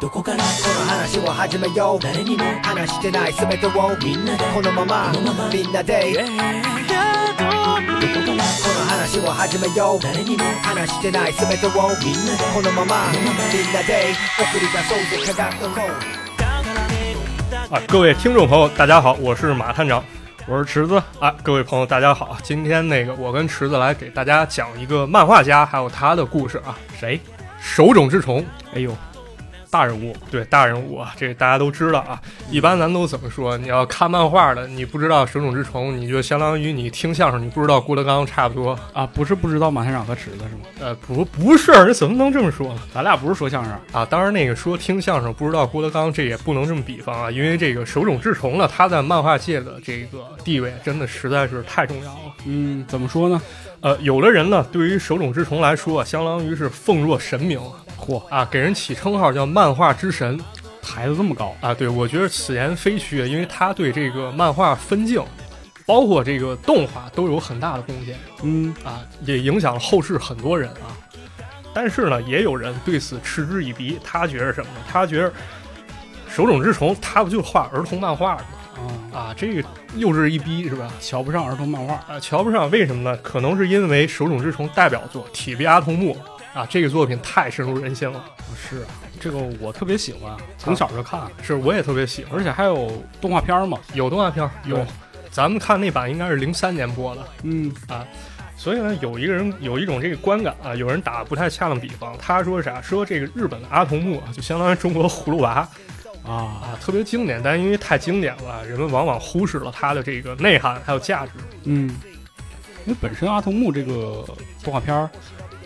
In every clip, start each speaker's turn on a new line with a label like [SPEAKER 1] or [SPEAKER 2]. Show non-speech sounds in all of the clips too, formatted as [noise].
[SPEAKER 1] どこからこの話を始めよう
[SPEAKER 2] 誰にも
[SPEAKER 1] 話してない全てを
[SPEAKER 2] みんなで
[SPEAKER 1] このまま
[SPEAKER 2] このまま
[SPEAKER 1] みんなで
[SPEAKER 2] どこ
[SPEAKER 1] こ
[SPEAKER 2] から
[SPEAKER 1] の話を始めよう
[SPEAKER 2] 誰にも
[SPEAKER 1] 話してない全てを
[SPEAKER 2] みんなで
[SPEAKER 1] このままみ
[SPEAKER 2] のまま
[SPEAKER 1] んなで送り出そうぜ科学の本
[SPEAKER 3] 啊，各位听众朋友，大家好，我是马探长，我是池子啊。各位朋友，大家好，今天那个我跟池子来给大家讲一个漫画家还有他的故事啊。
[SPEAKER 4] 谁？
[SPEAKER 3] 手冢治虫，
[SPEAKER 4] 哎呦，大人物，
[SPEAKER 3] 对大人物啊，这个大家都知道啊。一般咱都怎么说？你要看漫画的，你不知道手冢治虫，你就相当于你听相声，你不知道郭德纲，差不多。
[SPEAKER 4] 啊，不是不知道马探长和池子是吗？
[SPEAKER 3] 呃，不，不是，人怎么能这么说呢？
[SPEAKER 4] 咱俩不是说相声，
[SPEAKER 3] 啊，当然那个说听相声不知道郭德纲，这也不能这么比方啊，因为这个手冢治虫呢，他在漫画界的这个地位真的实在是太重要了。
[SPEAKER 4] 嗯，怎么说呢？
[SPEAKER 3] 呃，有的人呢，对于手冢治虫来说啊，相当于是奉若神明
[SPEAKER 4] 嚯，
[SPEAKER 3] 啊，给人起称号叫漫画之神
[SPEAKER 4] 抬得这么高，
[SPEAKER 3] 啊。对我觉得此言非虚，因为他对这个漫画分镜，包括这个动画都有很大的贡献。
[SPEAKER 4] 嗯，
[SPEAKER 3] 啊，也影响了后世很多人啊。但是呢，也有人对此嗤之以鼻，他觉得什么呢？他觉得手冢治虫他不就画儿童漫画的吗？
[SPEAKER 4] 啊，
[SPEAKER 3] 啊，这个幼稚一逼是吧？
[SPEAKER 4] 瞧不上儿童漫画，
[SPEAKER 3] 啊，瞧不上，为什么呢？可能是因为手冢治虫代表作《铁臂阿童木》啊，这个作品太深入人心了，
[SPEAKER 4] 是啊，这个我特别喜欢，啊从小就看，
[SPEAKER 3] 是我也特别喜欢。
[SPEAKER 4] 而且还有动画片儿嘛，
[SPEAKER 3] 有动画片儿，有
[SPEAKER 4] 对，
[SPEAKER 3] 咱们看那版应该是零三年播的，
[SPEAKER 4] 嗯，
[SPEAKER 3] 所以呢，有一个人有一种这个观感啊，有人打不太恰当比方，他说啥？说这个日本的阿童木啊，就相当于中国葫芦娃
[SPEAKER 4] 啊，
[SPEAKER 3] 啊，特别经典，但因为太经典了，人们往往忽视了它的这个内涵还有价值。
[SPEAKER 4] 嗯，因为本身阿童木这个动画片儿，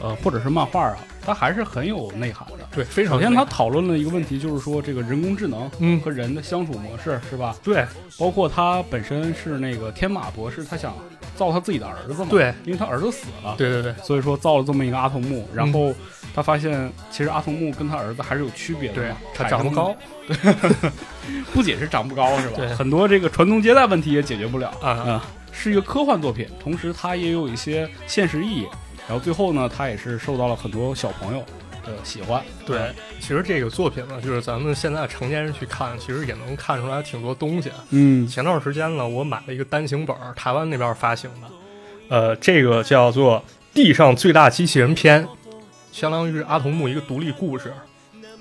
[SPEAKER 4] 呃，或者是漫画啊，它还是很有内涵的。
[SPEAKER 3] 对，非
[SPEAKER 4] 嗯
[SPEAKER 3] 常
[SPEAKER 4] 首先，他
[SPEAKER 3] 它
[SPEAKER 4] 讨论了一个问题，就是说这个人工智能
[SPEAKER 3] 嗯，
[SPEAKER 4] 和人的相处模式，是吧？
[SPEAKER 3] 对
[SPEAKER 4] 包括他本身是那个天马博士，他想造他自己的儿子嘛，，
[SPEAKER 3] 对
[SPEAKER 4] 因为他儿子死了，，
[SPEAKER 3] 对对对
[SPEAKER 4] 所以说造了这么一个阿童木，然后他发现其实阿童木跟他儿子还是有区别的
[SPEAKER 3] 对
[SPEAKER 4] 嘛，，
[SPEAKER 3] 它长不高
[SPEAKER 4] [laughs] 不仅是长不高是吧？
[SPEAKER 3] 对
[SPEAKER 4] 很多这个传宗接代问题也解决不了，
[SPEAKER 3] 啊，
[SPEAKER 4] 嗯，是一个科幻作品，同时它也有一些现实意义，然后最后呢，它也是受到了很多小朋友的喜欢，
[SPEAKER 3] 对。其实这个作品呢，就是咱们现在成年人去看，其实也能看出来挺多东西。啊
[SPEAKER 4] 嗯，
[SPEAKER 3] 前段时间呢，我买了一个单行本儿，台湾那边发行的，呃，这个叫做《地上最大机器人篇》，相当于是阿童木一个独立故事。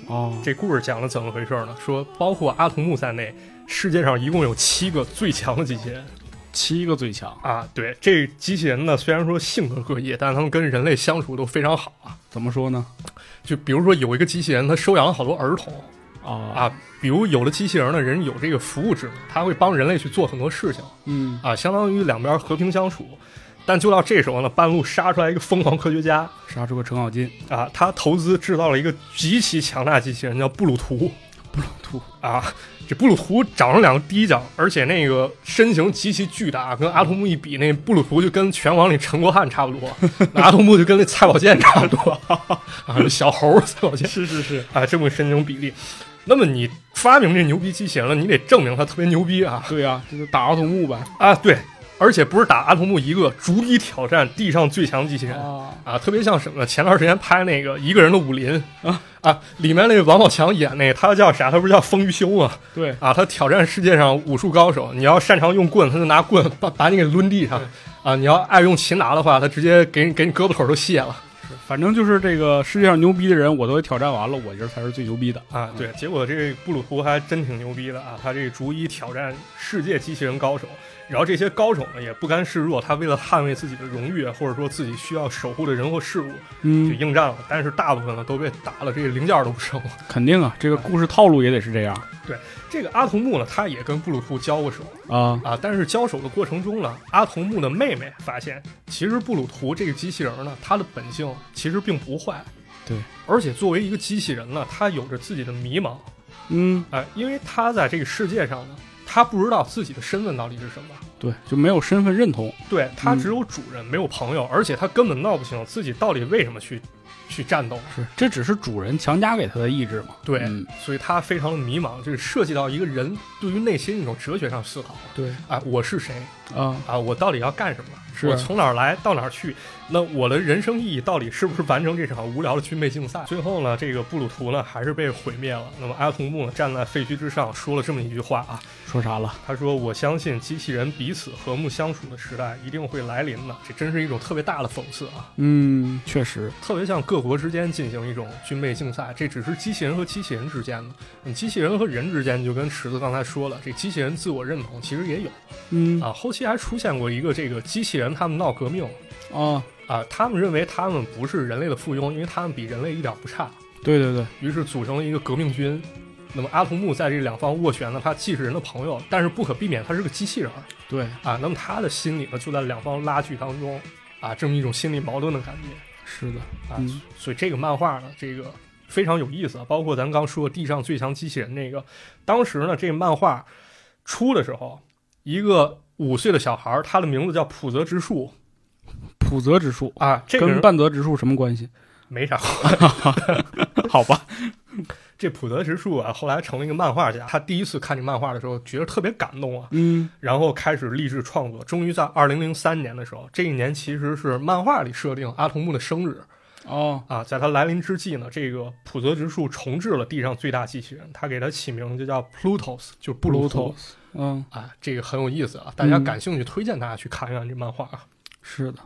[SPEAKER 4] 哦，
[SPEAKER 3] 这故事讲了怎么回事呢？说包括阿童木在内，世界上一共有七个最强的机器人
[SPEAKER 4] 七个最强，
[SPEAKER 3] 啊。对，这机器人呢，虽然说性格各异，但是他们跟人类相处都非常好啊。
[SPEAKER 4] 怎么说呢？
[SPEAKER 3] 就比如说有一个机器人，它收养了好多儿童
[SPEAKER 4] 啊，
[SPEAKER 3] 啊。比如有的机器人呢，人有这个服务职能，它会帮人类去做很多事情。
[SPEAKER 4] 嗯，
[SPEAKER 3] 啊，相当于两边和平相处。但就到这时候呢，半路杀出来一个疯狂科学家
[SPEAKER 4] 杀出个程咬金，
[SPEAKER 3] 啊，他投资制造了一个极其强大的机器人，叫布鲁图
[SPEAKER 4] 吐。
[SPEAKER 3] 啊。这布鲁图长了两个犄角，而且那个身形极其巨大，跟阿童木一比，那布鲁图就跟拳王里陈国汉差不多，那阿童木就跟那蔡宝剑差不多啊，小猴儿蔡宝剑
[SPEAKER 4] 是是是，
[SPEAKER 3] 啊，这么个身形比例。那么你发明这牛逼机器人了，你得证明它特别牛逼啊。
[SPEAKER 4] 对呀、这就打儿童木呗。
[SPEAKER 3] 啊，对，而且不是打阿童木一个，逐一挑战地上最强机器人
[SPEAKER 4] 啊，
[SPEAKER 3] 啊，特别像什么呢？前段时间拍那个《一个人的武林》
[SPEAKER 4] 啊
[SPEAKER 3] 啊，里面那个王宝强演那个，他叫啥？他不是叫风雨修吗？
[SPEAKER 4] 对，
[SPEAKER 3] 啊，他挑战世界上武术高手，你要擅长用棍，他就拿棍把把你给抡地上啊；你要爱用擒拿的话，他直接给你给你胳膊腿儿都卸了
[SPEAKER 4] 反正就是这个世界上牛逼的人，我都给挑战完了，我这才是最牛逼的。
[SPEAKER 3] 啊。对，结果这布鲁图还真挺牛逼的啊，他这逐一挑战世界机器人高手。然后这些高手呢也不甘示弱，他为了捍卫自己的荣誉，或者说自己需要守护的人或事物，就
[SPEAKER 4] 嗯，
[SPEAKER 3] 应战了。但是大部分呢都被打了，这个零件儿都不剩了。
[SPEAKER 4] 肯定啊，这个故事套路也得是这样
[SPEAKER 3] 这个阿童木呢，他也跟布鲁图交过手
[SPEAKER 4] 啊。
[SPEAKER 3] 啊，但是交手的过程中呢，阿童木的妹妹发现，其实布鲁图这个机器人呢，它的本性其实并不坏。
[SPEAKER 4] 对，
[SPEAKER 3] 而且作为一个机器人呢，它有着自己的迷茫，啊
[SPEAKER 4] 嗯，
[SPEAKER 3] 哎、因为它在这个世界上呢，它不知道自己的身份到底是什么。
[SPEAKER 4] 对，就没有身份认同。
[SPEAKER 3] 对他
[SPEAKER 4] 嗯
[SPEAKER 3] 只有主人，没有朋友，而且他根本闹不清自己到底为什么去去战斗。
[SPEAKER 4] 是，这只是主人强加给他的意志嘛？
[SPEAKER 3] 对，
[SPEAKER 4] 嗯
[SPEAKER 3] 所以他非常的迷茫，这个涉及到一个人对于内心一种哲学上思考。
[SPEAKER 4] 对，
[SPEAKER 3] 啊，我是谁
[SPEAKER 4] 啊，
[SPEAKER 3] 啊？我到底要干什么？
[SPEAKER 4] 是
[SPEAKER 3] 我从哪儿来到哪儿去？那我的人生意义到底是不是完成这场无聊的军备竞赛？最后呢，这个布鲁图呢还是被毁灭了。那么阿童木呢站在废墟之上说了这么一句话啊，
[SPEAKER 4] 说啥了？
[SPEAKER 3] 他说：“我相信机器人彼此和睦相处的时代一定会来临的。”这真是一种特别大的讽刺啊！
[SPEAKER 4] 嗯，确实，
[SPEAKER 3] 特别像各国之间进行一种军备竞赛，这只是机器人和机器人之间的。嗯，机器人和人之间，就跟池子刚才说了，这机器人自我认同其实也有
[SPEAKER 4] 嗯
[SPEAKER 3] 啊。后期还出现过一个这个机器人，他们闹革命
[SPEAKER 4] 啊，
[SPEAKER 3] 啊，他们认为他们不是人类的附庸，因为他们比人类一点不差，
[SPEAKER 4] 对对对，
[SPEAKER 3] 于是组成了一个革命军。那么阿童木在这两方斡旋呢，他既是人的朋友，但是不可避免他是个机器人儿
[SPEAKER 4] 对，
[SPEAKER 3] 啊。那么他的心理呢，就在两方拉锯当中啊，这么一种心理矛盾的感觉。
[SPEAKER 4] 是的，
[SPEAKER 3] 啊
[SPEAKER 4] 嗯，
[SPEAKER 3] 所以这个漫画呢，这个非常有意思啊。包括咱刚说《地上最强机器人》那个，当时呢，这个漫画出的时候，一个五岁的小孩儿，他的名字叫浦泽直树
[SPEAKER 4] 普泽指数
[SPEAKER 3] 啊，这个
[SPEAKER 4] 跟
[SPEAKER 3] 人
[SPEAKER 4] 半泽指数什么关系？
[SPEAKER 3] 没啥。
[SPEAKER 4] [laughs] 好吧，
[SPEAKER 3] 这浦泽直树啊，后来成了一个漫画家。他第一次看这漫画的时候，觉得特别感动啊，
[SPEAKER 4] 嗯，
[SPEAKER 3] 然后开始立志创作。终于在二零零三年的时候，这一年其实是漫画里设定阿童木的生日。
[SPEAKER 4] 哦，
[SPEAKER 3] 啊，在他来临之际呢，这个普泽直树重置了地上最大机器人，他给他起名就叫 Plutos，就是布
[SPEAKER 4] 布
[SPEAKER 3] 鲁
[SPEAKER 4] 鲁
[SPEAKER 3] 图
[SPEAKER 4] 托，嗯，
[SPEAKER 3] 啊，这个很有意思啊，大家
[SPEAKER 4] 嗯
[SPEAKER 3] 感兴趣，推荐大家去看一看这漫画啊。
[SPEAKER 4] 是的，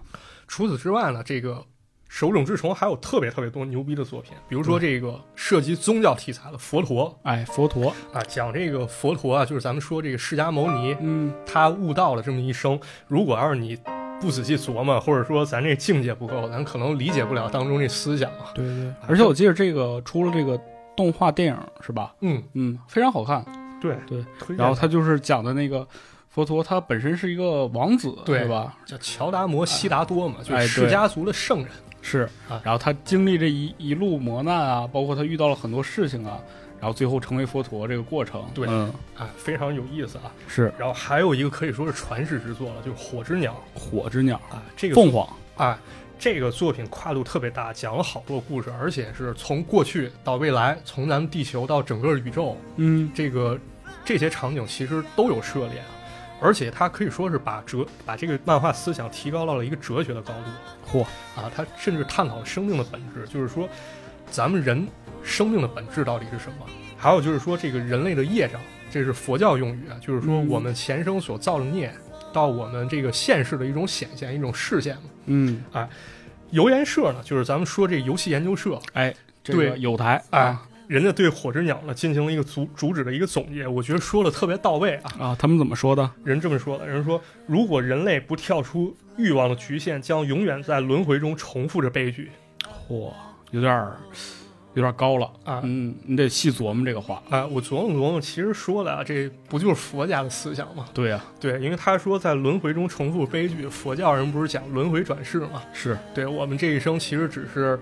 [SPEAKER 3] 除此之外呢，这个手冢治虫还有特别特别多牛逼的作品，比如说这个涉及宗教题材的《佛陀
[SPEAKER 4] 哎，佛陀，》
[SPEAKER 3] 啊，讲这个佛陀啊，就是咱们说这个释迦牟尼
[SPEAKER 4] 嗯，
[SPEAKER 3] 他悟道了这么一生，如果要是你不仔细琢磨，或者说咱这境界不够，咱可能理解不了当中这思想啊。
[SPEAKER 4] 对对，而且我记得这个出了这个动画电影是吧？
[SPEAKER 3] 嗯，
[SPEAKER 4] 嗯，非常好看。
[SPEAKER 3] 对
[SPEAKER 4] 对，
[SPEAKER 3] 推荐
[SPEAKER 4] 然后
[SPEAKER 3] 大家
[SPEAKER 4] 他就是讲的那个佛陀，他本身是一个王子，
[SPEAKER 3] 对
[SPEAKER 4] 对吧？
[SPEAKER 3] 叫乔达摩悉达多嘛，就是
[SPEAKER 4] 哎
[SPEAKER 3] 释
[SPEAKER 4] 对
[SPEAKER 3] 迦族的圣人。
[SPEAKER 4] 是
[SPEAKER 3] 啊，
[SPEAKER 4] 然后他经历这一一路磨难啊，包括他遇到了很多事情啊，然后最后成为佛陀这个过程，
[SPEAKER 3] 对
[SPEAKER 4] 嗯，
[SPEAKER 3] 啊，非常有意思啊！
[SPEAKER 4] 是
[SPEAKER 3] 然后还有一个可以说是传世之作了，就是《火之鸟
[SPEAKER 4] 火之鸟、》
[SPEAKER 3] 啊，这个
[SPEAKER 4] 凤凰，
[SPEAKER 3] 啊，这个作品跨度特别大，讲了好多故事，而且是从过去到未来，从咱们地球到整个宇宙，
[SPEAKER 4] 嗯，
[SPEAKER 3] 这个这些场景其实都有涉猎啊，而且它可以说是把哲把这个漫画思想提高到了一个哲学的高度。
[SPEAKER 4] 嚯，
[SPEAKER 3] 啊，他甚至探讨生命的本质，就是说，咱们人生命的本质到底是什么？还有就是说，这个人类的业障，这是佛教用语啊，就是说
[SPEAKER 4] 嗯
[SPEAKER 3] 我们前生所造的孽，到我们这个现世的一种显现，一种视线嘛。
[SPEAKER 4] 嗯，
[SPEAKER 3] 游研社呢，就是咱们说这游戏研究社，
[SPEAKER 4] 哎，这
[SPEAKER 3] 对
[SPEAKER 4] 个有台
[SPEAKER 3] 哎
[SPEAKER 4] 啊
[SPEAKER 3] 人家对火之鸟呢进行了一个主主旨的一个总结，我觉得说的特别到位啊。
[SPEAKER 4] 啊，他们怎么说的？
[SPEAKER 3] 人这么说的，人说如果人类不跳出欲望的局限，将永远在轮回中重复着悲剧
[SPEAKER 4] 嚯，有点儿有点儿高了，
[SPEAKER 3] 啊。
[SPEAKER 4] 嗯，你得细琢磨这个话，
[SPEAKER 3] 啊，我琢磨琢磨，其实说的啊，这不就是佛家的思想吗？
[SPEAKER 4] 对呀、
[SPEAKER 3] 对，因为他说在轮回中重复悲剧，佛教人不是讲轮回转世吗？
[SPEAKER 4] 是
[SPEAKER 3] 对我们这一生其实只是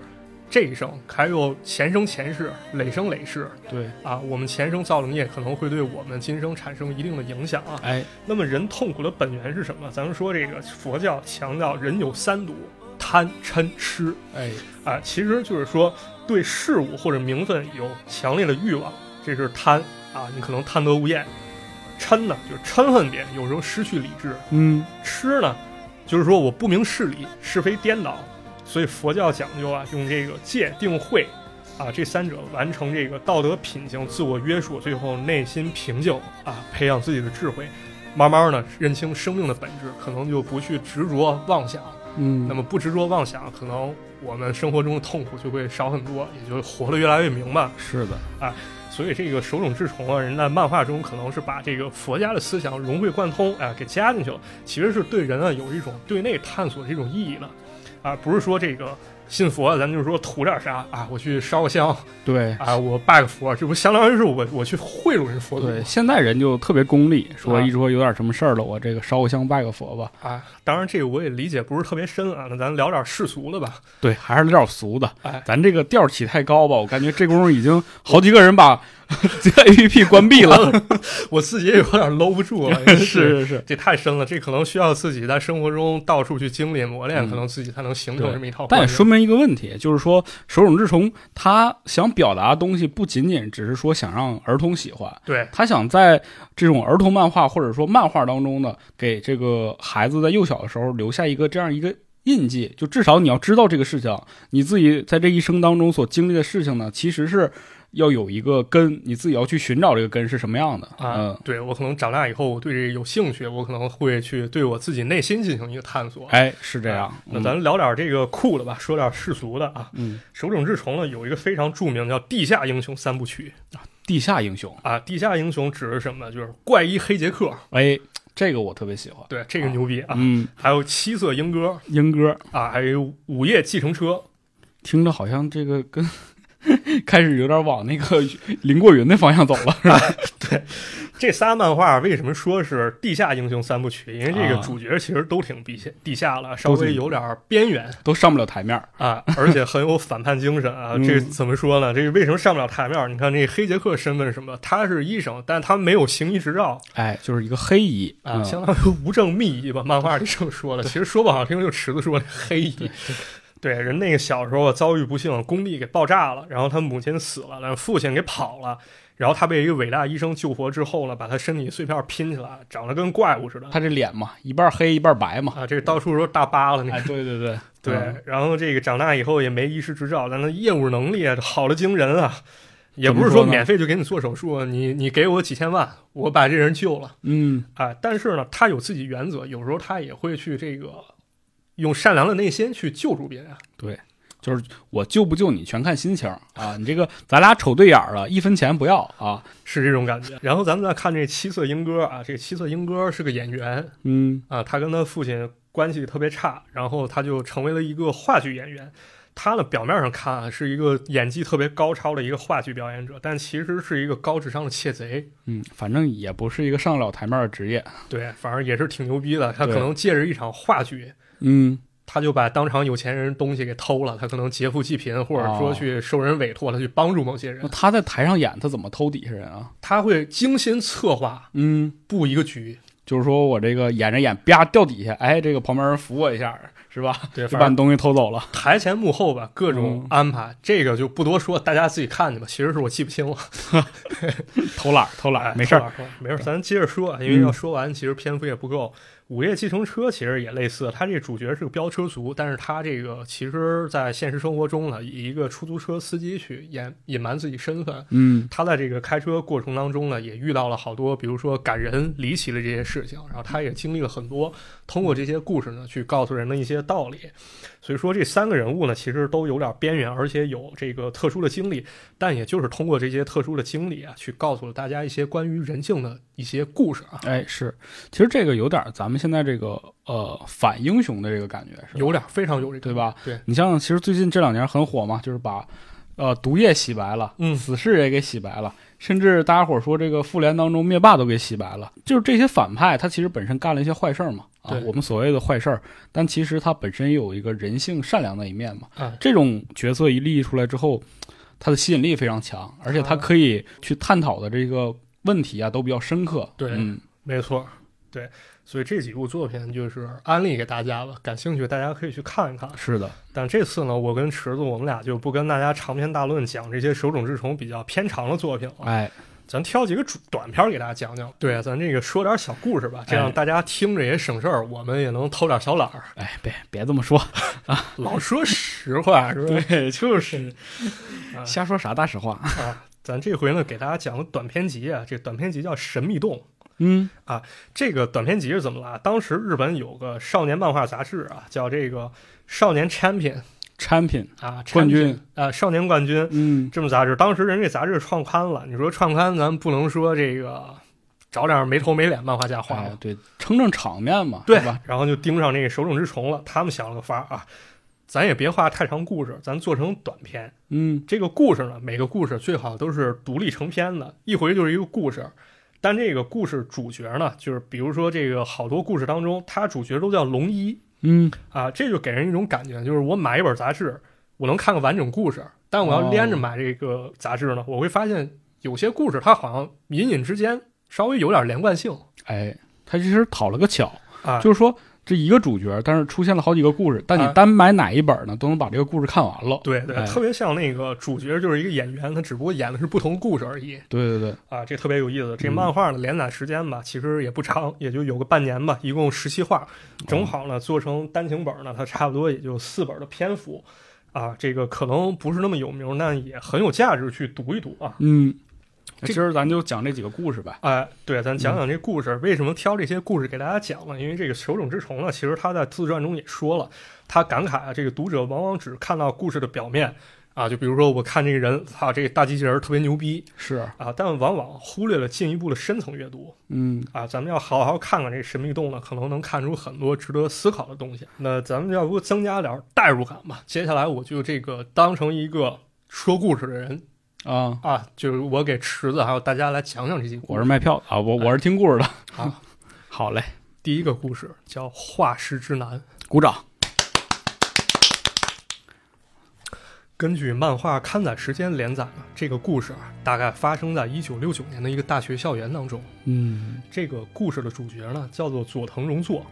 [SPEAKER 3] 这一生，还有前生前世、累生累世
[SPEAKER 4] 对，
[SPEAKER 3] 啊，我们前生造的孽可能会对我们今生产生一定的影响啊。
[SPEAKER 4] 哎，
[SPEAKER 3] 那么人痛苦的本源是什么？咱们说这个佛教强调人有三毒：贪、嗔、痴。
[SPEAKER 4] 哎，
[SPEAKER 3] 啊，其实就是说对事物或者名分有强烈的欲望，这是贪啊，你可能贪得无厌；嗔呢，就是嗔恨别人，有时候失去理智；
[SPEAKER 4] 嗯，
[SPEAKER 3] 痴呢，就是说我不明事理，是非颠倒。所以佛教讲究啊，用这个戒、定、慧啊这三者完成啊这个道德品行自我约束，最后内心平静啊，培养自己的智慧。慢慢呢，认清生命的本质，可能就不去执着妄想，
[SPEAKER 4] 嗯，
[SPEAKER 3] 那么不执着妄想，可能我们生活中的痛苦就会少很多，也就活得越来越明白。
[SPEAKER 4] 是的，
[SPEAKER 3] 所以这个手冢治虫啊，人在漫画中可能是把这个佛家的思想融会贯通，啊，给加进去了，其实是对人啊有一种对内探索这种意义了，啊，不是说这个信佛的咱就是说图点啥啊，我去烧个香
[SPEAKER 4] 对
[SPEAKER 3] 啊，我拜个佛，这不相当于是我我去贿赂人佛祖
[SPEAKER 4] 对，现在人就特别功利，说
[SPEAKER 3] 啊
[SPEAKER 4] 一说有点什么事儿了，我这个烧个香拜个佛吧。
[SPEAKER 3] 啊？当然这个我也理解不是特别深啊，那咱聊点世俗的吧。
[SPEAKER 4] 对，还是有点俗的。
[SPEAKER 3] 哎
[SPEAKER 4] 咱这个调儿起太高吧，我感觉这功夫已经好几个人把 [laughs] 这个 A P P 关闭了。
[SPEAKER 3] 我自己也有点搂不
[SPEAKER 4] [laughs]
[SPEAKER 3] 住了，
[SPEAKER 4] 是是是，
[SPEAKER 3] 这太深了，这可能需要自己在生活中到处去经历磨练，
[SPEAKER 4] 嗯
[SPEAKER 3] 可能自己才能形成
[SPEAKER 4] 对
[SPEAKER 3] 这么一套观
[SPEAKER 4] [laughs] 但
[SPEAKER 3] 念。
[SPEAKER 4] 也说明一个问题，就是说手冢治虫他想表达的东西不仅仅只是说想让儿童喜欢，
[SPEAKER 3] 对
[SPEAKER 4] 他想在这种儿童漫画或者说漫画当中呢，给这个孩子在幼小的时候留下一个这样一个印记，就至少你要知道这个事情，你自己在这一生当中所经历的事情呢，其实是要有一个根，你自己要去寻找这个根是什么样的。
[SPEAKER 3] 啊，
[SPEAKER 4] 嗯，
[SPEAKER 3] 对我可能长大以后，我对这有兴趣，我可能会去对我自己内心进行一个探索。
[SPEAKER 4] 哎，是这样
[SPEAKER 3] 啊。那
[SPEAKER 4] 嗯
[SPEAKER 3] 咱聊点这个酷的吧，说点世俗的啊。
[SPEAKER 4] 嗯，
[SPEAKER 3] 手冢治虫呢有一个非常著名叫《地下英雄三部曲
[SPEAKER 4] 地下英雄，》
[SPEAKER 3] 啊，《地下英雄》指的是什么呢？就是怪医黑杰克，
[SPEAKER 4] 哎，这个我特别喜欢。
[SPEAKER 3] 对这个牛逼啊，
[SPEAKER 4] 嗯，
[SPEAKER 3] 还有七色莺歌
[SPEAKER 4] 英哥
[SPEAKER 3] 啊，还有午夜计程车
[SPEAKER 4] 听着好像这个跟 [laughs] 开始有点往那个 [laughs] 林过云的方向走了。
[SPEAKER 3] 这仨漫画为什么说是地下英雄三部曲？因为这个
[SPEAKER 4] 啊
[SPEAKER 3] 主角其实都挺地下地下了，稍
[SPEAKER 4] 都挺
[SPEAKER 3] 微有点儿边缘
[SPEAKER 4] 都上不了台面儿。
[SPEAKER 3] 啊， [laughs] 而且很有反叛精神啊。
[SPEAKER 4] 嗯
[SPEAKER 3] 这怎么说呢？这个为什么上不了台面儿？你看这黑杰克身份是什么？他是医生，但他没有行医执照
[SPEAKER 4] 哎，就是一个黑衣
[SPEAKER 3] 啊，
[SPEAKER 4] 嗯
[SPEAKER 3] 相当于无证秘医吧。漫画里这么说的，其实说不好听就池子说的黑医。对，人那个小时候啊遭遇不幸，工地给爆炸了，然后他母亲死了，但父亲给跑了，然后他被一个伟大医生救活之后呢，把他身体碎片拼起来，长得跟怪物似的
[SPEAKER 4] 他这脸嘛，一半黑一半白嘛。
[SPEAKER 3] 啊，这到处都是大疤了那个
[SPEAKER 4] 哎，对对对嗯
[SPEAKER 3] 对，然后这个长大以后也没医师执照，但他业务能力啊好的惊人啊，也不是
[SPEAKER 4] 怎么说呢
[SPEAKER 3] 免费就给你做手术，啊你你给我几千万，我把这人救了
[SPEAKER 4] 嗯，
[SPEAKER 3] 啊、但是呢，他有自己原则，有时候他也会去这个用善良的内心去救助别人啊。
[SPEAKER 4] 我救不救你全看心情啊。你这个咱俩瞅对眼儿了，一分钱不要啊。
[SPEAKER 3] 是这种感觉。然后咱们再看这七色莺歌啊，这个七色莺歌是个演员
[SPEAKER 4] 嗯，
[SPEAKER 3] 啊，他跟他父亲关系特别差，然后他就成为了一个话剧演员。他呢，表面上看啊是一个演技特别高超的一个话剧表演者，但其实是一个高智商的窃贼。
[SPEAKER 4] 嗯，反正也不是一个上得了台面儿的职业。
[SPEAKER 3] 对，反正也是挺牛逼的。他可
[SPEAKER 4] 对
[SPEAKER 3] 能借着一场话剧，
[SPEAKER 4] 嗯，
[SPEAKER 3] 他就把当场有钱人东西给偷了。他可能劫富济贫，或者说去受人委托，他去帮助某些人
[SPEAKER 4] 那。他在台上演，他怎么偷底下人啊？
[SPEAKER 3] 他会精心策划
[SPEAKER 4] 嗯，
[SPEAKER 3] 布一个局，
[SPEAKER 4] 就是说我这个演着演，啪掉底下，哎，这个旁边人扶我一下，是吧？
[SPEAKER 3] 对，
[SPEAKER 4] 就
[SPEAKER 3] 反
[SPEAKER 4] 把你
[SPEAKER 3] 正
[SPEAKER 4] 东西偷走了。
[SPEAKER 3] 台前幕后吧，各种安排，这个就不多说，大家自己看去吧。其实是我记不清了。
[SPEAKER 4] 偷懒儿，偷懒
[SPEAKER 3] 哎
[SPEAKER 4] 儿，没事儿。，
[SPEAKER 3] 偷懒没事儿，咱接着说，啊，因为要说完，其实篇幅也不够。午夜计程车其实也类似，它这主角是个飙车族，但是他这个其实，在现实生活中呢，以一个出租车司机去掩隐瞒自己身份。
[SPEAKER 4] 嗯，
[SPEAKER 3] 他在这个开车过程当中呢，也遇到了好多，比如说感人离奇的这些事情，然后他也经历了很多，通过这些故事呢，去告诉人的一些道理。所以说，这三个人物呢，其实都有点边缘，而且有这个特殊的经历，但也就是通过这些特殊的经历啊，去告诉了大家一些关于人性的一些故事啊，
[SPEAKER 4] 哎，是，其实这个有点儿咱们现在这个呃反英雄的这个感觉，是吧？
[SPEAKER 3] 有点非常有这个
[SPEAKER 4] 对？吧？
[SPEAKER 3] 对
[SPEAKER 4] 你像其实最近这两年很火嘛，就是把呃毒液洗白了，
[SPEAKER 3] 嗯
[SPEAKER 4] 死侍也给洗白了，甚至大家伙说这个复联当中灭霸都给洗白了，就是这些反派他其实本身干了一些坏事儿嘛，啊
[SPEAKER 3] 对，
[SPEAKER 4] 我们所谓的坏事儿，但其实他本身有一个人性善良的一面嘛，
[SPEAKER 3] 啊，
[SPEAKER 4] 这种角色一立出来之后，他的吸引力非常强，而且他
[SPEAKER 3] 啊
[SPEAKER 4] 可以去探讨的这个问题啊都比较深刻，
[SPEAKER 3] 对
[SPEAKER 4] 嗯，
[SPEAKER 3] 没错，对，所以这几部作品就是安利给大家吧，感兴趣大家可以去看一看。
[SPEAKER 4] 是的，
[SPEAKER 3] 但这次呢，我跟池子我们俩就不跟大家长篇大论讲这些手冢治虫比较偏长的作品了，
[SPEAKER 4] 哎，
[SPEAKER 3] 咱挑几个主短片给大家讲讲。对，啊咱这个说点小故事吧，这样
[SPEAKER 4] 哎
[SPEAKER 3] 大家听着也省事儿，我们也能偷点小懒儿。
[SPEAKER 4] 哎，别别这么说，
[SPEAKER 3] 老说实话是吧？ [laughs]
[SPEAKER 4] 对，就是瞎说啥大实话，
[SPEAKER 3] 啊，咱这回呢给大家讲个短篇集啊，这短篇集叫《神秘洞》。
[SPEAKER 4] 嗯。
[SPEAKER 3] 这个短篇集是怎么来？当时日本有个少年漫画杂志啊，叫这个《少年 Champion》
[SPEAKER 4] 产品，
[SPEAKER 3] 啊，
[SPEAKER 4] 冠军
[SPEAKER 3] 啊，少年冠军
[SPEAKER 4] 嗯，
[SPEAKER 3] 这么杂志。当时人这杂志创刊了，你说创刊，咱不能说这个找点没头没脸漫画家画吧
[SPEAKER 4] 哎，对，撑撑场面嘛，
[SPEAKER 3] 对
[SPEAKER 4] 哎是吧？
[SPEAKER 3] 然后就盯上这个手冢治虫了，他们想了个法儿啊。咱也别画太长故事，咱做成短篇。
[SPEAKER 4] 嗯
[SPEAKER 3] 这个故事呢，每个故事最好都是独立成篇的，一回就是一个故事。但这个故事主角呢，就是比如说这个好多故事当中，它主角都叫龙一
[SPEAKER 4] 嗯
[SPEAKER 3] 啊，这就给人一种感觉，就是我买一本杂志，我能看个完整故事，但我要连
[SPEAKER 4] 哦
[SPEAKER 3] 着买这个杂志呢，我会发现有些故事它好像隐隐之间稍微有点连贯性
[SPEAKER 4] 哎，他其实讨了个巧，
[SPEAKER 3] 啊，
[SPEAKER 4] 就是说这一个主角，但是出现了好几个故事，但
[SPEAKER 3] 哎
[SPEAKER 4] 你单买哪一本呢，都能把这个故事看完了。
[SPEAKER 3] 对对，
[SPEAKER 4] 哎
[SPEAKER 3] 特别像那个主角就是一个演员，他只不过演的是不同故事而已。
[SPEAKER 4] 对对对，
[SPEAKER 3] 啊，这特别有意思。这
[SPEAKER 4] 嗯
[SPEAKER 3] 漫画的连载时间吧，其实也不长，也就有个半年吧，一共十七话，
[SPEAKER 4] 哦
[SPEAKER 3] 正好呢做成单行本呢，它差不多也就四本的篇幅。啊，这个可能不是那么有名，但也很有价值去读一读啊。
[SPEAKER 4] 嗯，
[SPEAKER 3] 这
[SPEAKER 4] 今儿咱就讲这几个故事吧。
[SPEAKER 3] 哎，对，咱
[SPEAKER 4] 嗯
[SPEAKER 3] 讲讲这故事，为什么挑这些故事给大家讲呢？因为这个手冢治虫呢，其实他在自传中也说了，他感慨啊，这个读者往往只看到故事的表面啊，就比如说我看这个人，操、这个大机器人儿特别牛逼
[SPEAKER 4] 是，
[SPEAKER 3] 啊，但往往忽略了进一步的深层阅读。
[SPEAKER 4] 嗯，
[SPEAKER 3] 啊，咱们要好好看看这神秘洞呢，可能能看出很多值得思考的东西。那咱们要不增加点儿代入感吧？接下来我就这个当成一个说故事的人
[SPEAKER 4] 啊，
[SPEAKER 3] 啊，就是我给池子还有大家来讲讲这些故事。
[SPEAKER 4] 我是卖票的啊，我我是听故事的。
[SPEAKER 3] 好，
[SPEAKER 4] [laughs] 好嘞，
[SPEAKER 3] 第一个故事叫《化石之男》。
[SPEAKER 4] 鼓掌。
[SPEAKER 3] 根据漫画刊载时间连载呢，这个故事啊，大概发生在一九六九年的一个大学校园当中。
[SPEAKER 4] 嗯
[SPEAKER 3] 这个故事的主角呢，叫做佐藤荣作。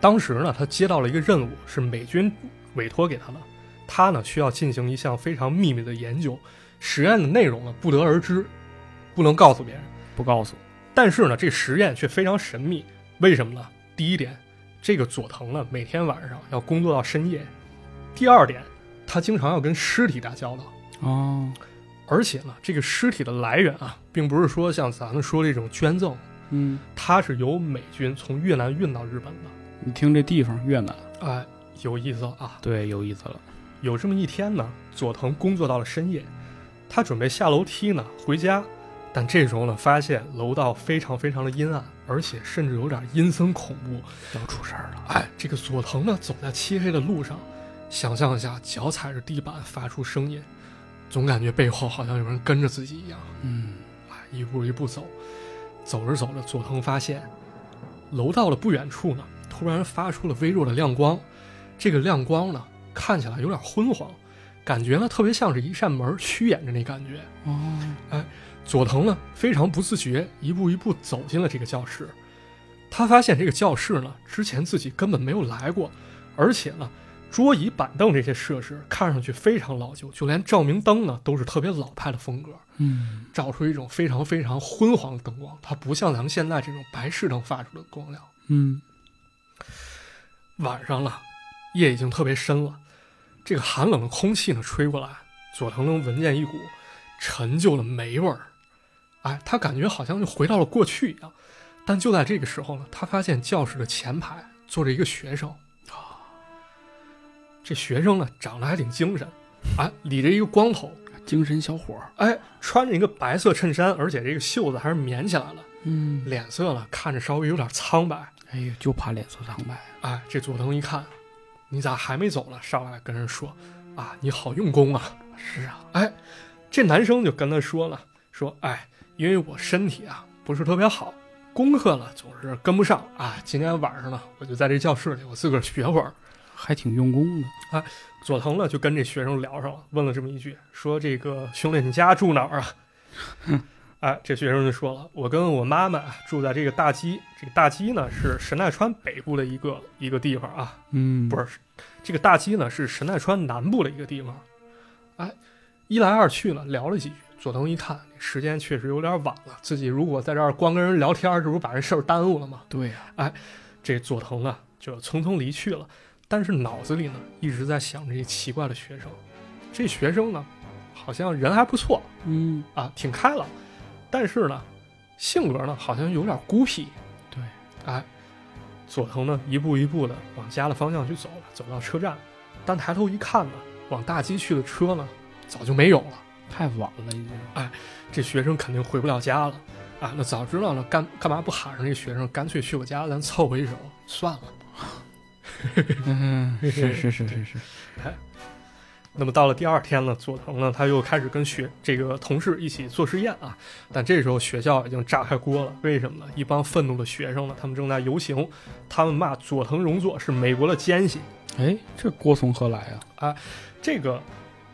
[SPEAKER 3] 当时呢，他接到了一个任务，是美军委托给他的。他呢，需要进行一项非常秘密的研究，实验的内容呢不得而知，不能告诉别人。
[SPEAKER 4] 不告诉。
[SPEAKER 3] 但是呢，这实验却非常神秘，为什么呢？第一点，这个佐藤呢每天晚上要工作到深夜；第二点，他经常要跟尸体打交道。
[SPEAKER 4] 哦，
[SPEAKER 3] 而且呢，这个尸体的来源啊，并不是说像咱们说这种捐赠，
[SPEAKER 4] 嗯，
[SPEAKER 3] 它是由美军从越南运到日本的。
[SPEAKER 4] 你听这地方，越南，
[SPEAKER 3] 哎，有意思了啊！
[SPEAKER 4] 对，有意思了。
[SPEAKER 3] 有这么一天呢，佐藤工作到了深夜，他准备下楼梯呢回家，但这时候呢，发现楼道非常非常的阴暗，而且甚至有点阴森恐怖。
[SPEAKER 4] 要出事儿了。
[SPEAKER 3] 哎，这个佐藤呢走在漆黑的路上，想象一下脚踩着地板发出声音，总感觉背后好像有人跟着自己一样。
[SPEAKER 4] 嗯，
[SPEAKER 3] 哎，一步一步走，走着走着，佐藤发现楼道的不远处呢，突然发出了微弱的亮光。这个亮光呢，看起来有点昏黄，感觉呢特别像是一扇门虚掩着那感觉。
[SPEAKER 4] 哦，
[SPEAKER 3] 佐藤呢非常不自觉，一步一步走进了这个教室。他发现这个教室呢，之前自己根本没有来过，而且呢，桌椅板凳这些设施看上去非常老旧，就连照明灯呢都是特别老派的风格。
[SPEAKER 4] 嗯，
[SPEAKER 3] 照出一种非常非常昏黄的灯光，它不像咱们现在这种白炽灯发出的光亮。
[SPEAKER 4] 嗯，
[SPEAKER 3] 晚上了，夜已经特别深了，这个寒冷的空气呢吹过来，佐藤能闻见一股陈旧的霉味儿。哎，他感觉好像就回到了过去一样。但就在这个时候呢，他发现教室的前排坐着一个学生。啊这学生呢，长得还挺精神，哎，理着一个光头，
[SPEAKER 4] 精神小伙儿。
[SPEAKER 3] 哎，穿着一个白色衬衫，而且这个袖子还是棉起来了。
[SPEAKER 4] 嗯，
[SPEAKER 3] 脸色呢看着稍微有点苍白。
[SPEAKER 4] 哎呀，就怕脸色苍白。
[SPEAKER 3] 哎，这佐藤一看，你咋还没走呢？上来跟人说，啊，你好用功啊！
[SPEAKER 4] 是啊，
[SPEAKER 3] 哎，这男生就跟他说了，说，哎，因为我身体啊不是特别好，功课呢总是跟不上啊。今天晚上呢，我就在这教室里我自个儿学会儿。
[SPEAKER 4] 还挺用功的。
[SPEAKER 3] 佐藤呢就跟这学生聊上了，问了这么一句，说这个兄弟，你家住哪儿啊？哎，这学生就说了，我跟我妈妈住在这个大基，这个大基呢是神奈川北部的一个一个地方啊，
[SPEAKER 4] 嗯，
[SPEAKER 3] 不是，这个大基呢是神奈川南部的一个地方。哎，一来二去呢，聊了几句。佐藤一看，时间确实有点晚了，自己如果在这儿光跟人聊天，这不把人事儿耽误了吗？
[SPEAKER 4] 对呀、
[SPEAKER 3] 这佐藤呢就匆匆离去了，但是脑子里呢一直在想这些奇怪的学生。这学生呢，好像人还不错
[SPEAKER 4] 嗯，
[SPEAKER 3] 啊，挺开朗，但是呢，性格呢好像有点孤僻。
[SPEAKER 4] 对，
[SPEAKER 3] 哎，佐藤呢一步一步的往家的方向去走了，走到车站，但抬头一看呢，往大基去的车呢早就没有了。
[SPEAKER 4] 太晚了已经。
[SPEAKER 3] 这学生肯定回不了家了啊！那早知道呢，干干嘛不喊上这学生，干脆去我家咱凑合一手算了。
[SPEAKER 4] 嗯， [laughs] 是是是是是，
[SPEAKER 3] 那么到了第二天呢，佐藤呢他又开始跟学这个同事一起做实验啊，但这时候学校已经炸开锅了，为什么呢？一帮愤怒的学生呢，他们正在游行，他们骂佐藤荣作是美国的奸细。
[SPEAKER 4] [laughs] 哎，这郭从何来啊？
[SPEAKER 3] 这个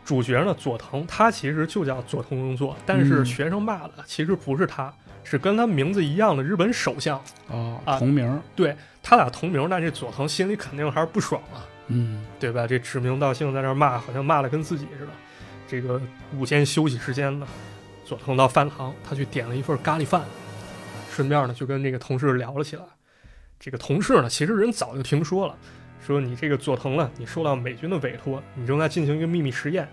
[SPEAKER 3] 主角呢，佐藤他其实就叫佐藤荣作，但是
[SPEAKER 4] 嗯
[SPEAKER 3] 学生骂的其实不是他，是跟他名字一样的日本首相，
[SPEAKER 4] 哦，
[SPEAKER 3] 啊
[SPEAKER 4] 同名儿，
[SPEAKER 3] 他俩同名，那这佐藤心里肯定还是不爽啊。
[SPEAKER 4] 嗯，
[SPEAKER 3] 对吧？这指名道姓在那儿骂，好像骂的跟自己似的。这个午间休息时间呢，佐藤到饭堂，他去点了一份咖喱饭，顺便呢就跟这个同事聊了起来。这个同事呢，其实人早就听说了，说你这个佐藤呢，你受到美军的委托，你正在进行一个秘密实验。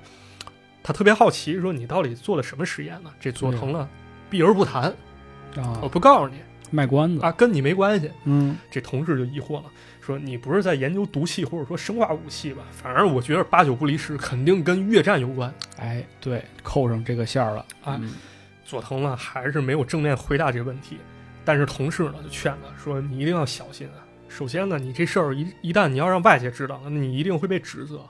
[SPEAKER 3] 他特别好奇，说你到底做了什么实验呢？这佐藤呢，避而不谈，
[SPEAKER 4] 啊
[SPEAKER 3] 我，不告诉你
[SPEAKER 4] 卖关子，
[SPEAKER 3] 啊，跟你没关系。
[SPEAKER 4] 嗯，
[SPEAKER 3] 这同事就疑惑了，说你不是在研究毒气或者说生化武器吧？反正我觉得八九不离十，肯定跟越战有关。
[SPEAKER 4] 哎，对，扣上这个线儿了
[SPEAKER 3] 啊
[SPEAKER 4] 嗯
[SPEAKER 3] 佐藤呢还是没有正面回答这个问题，但是同事呢就劝他说：“你一定要小心啊！首先呢，你这事儿一一旦你要让外界知道，那你一定会被指责。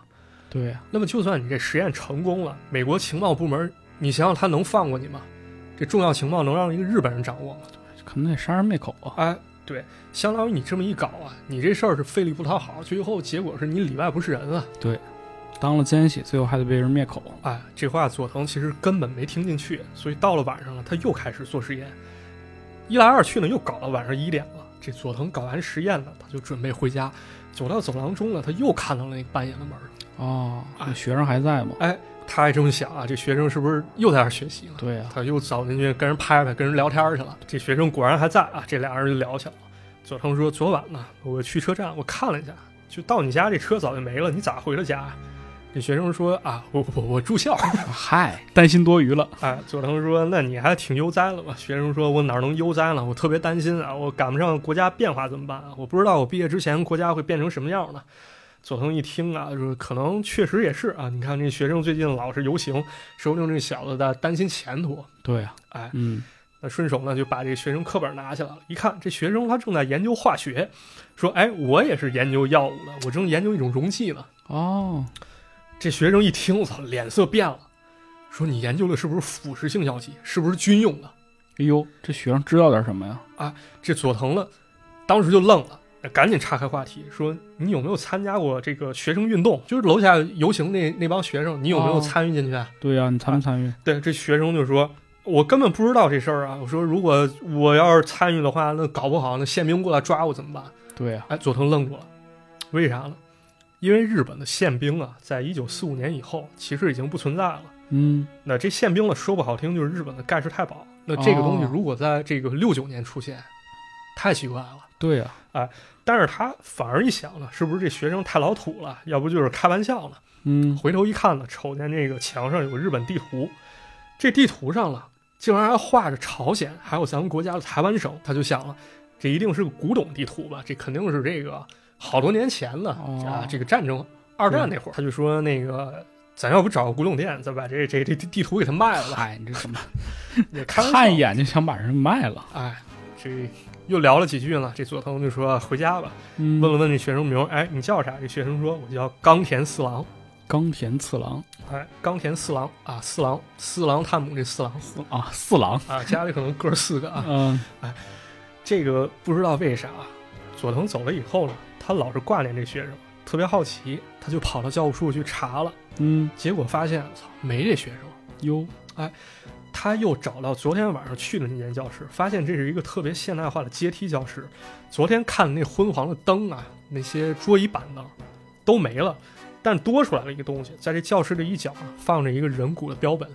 [SPEAKER 4] 对啊呀，
[SPEAKER 3] 那么就算你这实验成功了，美国情报部门，你想想他能放过你吗？这重要情报能让一个日本人掌握吗？
[SPEAKER 4] 可能得杀人灭口啊，
[SPEAKER 3] 哎，对，相当于你这么一搞啊，你这事儿是费力不讨好，最后结果是你里外不是人啊。”
[SPEAKER 4] 当了奸细，最后还得被人灭口，
[SPEAKER 3] 哎，这话佐藤其实根本没听进去，所以到了晚上了，他又开始做实验，一来二去呢，又搞到晚上一点了。这佐藤搞完实验了，他就准备回家，走到走廊中呢，他又看到了那个半掩的门儿。
[SPEAKER 4] 哦，
[SPEAKER 3] 哎
[SPEAKER 4] 那学生还在吗？
[SPEAKER 3] 他还这么想啊，这学生是不是又在那儿学习了？
[SPEAKER 4] 对啊呀，
[SPEAKER 3] 他又走进去跟人拍拍，跟人聊天儿去了。这学生果然还在啊，这俩人就聊起来了。佐藤说：“昨晚呢，我去车站，我看了一下，就到你家这车早就没了，你咋回的家？”啊这学生说：“啊，我我我住校。”
[SPEAKER 4] [laughs] 嗨，担心多余了，
[SPEAKER 3] [laughs] 哎，佐藤说：“那你还挺悠哉了吧？”学生说：“我哪能悠哉了？我特别担心啊，我赶不上国家变化怎么办啊？我不知道我毕业之前国家会变成什么样呢。”佐藤一听啊，就是可能确实也是啊。你看这学生最近老是游行，说不定这小子在担心前途。
[SPEAKER 4] 对呀，
[SPEAKER 3] 哎
[SPEAKER 4] 嗯，
[SPEAKER 3] 那顺手呢就把这个学生课本拿起来了，一看这学生他正在研究化学，说：“哎，我也是研究药物的，我正研究一种溶剂呢。”
[SPEAKER 4] 哦，
[SPEAKER 3] 这学生一听，我操，脸色变了，说：“你研究的是不是腐蚀性药剂？是不是军用的？”
[SPEAKER 4] 哎呦，这学生知道点什么呀？
[SPEAKER 3] 这佐藤呢，当时就愣了，赶紧岔开话题，说：“你有没有参加过这个学生运动？就是楼下游行那那帮学生，你有没有
[SPEAKER 4] 哦
[SPEAKER 3] 参与进去啊？”
[SPEAKER 4] 对呀，你参没参与？
[SPEAKER 3] 对，这学生就说：“我根本不知道这事儿啊！我说如果我要是参与的话，那搞不好那宪兵过来抓我怎么办
[SPEAKER 4] 对啊呀，？”
[SPEAKER 3] 哎，佐藤愣住了，为啥呢？因为日本的宪兵啊，在一九四五年以后，其实已经不存在了。
[SPEAKER 4] 嗯，
[SPEAKER 3] 那这宪兵呢，说不好听就是日本的盖世太保。那这个东西
[SPEAKER 4] 哦
[SPEAKER 3] 如果在这个六九年出现，太奇怪了。
[SPEAKER 4] 对啊呀，
[SPEAKER 3] 但是他反而一想呢，是不是这学生太老土了？要不就是开玩笑呢？
[SPEAKER 4] 嗯，
[SPEAKER 3] 回头一看呢，瞅见这个墙上有日本地图，这地图上了竟然还画着朝鲜，还有咱们国家的台湾省，他就想了，这一定是个古董地图吧？这肯定是这个好多年前的、
[SPEAKER 4] 哦
[SPEAKER 3] 啊，这个战争二战那会儿，他就说那个。咱要不找个古董店，再把这这这地图给它卖了吧？
[SPEAKER 4] 嗨，你这怎 [laughs] 么
[SPEAKER 3] 也开玩笑
[SPEAKER 4] 看一眼就想把人卖了？
[SPEAKER 3] 哎，这又聊了几句呢。这佐藤就说回家吧。
[SPEAKER 4] 嗯
[SPEAKER 3] 问了问这学生名儿，哎，你叫啥？这学生说，我叫冈田四郎。
[SPEAKER 4] 冈田次郎
[SPEAKER 3] 哎，冈田四郎啊，四郎，四郎探母这四郎
[SPEAKER 4] 啊，四郎，
[SPEAKER 3] 啊，家里可能哥儿四个啊。
[SPEAKER 4] 嗯，
[SPEAKER 3] [laughs] 这个不知道为啥，佐藤走了以后呢，他老是挂念这学生，特别好奇，他就跑到教务处去查了，
[SPEAKER 4] 嗯，
[SPEAKER 3] 结果发现，操，没这学生。
[SPEAKER 4] 哟，
[SPEAKER 3] 他又找到昨天晚上去的那间教室，发现这是一个特别现代化的阶梯教室。昨天看那昏黄的灯啊，那些桌椅板凳都没了，但多出来了一个东西，在这教室的一角啊放着一个人骨的标本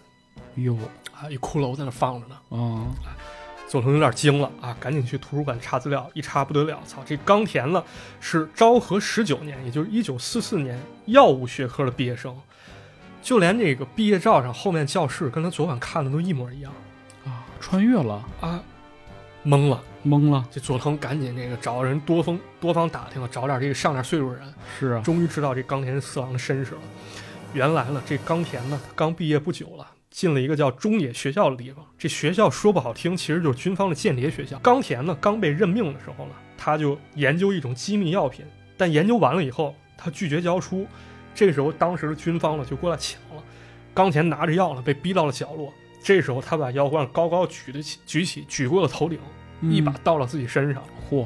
[SPEAKER 4] 哟，
[SPEAKER 3] 啊，一骷髅在那放着呢。
[SPEAKER 4] 啊，
[SPEAKER 3] 佐藤有点惊了啊，赶紧去图书馆查资料，一查不得了，操！这冈田呢是昭和十九年，也就是一九四四年药物学科的毕业生，就连这个毕业照上后面教室跟他昨晚看的都一模一样
[SPEAKER 4] 啊，穿越了，
[SPEAKER 3] 啊，懵了。
[SPEAKER 4] 懵了，
[SPEAKER 3] 这佐藤赶紧这个找人多方多方打听，找点这个上点岁数的人，
[SPEAKER 4] 是啊，
[SPEAKER 3] 终于知道这冈田四郎的身世了。原来呢，这冈田呢，他刚毕业不久了，进了一个叫中野学校的地方。这学校说不好听，其实就是军方的间谍学校。冈田呢，刚被任命的时候呢，他就研究一种机密药品，但研究完了以后，他拒绝交出。这个时候，当时的军方呢就过来抢了，冈田拿着药呢被逼到了角落。这时候，他把药罐高高举得起，举起，举过了头顶，
[SPEAKER 4] 嗯
[SPEAKER 3] 一把倒到自己身上。
[SPEAKER 4] 嚯，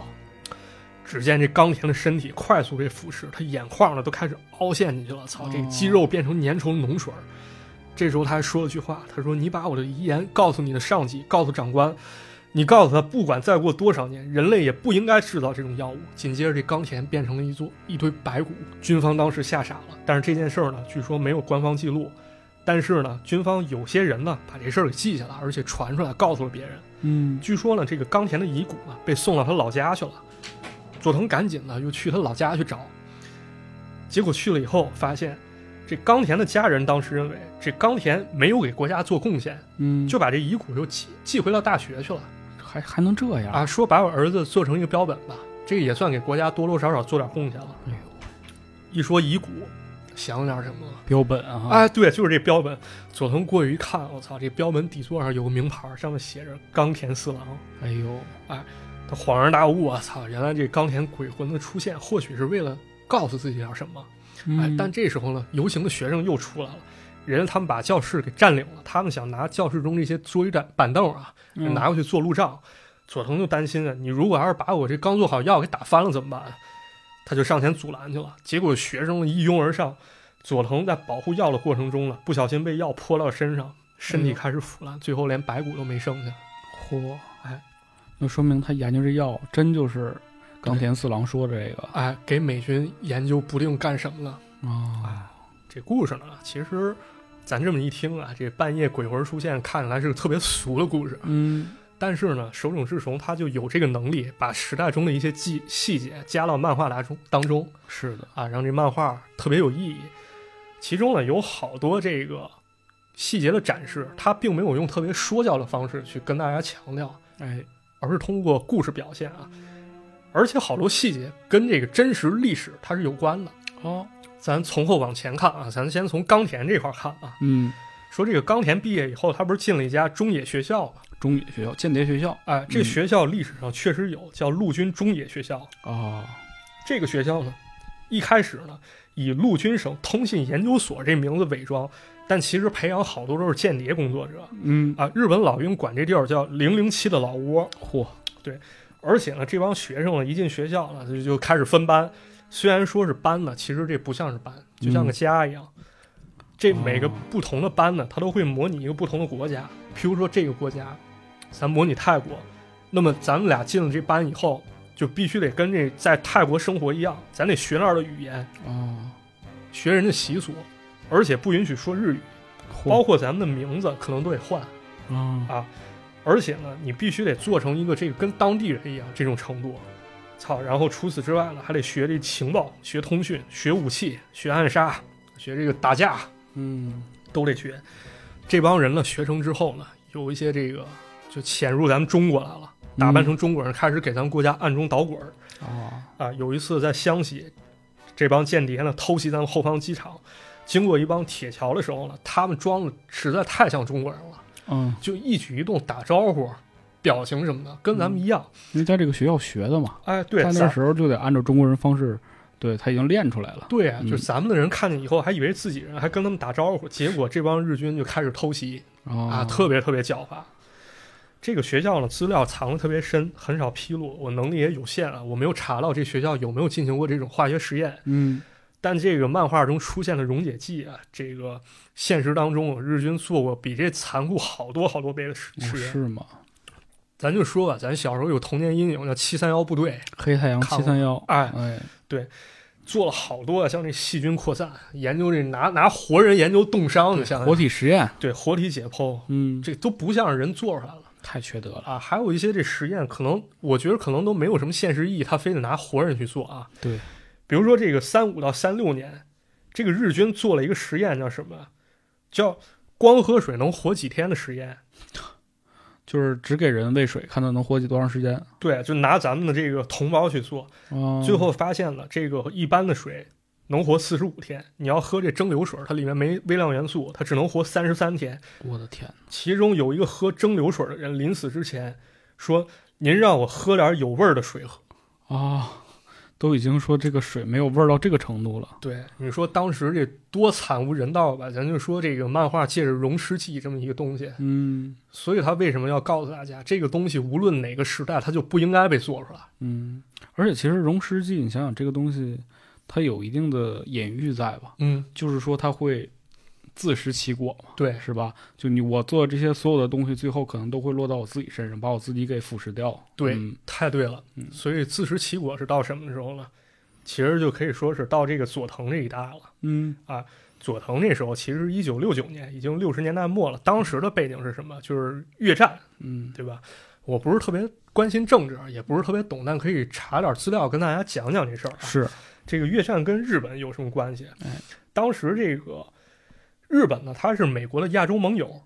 [SPEAKER 3] 只见这冈田的身体快速被腐蚀，他眼眶呢都开始凹陷进去了。操，这个肌肉变成粘稠的脓水儿。这时候他还说了句话，他说：“你把我的遗言告诉你的上级，告诉长官，你告诉他，不管再过多少年，人类也不应该制造这种药物。”紧接着，这冈田变成了一座一堆白骨。军方当时吓傻了，但是这件事儿呢，据说没有官方记录，但是呢，军方有些人呢把这事儿给记下来，而且传出来告诉了别人。
[SPEAKER 4] 嗯，
[SPEAKER 3] 据说呢，这个冈田的遗骨呢被送到他老家去了。佐藤赶紧呢又去他老家去找，结果去了以后发现，这冈田的家人当时认为这冈田没有给国家做贡献，
[SPEAKER 4] 嗯，
[SPEAKER 3] 就把这遗骨又寄寄回到大学去了
[SPEAKER 4] 还还能这样？
[SPEAKER 3] 啊，说把我儿子做成一个标本吧，这个也算给国家多多少少做点贡献了。
[SPEAKER 4] 哎呦
[SPEAKER 3] 一说遗骨，想点什么了？
[SPEAKER 4] 标本啊！
[SPEAKER 3] 哎，对，就是这标本。佐藤过去一看，我操，这标本底座上有个名牌，上面写着冈田四郎。
[SPEAKER 4] 哎呦，
[SPEAKER 3] 他恍然大悟，我操！原来这冈田鬼魂的出现，或许是为了告诉自己点什么。哎
[SPEAKER 4] 嗯，
[SPEAKER 3] 但这时候呢，游行的学生又出来了，人家他们把教室给占领了，他们想拿教室中这些桌椅板板凳啊，
[SPEAKER 4] 嗯
[SPEAKER 3] 拿过去做路障。佐藤就担心啊，你如果要是把我这刚做好药给打翻了怎么办？啊他就上前阻拦去了，结果学生一拥而上，佐藤在保护药的过程中呢，不小心被药泼到身上，身
[SPEAKER 4] 哎
[SPEAKER 3] 体
[SPEAKER 4] 呦
[SPEAKER 3] 开始腐烂，最后连白骨都没剩下。
[SPEAKER 4] 嚯，
[SPEAKER 3] 哎，
[SPEAKER 4] 那说明他研究这药真就是冈田四郎说的这个
[SPEAKER 3] 哎，给美军研究不定干什么了。
[SPEAKER 4] 啊，
[SPEAKER 3] 这故事呢，其实咱这么一听啊，这半夜鬼魂出现，看起来是个特别俗的故事。
[SPEAKER 4] 嗯，
[SPEAKER 3] 但是呢，手冢治虫他就有这个能力，把时代中的一些细细节加到漫画当中当中
[SPEAKER 4] 是的，
[SPEAKER 3] 啊，让这漫画特别有意义。其中呢，有好多这个细节的展示，他并没有用特别说教的方式去跟大家强调，
[SPEAKER 4] 哎，
[SPEAKER 3] 而是通过故事表现啊。而且好多细节跟这个真实历史它是有关的。
[SPEAKER 4] 哦，
[SPEAKER 3] 咱从后往前看啊，咱先从冈田这块儿看啊。
[SPEAKER 4] 嗯，
[SPEAKER 3] 说这个冈田毕业以后，他不是进了一家中野学校吗？
[SPEAKER 4] 中野学校间谍学校
[SPEAKER 3] 哎，这
[SPEAKER 4] 嗯
[SPEAKER 3] 学校历史上确实有叫陆军中野学校。
[SPEAKER 4] 哦，
[SPEAKER 3] 这个学校呢，一开始呢以陆军省通信研究所这名字伪装，但其实培养好多都是间谍工作者
[SPEAKER 4] 嗯，
[SPEAKER 3] 啊。日本老兵管这地儿叫“零零七”的老窝，
[SPEAKER 4] 嚯，
[SPEAKER 3] 而且呢，这帮学生呢一进学校呢就就开始分班，虽然说是班呢，其实这不像是班，就像个家一样。这每个
[SPEAKER 4] 哦
[SPEAKER 3] 不同的班呢，它都会模拟一个不同的国家，譬如说这个国家，咱模拟泰国，那么咱们俩进了这班以后，就必须得跟这在泰国生活一样，咱得学那儿的语言，
[SPEAKER 4] 哦，
[SPEAKER 3] 学人的习俗，而且不允许说日语，包
[SPEAKER 4] 嚯，
[SPEAKER 3] 括咱们的名字可能都得换。
[SPEAKER 4] 啊，
[SPEAKER 3] 而且呢，你必须得做成一个这个跟当地人一样这种程度，操！然后除此之外呢，还得学这情报、学通讯、学武器、学暗杀、学这个打架，
[SPEAKER 4] 嗯，
[SPEAKER 3] 都得学。这帮人呢，学成之后呢，有一些这个就潜入咱们中国来了，打扮成中国人，开始给咱们国家暗中捣鬼儿
[SPEAKER 4] 哦，
[SPEAKER 3] 啊。有一次在湘西，这帮间谍呢偷袭咱们后方机场，经过一帮铁桥的时候呢，他们装的实在太像中国人了。
[SPEAKER 4] 嗯，
[SPEAKER 3] 就一举一动、打招呼、表情什么的，跟咱们一样。
[SPEAKER 4] 因为在这个学校学的嘛，
[SPEAKER 3] 哎，对，
[SPEAKER 4] 他那
[SPEAKER 3] 咱
[SPEAKER 4] 时候就得按照中国人方式，对他已经练出来了，
[SPEAKER 3] 对啊，
[SPEAKER 4] 嗯
[SPEAKER 3] 就是咱们的人看见以后还以为自己人，还跟他们打招呼，结果这帮日军就开始偷袭啊，
[SPEAKER 4] 啊
[SPEAKER 3] 特别特别狡猾。这个学校呢，资料藏的特别深，很少披露。我能力也有限啊，我没有查到这学校有没有进行过这种化学实验。
[SPEAKER 4] 嗯，
[SPEAKER 3] 但这个漫画中出现的溶解剂啊，这个现实当中啊日军做过比这残酷好多好多倍的实
[SPEAKER 4] 哦
[SPEAKER 3] 实验。
[SPEAKER 4] 是吗？
[SPEAKER 3] 咱就说吧，咱小时候有童年阴影，叫七三幺部队。
[SPEAKER 4] 黑太阳
[SPEAKER 3] 看
[SPEAKER 4] 七
[SPEAKER 3] 过
[SPEAKER 4] 三幺，
[SPEAKER 3] 哎，
[SPEAKER 4] 哎，
[SPEAKER 3] 做了好多啊，像这细菌扩散研究，这拿拿活人研究冻伤，你想
[SPEAKER 4] 哎活
[SPEAKER 3] 想，
[SPEAKER 4] 体实验，
[SPEAKER 3] 对活体解剖，
[SPEAKER 4] 嗯，
[SPEAKER 3] 这都不像是人做出来了
[SPEAKER 4] 太缺德了，
[SPEAKER 3] 啊。还有一些这实验，可能我觉得可能都没有什么现实意义，他非得拿活人去做啊。
[SPEAKER 4] 对，
[SPEAKER 3] 比如说这个三五到三六年，这个日军做了一个实验，叫什么？叫光喝水能活几天的实验。
[SPEAKER 4] 就是只给人喂水，看他能活几多长时间。
[SPEAKER 3] 对，啊就拿咱们的这个同胞去做，
[SPEAKER 4] 哦，
[SPEAKER 3] 最后发现了这个一般的水能活四十五天，你要喝这蒸馏水，它里面没微量元素，它只能活三十三天。
[SPEAKER 4] 我的天，
[SPEAKER 3] 其中有一个喝蒸馏水的人临死之前说：“您让我喝点有味儿的水喝。
[SPEAKER 4] 啊、都已经说这个水没有味儿到这个程度了。
[SPEAKER 3] 对，你说当时这多惨无人道吧？咱就说这个漫画借着溶尸记这么一个东西，
[SPEAKER 4] 嗯
[SPEAKER 3] 所以他为什么要告诉大家，这个东西无论哪个时代，它就不应该被做出来？
[SPEAKER 4] 嗯，而且其实溶尸记，你想想这个东西，它有一定的隐喻在吧？
[SPEAKER 3] 嗯，
[SPEAKER 4] 就是说它会自食其果嘛，
[SPEAKER 3] 对，
[SPEAKER 4] 是吧？就你我做这些所有的东西，最后可能都会落到我自己身上，把我自己给腐蚀掉。
[SPEAKER 3] 对
[SPEAKER 4] 嗯
[SPEAKER 3] 太对了。所以自食其果是到什么时候呢？其实就可以说是到这个佐藤这一代了。
[SPEAKER 4] 嗯
[SPEAKER 3] 佐藤那时候其实一九六九年，已经六十年代末了。当时的背景是什么？就是越战，
[SPEAKER 4] 嗯
[SPEAKER 3] 对吧？我不是特别关心政治，啊也不是特别懂，但可以查点资料跟大家讲讲这事儿、啊。
[SPEAKER 4] 是，
[SPEAKER 3] 这个越战跟日本有什么关系
[SPEAKER 4] 哎？
[SPEAKER 3] 当时这个日本呢，它是美国的亚洲盟友，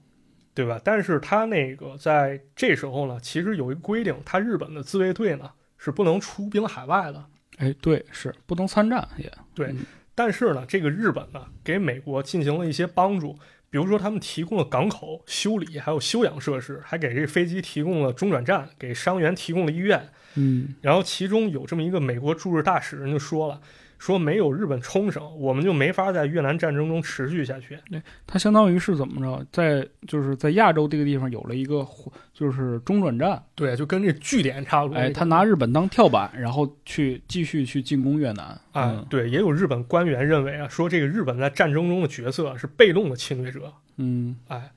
[SPEAKER 3] 对吧？但是它那个在这时候呢，其实有一个规定，它日本的自卫队呢是不能出兵海外的。
[SPEAKER 4] 哎，对，是不能参战也，
[SPEAKER 3] 但是呢，这个日本呢给美国进行了一些帮助，比如说他们提供了港口修理，还有休养设施，还给这飞机提供了中转站，给伤员提供了医院。
[SPEAKER 4] 嗯
[SPEAKER 3] 然后其中有这么一个美国驻日大使人就说了，说没有日本冲绳，我们就没法在越南战争中持续下去。
[SPEAKER 4] 它相当于是怎么着，在就是在亚洲这个地方有了一个就是中转站，
[SPEAKER 3] 对，就跟这据点差不多。
[SPEAKER 4] 哎，他拿日本当跳板，然后去继续去进攻越南。
[SPEAKER 3] 啊、
[SPEAKER 4] 嗯
[SPEAKER 3] 对，也有日本官员认为啊，说这个日本在战争中的角色是被动的侵略者。
[SPEAKER 4] 嗯
[SPEAKER 3] 哎，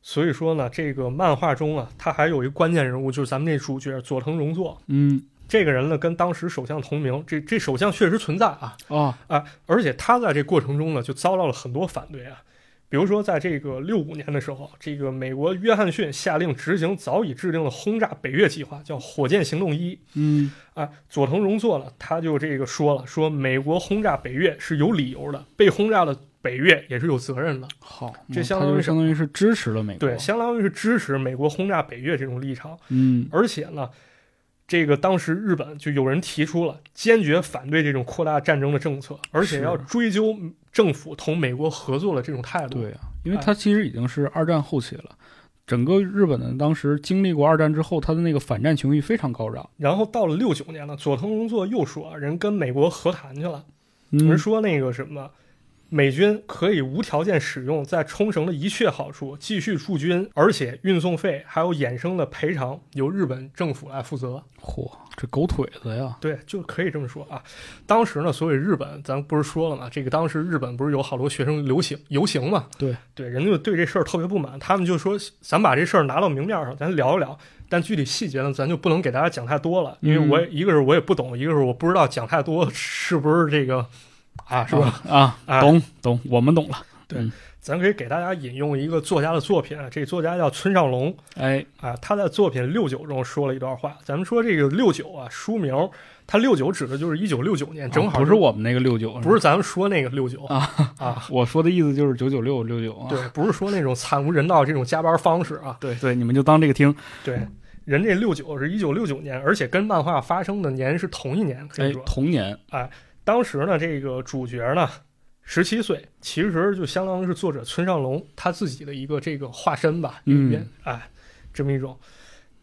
[SPEAKER 3] 所以说呢，这个漫画中啊，他还有一个关键人物，就是咱们这主角佐藤荣作。
[SPEAKER 4] 嗯
[SPEAKER 3] 这个人呢，跟当时首相同名，这这首相确实存在啊
[SPEAKER 4] 哦，
[SPEAKER 3] 啊！而且他在这过程中呢，就遭到了很多反对啊。比如说，在这个六五年的时候，这个美国约翰逊下令执行早已制定的轰炸北越计划，叫“火箭行动一
[SPEAKER 4] 嗯”
[SPEAKER 3] 啊。佐藤荣作呢，他就这个说了，说美国轰炸北越是有理由的，被轰炸的北越也是有责任的。
[SPEAKER 4] 好，
[SPEAKER 3] 这
[SPEAKER 4] 嗯
[SPEAKER 3] 相
[SPEAKER 4] 他
[SPEAKER 3] 当于
[SPEAKER 4] 就是相当于是支持了美国。
[SPEAKER 3] 对，相当于是支持美国轰炸北越这种立场。
[SPEAKER 4] 嗯
[SPEAKER 3] 而且呢，这个当时日本就有人提出了坚决反对这种扩大战争的政策，而且要
[SPEAKER 4] 啊
[SPEAKER 3] 追究政府同美国合作的这种态度。
[SPEAKER 4] 对啊，因为他其实已经是二战后期了。整个日本呢，当时经历过二战之后，他的那个反战情绪非常高涨。
[SPEAKER 3] 然后到了六九年了，佐藤荣作又说啊人跟美国和谈去了，
[SPEAKER 4] 嗯
[SPEAKER 3] 人说那个什么。美军可以无条件使用在冲绳的一切好处，继续驻军，而且运送费还有衍生的赔偿由日本政府来负责。
[SPEAKER 4] 嚯，这狗腿子呀！
[SPEAKER 3] 对，就可以这么说啊。当时呢，所以日本，咱不是说了嘛，这个当时日本不是有好多学生流行游行嘛？
[SPEAKER 4] 对
[SPEAKER 3] 对，人家就对这事儿特别不满，他们就说，咱把这事儿拿到明面上，咱聊一聊。但具体细节呢，咱就不能给大家讲太多了，因为我也、
[SPEAKER 4] 嗯
[SPEAKER 3] 一个是我也不懂，一个是我不知道讲太多是不是这个啊，是吧？
[SPEAKER 4] 啊，
[SPEAKER 3] 啊
[SPEAKER 4] 懂懂，我们懂了。
[SPEAKER 3] 咱可以给大家引用一个作家的作品啊，这作家叫村上龙，
[SPEAKER 4] 哎，
[SPEAKER 3] 啊，他在作品《六九》中说了一段话。咱们说这个“六九”啊，书名，它“六九”指的就是一九六九年，正好
[SPEAKER 4] 啊不哦是我们那个六九，
[SPEAKER 3] 不是咱们说那个六九
[SPEAKER 4] 啊
[SPEAKER 3] 啊，
[SPEAKER 4] 我说的意思就是九九六六九啊。
[SPEAKER 3] 对，不是说那种惨无人道这种加班方式啊，
[SPEAKER 4] 对对，你们就当这个听。
[SPEAKER 3] 对，人这六九是一九六九年，而且跟漫画发生的年是同一年，可
[SPEAKER 4] 哎
[SPEAKER 3] 以说，，
[SPEAKER 4] 童年，
[SPEAKER 3] 当时呢，这个主角呢。十七岁，其实就相当于是作者村上龙他自己的一个这个化身吧，
[SPEAKER 4] 嗯
[SPEAKER 3] 也哎，这么一种。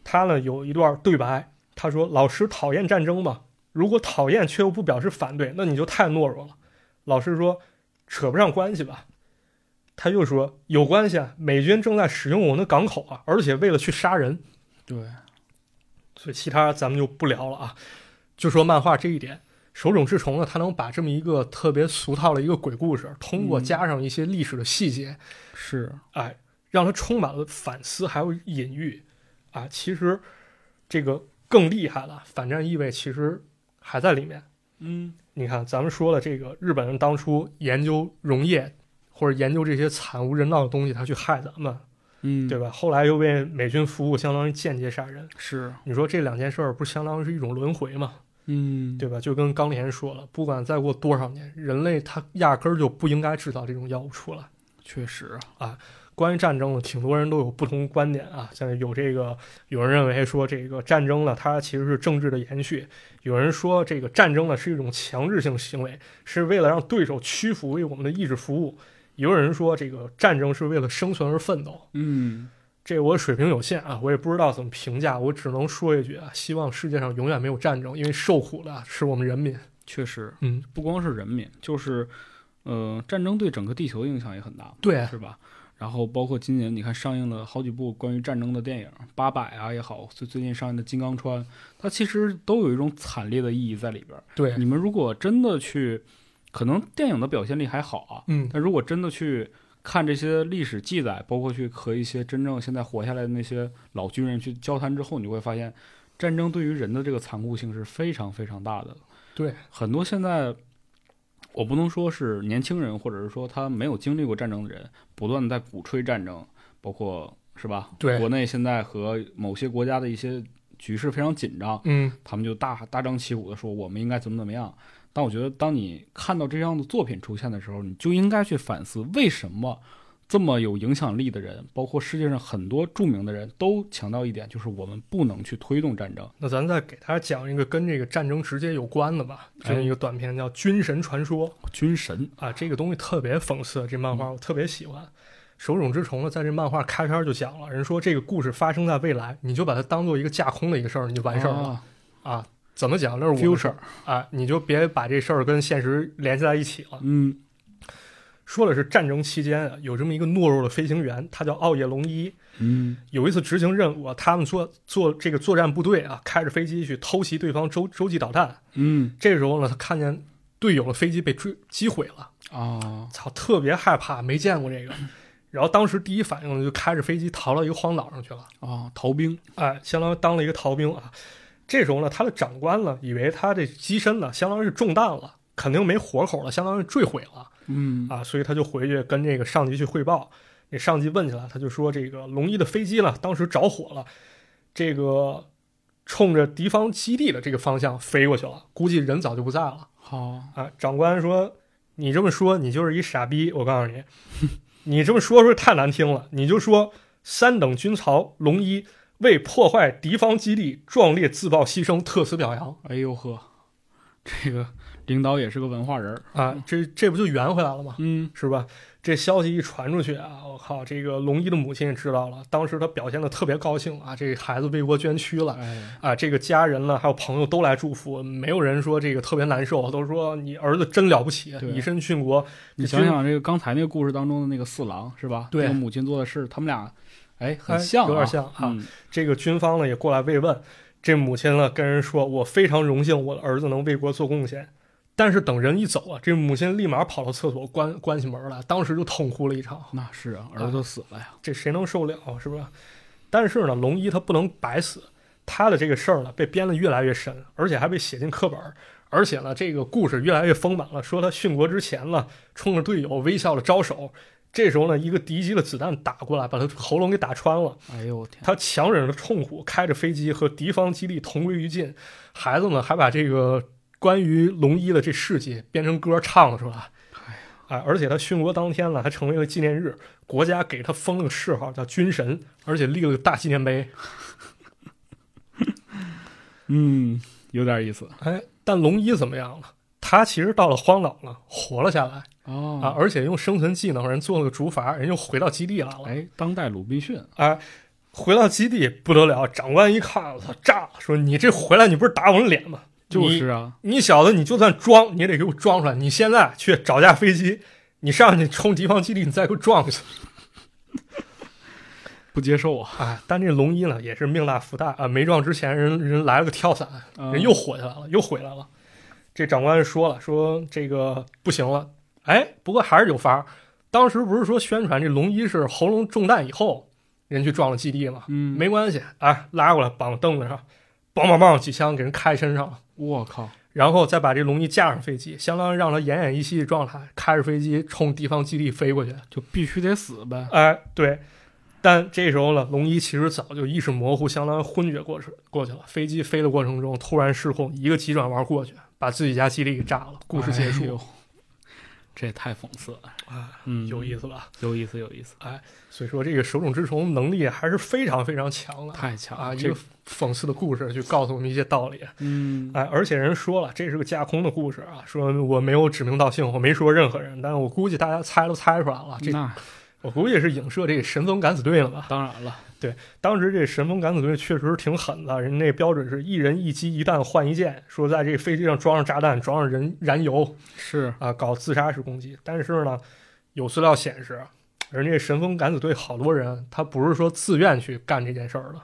[SPEAKER 3] 他呢有一段对白，他说：“老师讨厌战争吗？如果讨厌却又不表示反对，那你就太懦弱了。”老师说：“扯不上关系吧。”他又说：“有关系啊，美军正在使用我们的港口啊，而且为了去杀人。”
[SPEAKER 4] 对，
[SPEAKER 3] 所以其他咱们就不聊了啊，就说漫画这一点。手冢治虫呢，他能把这么一个特别俗套的一个鬼故事，通过
[SPEAKER 4] 嗯
[SPEAKER 3] 加上一些历史的细节，
[SPEAKER 4] 是，
[SPEAKER 3] 哎，让它充满了反思，还有隐喻，啊，其实这个更厉害了，反战意味其实还在里面。
[SPEAKER 4] 嗯
[SPEAKER 3] 你看，咱们说了，这个日本人当初研究溶液或者研究这些惨无人道的东西，他去害咱们，
[SPEAKER 4] 嗯，
[SPEAKER 3] 对吧？后来又为美军服务，相当于间接杀人。
[SPEAKER 4] 是，
[SPEAKER 3] 你说这两件事儿，不相当于是一种轮回吗？
[SPEAKER 4] 嗯，
[SPEAKER 3] 对吧？就跟刚连说了，不管再过多少年，人类他压根儿就不应该制造这种药物出来。
[SPEAKER 4] 确实，啊
[SPEAKER 3] 关于战争呢，挺多人都有不同观点啊。像有这个，有人认为说这个战争呢，它其实是政治的延续；有人说这个战争呢是一种强制性行为，是为了让对手屈服，为我们的意志服务；也有人说这个战争是为了生存而奋斗。
[SPEAKER 4] 嗯，
[SPEAKER 3] 这我水平有限啊，我也不知道怎么评价，我只能说一句啊，希望世界上永远没有战争，因为受苦的啊是我们人民。
[SPEAKER 4] 确实，
[SPEAKER 3] 嗯，
[SPEAKER 4] 不光是人民，就是呃，战争对整个地球的影响也很大，
[SPEAKER 3] 对，
[SPEAKER 4] 是吧？然后包括今年，你看上映了好几部关于战争的电影，《八佰》啊也好，最最近上映的《金刚川》，它其实都有一种惨烈的意义在里边儿。
[SPEAKER 3] 对，
[SPEAKER 4] 你们如果真的去，可能电影的表现力还好啊，
[SPEAKER 3] 嗯，
[SPEAKER 4] 但如果真的去看这些历史记载，包括去和一些真正现在活下来的那些老军人去交谈之后，你会发现，战争对于人的这个残酷性是非常非常大的。
[SPEAKER 3] 对，
[SPEAKER 4] 很多现在我不能说是年轻人，或者是说他没有经历过战争的人，不断的在鼓吹战争，包括是吧？
[SPEAKER 3] 对
[SPEAKER 4] 国内现在和某些国家的一些局势非常紧张，
[SPEAKER 3] 嗯，
[SPEAKER 4] 他们就大大张旗鼓的说我们应该怎么怎么样。但我觉得，当你看到这样的作品出现的时候，你就应该去反思为什么这么有影响力的人，包括世界上很多著名的人都强调一点，就是我们不能去推动战争。
[SPEAKER 3] 那咱再给大家讲一个跟这个战争直接有关的吧，这么一个短片叫《军神传说》
[SPEAKER 4] 军神，
[SPEAKER 3] 啊，这个东西特别讽刺，这漫画我特别喜欢。手冢治虫呢，在这漫画开篇就讲了，人说这个故事发生在未来，你就把它当做一个架空的一个事儿，你就完事儿了
[SPEAKER 4] 啊
[SPEAKER 3] 啊怎么讲？那是我们
[SPEAKER 4] ，future，
[SPEAKER 3] 啊，你就别把这事儿跟现实联系在一起了。
[SPEAKER 4] 嗯
[SPEAKER 3] 说的是战争期间啊，有这么一个懦弱的飞行员，他叫奥叶龙一。
[SPEAKER 4] 嗯
[SPEAKER 3] 有一次执行任务啊，他们做做这个作战部队啊，开着飞机去偷袭对方洲洲际导弹。
[SPEAKER 4] 嗯
[SPEAKER 3] 这时候呢，他看见队友的飞机被追击毁了，
[SPEAKER 4] 啊，
[SPEAKER 3] 操，特别害怕，没见过这个。然后当时第一反应呢，就开着飞机逃到一个荒岛上去了，
[SPEAKER 4] 啊，逃兵，
[SPEAKER 3] 哎，相当于当了一个逃兵啊。这时候呢，他的长官呢，以为他这机身呢，相当于是中弹了，肯定没活口了，相当于坠毁了。
[SPEAKER 4] 嗯
[SPEAKER 3] 啊，所以他就回去跟这个上级去汇报。那上级问起来，他就说这个龙一的飞机呢，当时着火了，这个冲着敌方基地的这个方向飞过去了，估计人早就不在了
[SPEAKER 4] 好，
[SPEAKER 3] 啊。长官说：“你这么说，你就是一傻逼。我告诉你， [laughs] 你这么说说太难听了，你就说三等军曹龙一为破坏敌方基地壮烈自爆牺牲，特此表扬
[SPEAKER 4] 哎呦呵， [laughs] 这个领导也是个文化人儿，
[SPEAKER 3] 啊。这这不就圆回来了吗？”
[SPEAKER 4] 嗯
[SPEAKER 3] 是吧？这消息一传出去啊，我靠，这个龙一的母亲也知道了，当时她表现的特别高兴啊，这孩子为国捐躯了
[SPEAKER 4] 哎，
[SPEAKER 3] 啊，这个家人呢还有朋友都来祝福，没有人说这个特别难受，都说你儿子真了不起，
[SPEAKER 4] 对
[SPEAKER 3] 以身殉国。
[SPEAKER 4] 你想想这个刚才那个故事当中的那个四郎是吧？
[SPEAKER 3] 对
[SPEAKER 4] 那个母亲做的事，他们俩，哎，
[SPEAKER 3] 哎
[SPEAKER 4] 很像、啊
[SPEAKER 3] 有点像啊
[SPEAKER 4] 嗯
[SPEAKER 3] 这个军方呢也过来慰问，这母亲呢跟人说，我非常荣幸我的儿子能为国做贡献。但是等人一走啊，这母亲立马跑到厕所关关起门来，当时就痛哭了一场。
[SPEAKER 4] 那是啊，儿子死了呀，
[SPEAKER 3] 这谁能受了是吧？但是呢，龙一他不能白死，他的这个事儿呢被编得越来越深，而且还被写进课本儿，而且呢，这个故事越来越丰满了。说他殉国之前呢，冲着队友微笑的招手，这时候呢，一个敌机的子弹打过来，把他喉咙给打穿了。
[SPEAKER 4] 哎呦我天，
[SPEAKER 3] 他强忍着痛苦，开着飞机和敌方基地同归于尽。孩子们还把这个关于龙一的这事迹编成歌唱了出来。哎，而且他殉国当天呢，还成为了纪念日，国家给他封了个谥号叫军神，而且立了个大纪念碑。
[SPEAKER 4] 嗯，有点意思
[SPEAKER 3] 哎，但龙一怎么样了？他其实到了荒岛了，活了下来
[SPEAKER 4] 哦
[SPEAKER 3] 啊，而且用生存技能，人做了个竹筏，人又回到基地来了。
[SPEAKER 4] 哎，当代鲁滨逊，
[SPEAKER 3] 哎，回到基地不得了，长官一看，我操，炸了，说你这回来你不是打我们脸吗？
[SPEAKER 4] 就是啊，
[SPEAKER 3] 你小子，你就算装，你也得给我装出来。你现在去找架飞机，你上去冲敌方基地，你再给我撞去。
[SPEAKER 4] 不接受啊，
[SPEAKER 3] 哎，但这龙一呢，也是命大福大啊，没撞之前人人来了个跳伞，
[SPEAKER 4] 嗯
[SPEAKER 3] 人又火起来了，又回来了。这长官说了，说这个不行了。哎，不过还是有法儿。当时不是说宣传这龙一是喉咙中弹以后人去撞了基地吗？
[SPEAKER 4] 嗯，
[SPEAKER 3] 没关系，哎，拉过来绑凳子上，梆梆梆几枪给人开身上了。
[SPEAKER 4] 我靠，
[SPEAKER 3] 然后再把这龙一架上飞机，相当于让他奄奄一息的状态，开着飞机冲敌方基地飞过去。
[SPEAKER 4] 就必须得死呗，
[SPEAKER 3] 哎，对。但这时候呢，龙一其实早就意识模糊，相当于昏厥过去过去了。飞机飞的过程中突然失控，一个急转弯过去，把自己家基地给炸了。故事结
[SPEAKER 4] 哎
[SPEAKER 3] 束
[SPEAKER 4] 呦，这也太讽刺了，
[SPEAKER 3] 啊，
[SPEAKER 4] 嗯，
[SPEAKER 3] 有
[SPEAKER 4] 意
[SPEAKER 3] 意思吧？
[SPEAKER 4] 有意思有意思，
[SPEAKER 3] 所以说这个手冢治虫能力还是非常非常强的
[SPEAKER 4] 太强
[SPEAKER 3] 啊！
[SPEAKER 4] 了，
[SPEAKER 3] 一
[SPEAKER 4] 这
[SPEAKER 3] 个讽刺的故事去告诉我们一些道理。
[SPEAKER 4] 嗯
[SPEAKER 3] 哎，而且人说了，这是个架空的故事
[SPEAKER 4] 嗯
[SPEAKER 3] 啊，说我没有指名道姓，我没说任何人，但是我估计大家猜都猜出来了，这
[SPEAKER 4] 那
[SPEAKER 3] 我估计是影射这神风敢死队了吧？
[SPEAKER 4] 当然了，
[SPEAKER 3] 当时这神风敢死队确实挺狠的，人那标准是一人一机一弹换一件，说在这飞机上装上炸弹，装上人燃油
[SPEAKER 4] 是
[SPEAKER 3] 啊，搞自杀式攻击。但是呢，有资料显示，人家神风敢死队好多人他不是说自愿去干这件事儿的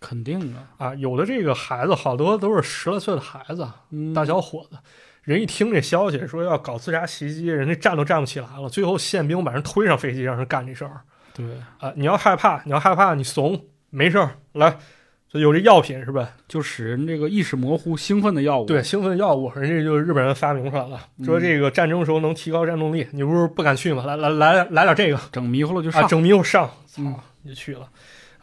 [SPEAKER 4] 肯定的。
[SPEAKER 3] 啊，有的这个孩子好多都是十来岁的孩子，
[SPEAKER 4] 嗯
[SPEAKER 3] 大小伙子。人一听这消息说要搞自杀袭击，人家站都站不起来了，最后宪兵把人推上飞机，让人干这事儿。
[SPEAKER 4] 对，
[SPEAKER 3] 啊，你要害怕，你要害怕，你怂，没事儿，来，这有这药品是吧？
[SPEAKER 4] 就使人这个意识模糊、兴奋的药物。
[SPEAKER 3] 对，，兴奋药物，人家就是日本人发明出来了，
[SPEAKER 4] 嗯
[SPEAKER 3] 说这个战争时候能提高战斗力。你不是不敢去吗？来来来来点这个
[SPEAKER 4] 整迷糊了就上
[SPEAKER 3] 啊，。整迷糊上，操
[SPEAKER 4] 嗯，
[SPEAKER 3] 你就去了。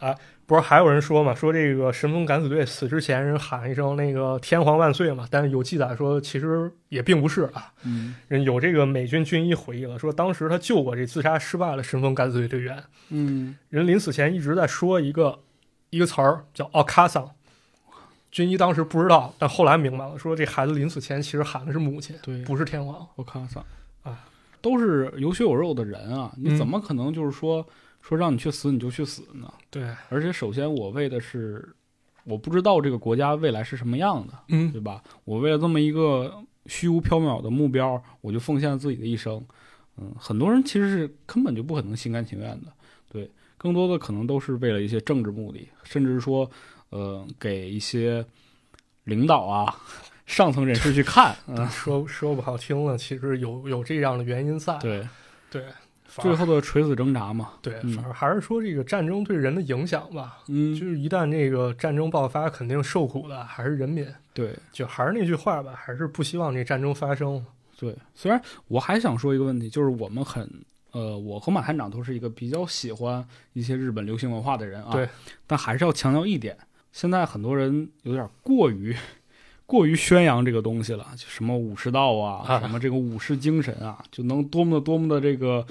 [SPEAKER 3] 啊，不是还有人说嘛，说这个神风敢死队死之前人喊一声那个天皇万岁嘛，但是有记载说其实也并不是啊，
[SPEAKER 4] 嗯
[SPEAKER 3] 人有这个美军军医回忆了，说当时他救过这自杀失败的神风敢死队队员，
[SPEAKER 4] 嗯，
[SPEAKER 3] 人临死前一直在说一个一个词儿叫奥卡桑。军医当时不知道，但后来明白了，说这孩子临死前其实喊的是母亲，
[SPEAKER 4] 对，
[SPEAKER 3] 不是天皇。
[SPEAKER 4] 我看看
[SPEAKER 3] 啊，
[SPEAKER 4] 都是有血有肉的人啊，你
[SPEAKER 3] 嗯
[SPEAKER 4] 怎么可能就是说说让你去死你就去死呢？
[SPEAKER 3] 对，
[SPEAKER 4] 而且首先我为的是，我不知道这个国家未来是什么样的，
[SPEAKER 3] 嗯，
[SPEAKER 4] 对吧？我为了这么一个虚无缥缈的目标，我就奉献了自己的一生。嗯，很多人其实是根本就不可能心甘情愿的，对，更多的可能都是为了一些政治目的，甚至说，呃，给一些领导啊、上层人士去看，嗯、
[SPEAKER 3] 说说不好听了，其实有有这样的原因在。
[SPEAKER 4] 对，
[SPEAKER 3] 对，反
[SPEAKER 4] 最
[SPEAKER 3] 而
[SPEAKER 4] 后的垂死挣扎嘛，
[SPEAKER 3] 对，
[SPEAKER 4] 嗯
[SPEAKER 3] 反而还是说这个战争对人的影响吧。
[SPEAKER 4] 嗯，
[SPEAKER 3] 就是一旦这个战争爆发，肯定受苦的还是人民。
[SPEAKER 4] 对
[SPEAKER 3] 就还是那句话吧，还是不希望这战争发生。
[SPEAKER 4] 对。虽然我还想说一个问题，就是我们很呃，我和马探长都是一个比较喜欢一些日本流行文化的人啊，
[SPEAKER 3] 对，
[SPEAKER 4] 但还是要强调一点，现在很多人有点过于。过于宣扬这个东西了，就什么武士道啊，
[SPEAKER 3] 啊
[SPEAKER 4] 什么这个武士精神啊，就能多么多么的这个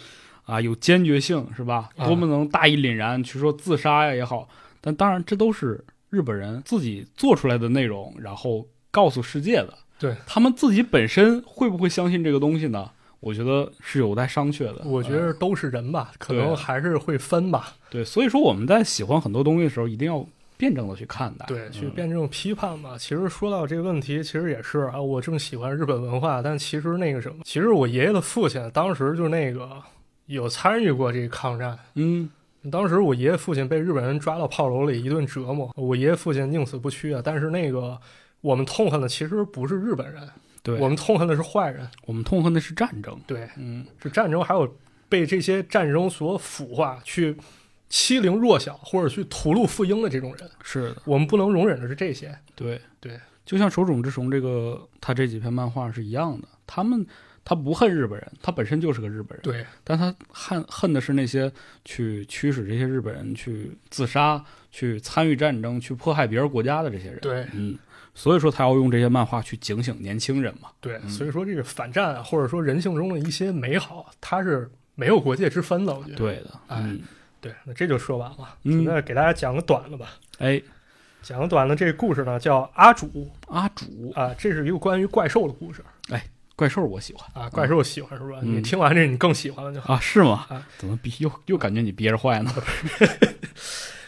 [SPEAKER 4] 啊有坚决性是吧？
[SPEAKER 3] 啊
[SPEAKER 4] 多么能大义凛然去说自杀呀也好，但当然这都是日本人自己做出来的内容，然后告诉世界的。
[SPEAKER 3] 对
[SPEAKER 4] 他们自己本身会不会相信这个东西呢？我觉得是有待商榷的。
[SPEAKER 3] 我觉
[SPEAKER 4] 呃
[SPEAKER 3] 得都是人吧，可
[SPEAKER 4] 对啊
[SPEAKER 3] 能还是会分吧。
[SPEAKER 4] 对，所以说我们在喜欢很多东西的时候，一定要辩证的去看待。
[SPEAKER 3] 对，去
[SPEAKER 4] 嗯
[SPEAKER 3] 辩证批判吧。其实说到这个问题，其实也是啊，我正喜欢日本文化，但其实那个什么，其实我爷爷的父亲当时就那个有参与过这个抗战。
[SPEAKER 4] 嗯，
[SPEAKER 3] 当时我爷爷父亲被日本人抓到炮楼里一顿折磨，我爷爷父亲宁死不屈啊。但是那个我们痛恨的其实不是日本人，
[SPEAKER 4] 对，
[SPEAKER 3] 我们痛恨的是坏人。
[SPEAKER 4] 我们痛恨的是战争。
[SPEAKER 3] 对，
[SPEAKER 4] 嗯，
[SPEAKER 3] 是战争，还有被这些战争所腐化，去欺凌弱小或者去屠戮妇婴的这种人，
[SPEAKER 4] 是的，
[SPEAKER 3] 我们不能容忍的是这些。
[SPEAKER 4] 对
[SPEAKER 3] 对，
[SPEAKER 4] 就像手冢治虫这个他这几篇漫画是一样的，他们他不恨日本人，他本身就是个日本人。
[SPEAKER 3] 对，
[SPEAKER 4] 但他恨恨的是那些去驱使这些日本人去自杀、去参与战争、去迫害别人国家的这些人。，
[SPEAKER 3] 对
[SPEAKER 4] 嗯，所以说他要用这些漫画去警醒年轻人嘛。
[SPEAKER 3] 对，所以说这个反战啊或者说人性中的一些美好，它是没有国界之分的。我觉得
[SPEAKER 4] 对的，
[SPEAKER 3] 哎
[SPEAKER 4] 嗯，
[SPEAKER 3] 对，那这就说完了。
[SPEAKER 4] 嗯
[SPEAKER 3] 那给大家讲个短的吧。
[SPEAKER 4] 哎，
[SPEAKER 3] 讲个短的，这个故事呢叫阿主
[SPEAKER 4] 阿主
[SPEAKER 3] 啊，这是一个关于怪兽的故事
[SPEAKER 4] 怪兽我喜欢
[SPEAKER 3] 啊。怪兽喜欢是吧？
[SPEAKER 4] 嗯
[SPEAKER 3] 你听完这你更喜欢了就好。
[SPEAKER 4] 啊，是吗？
[SPEAKER 3] 啊
[SPEAKER 4] 怎么憋又又感觉你憋着坏呢？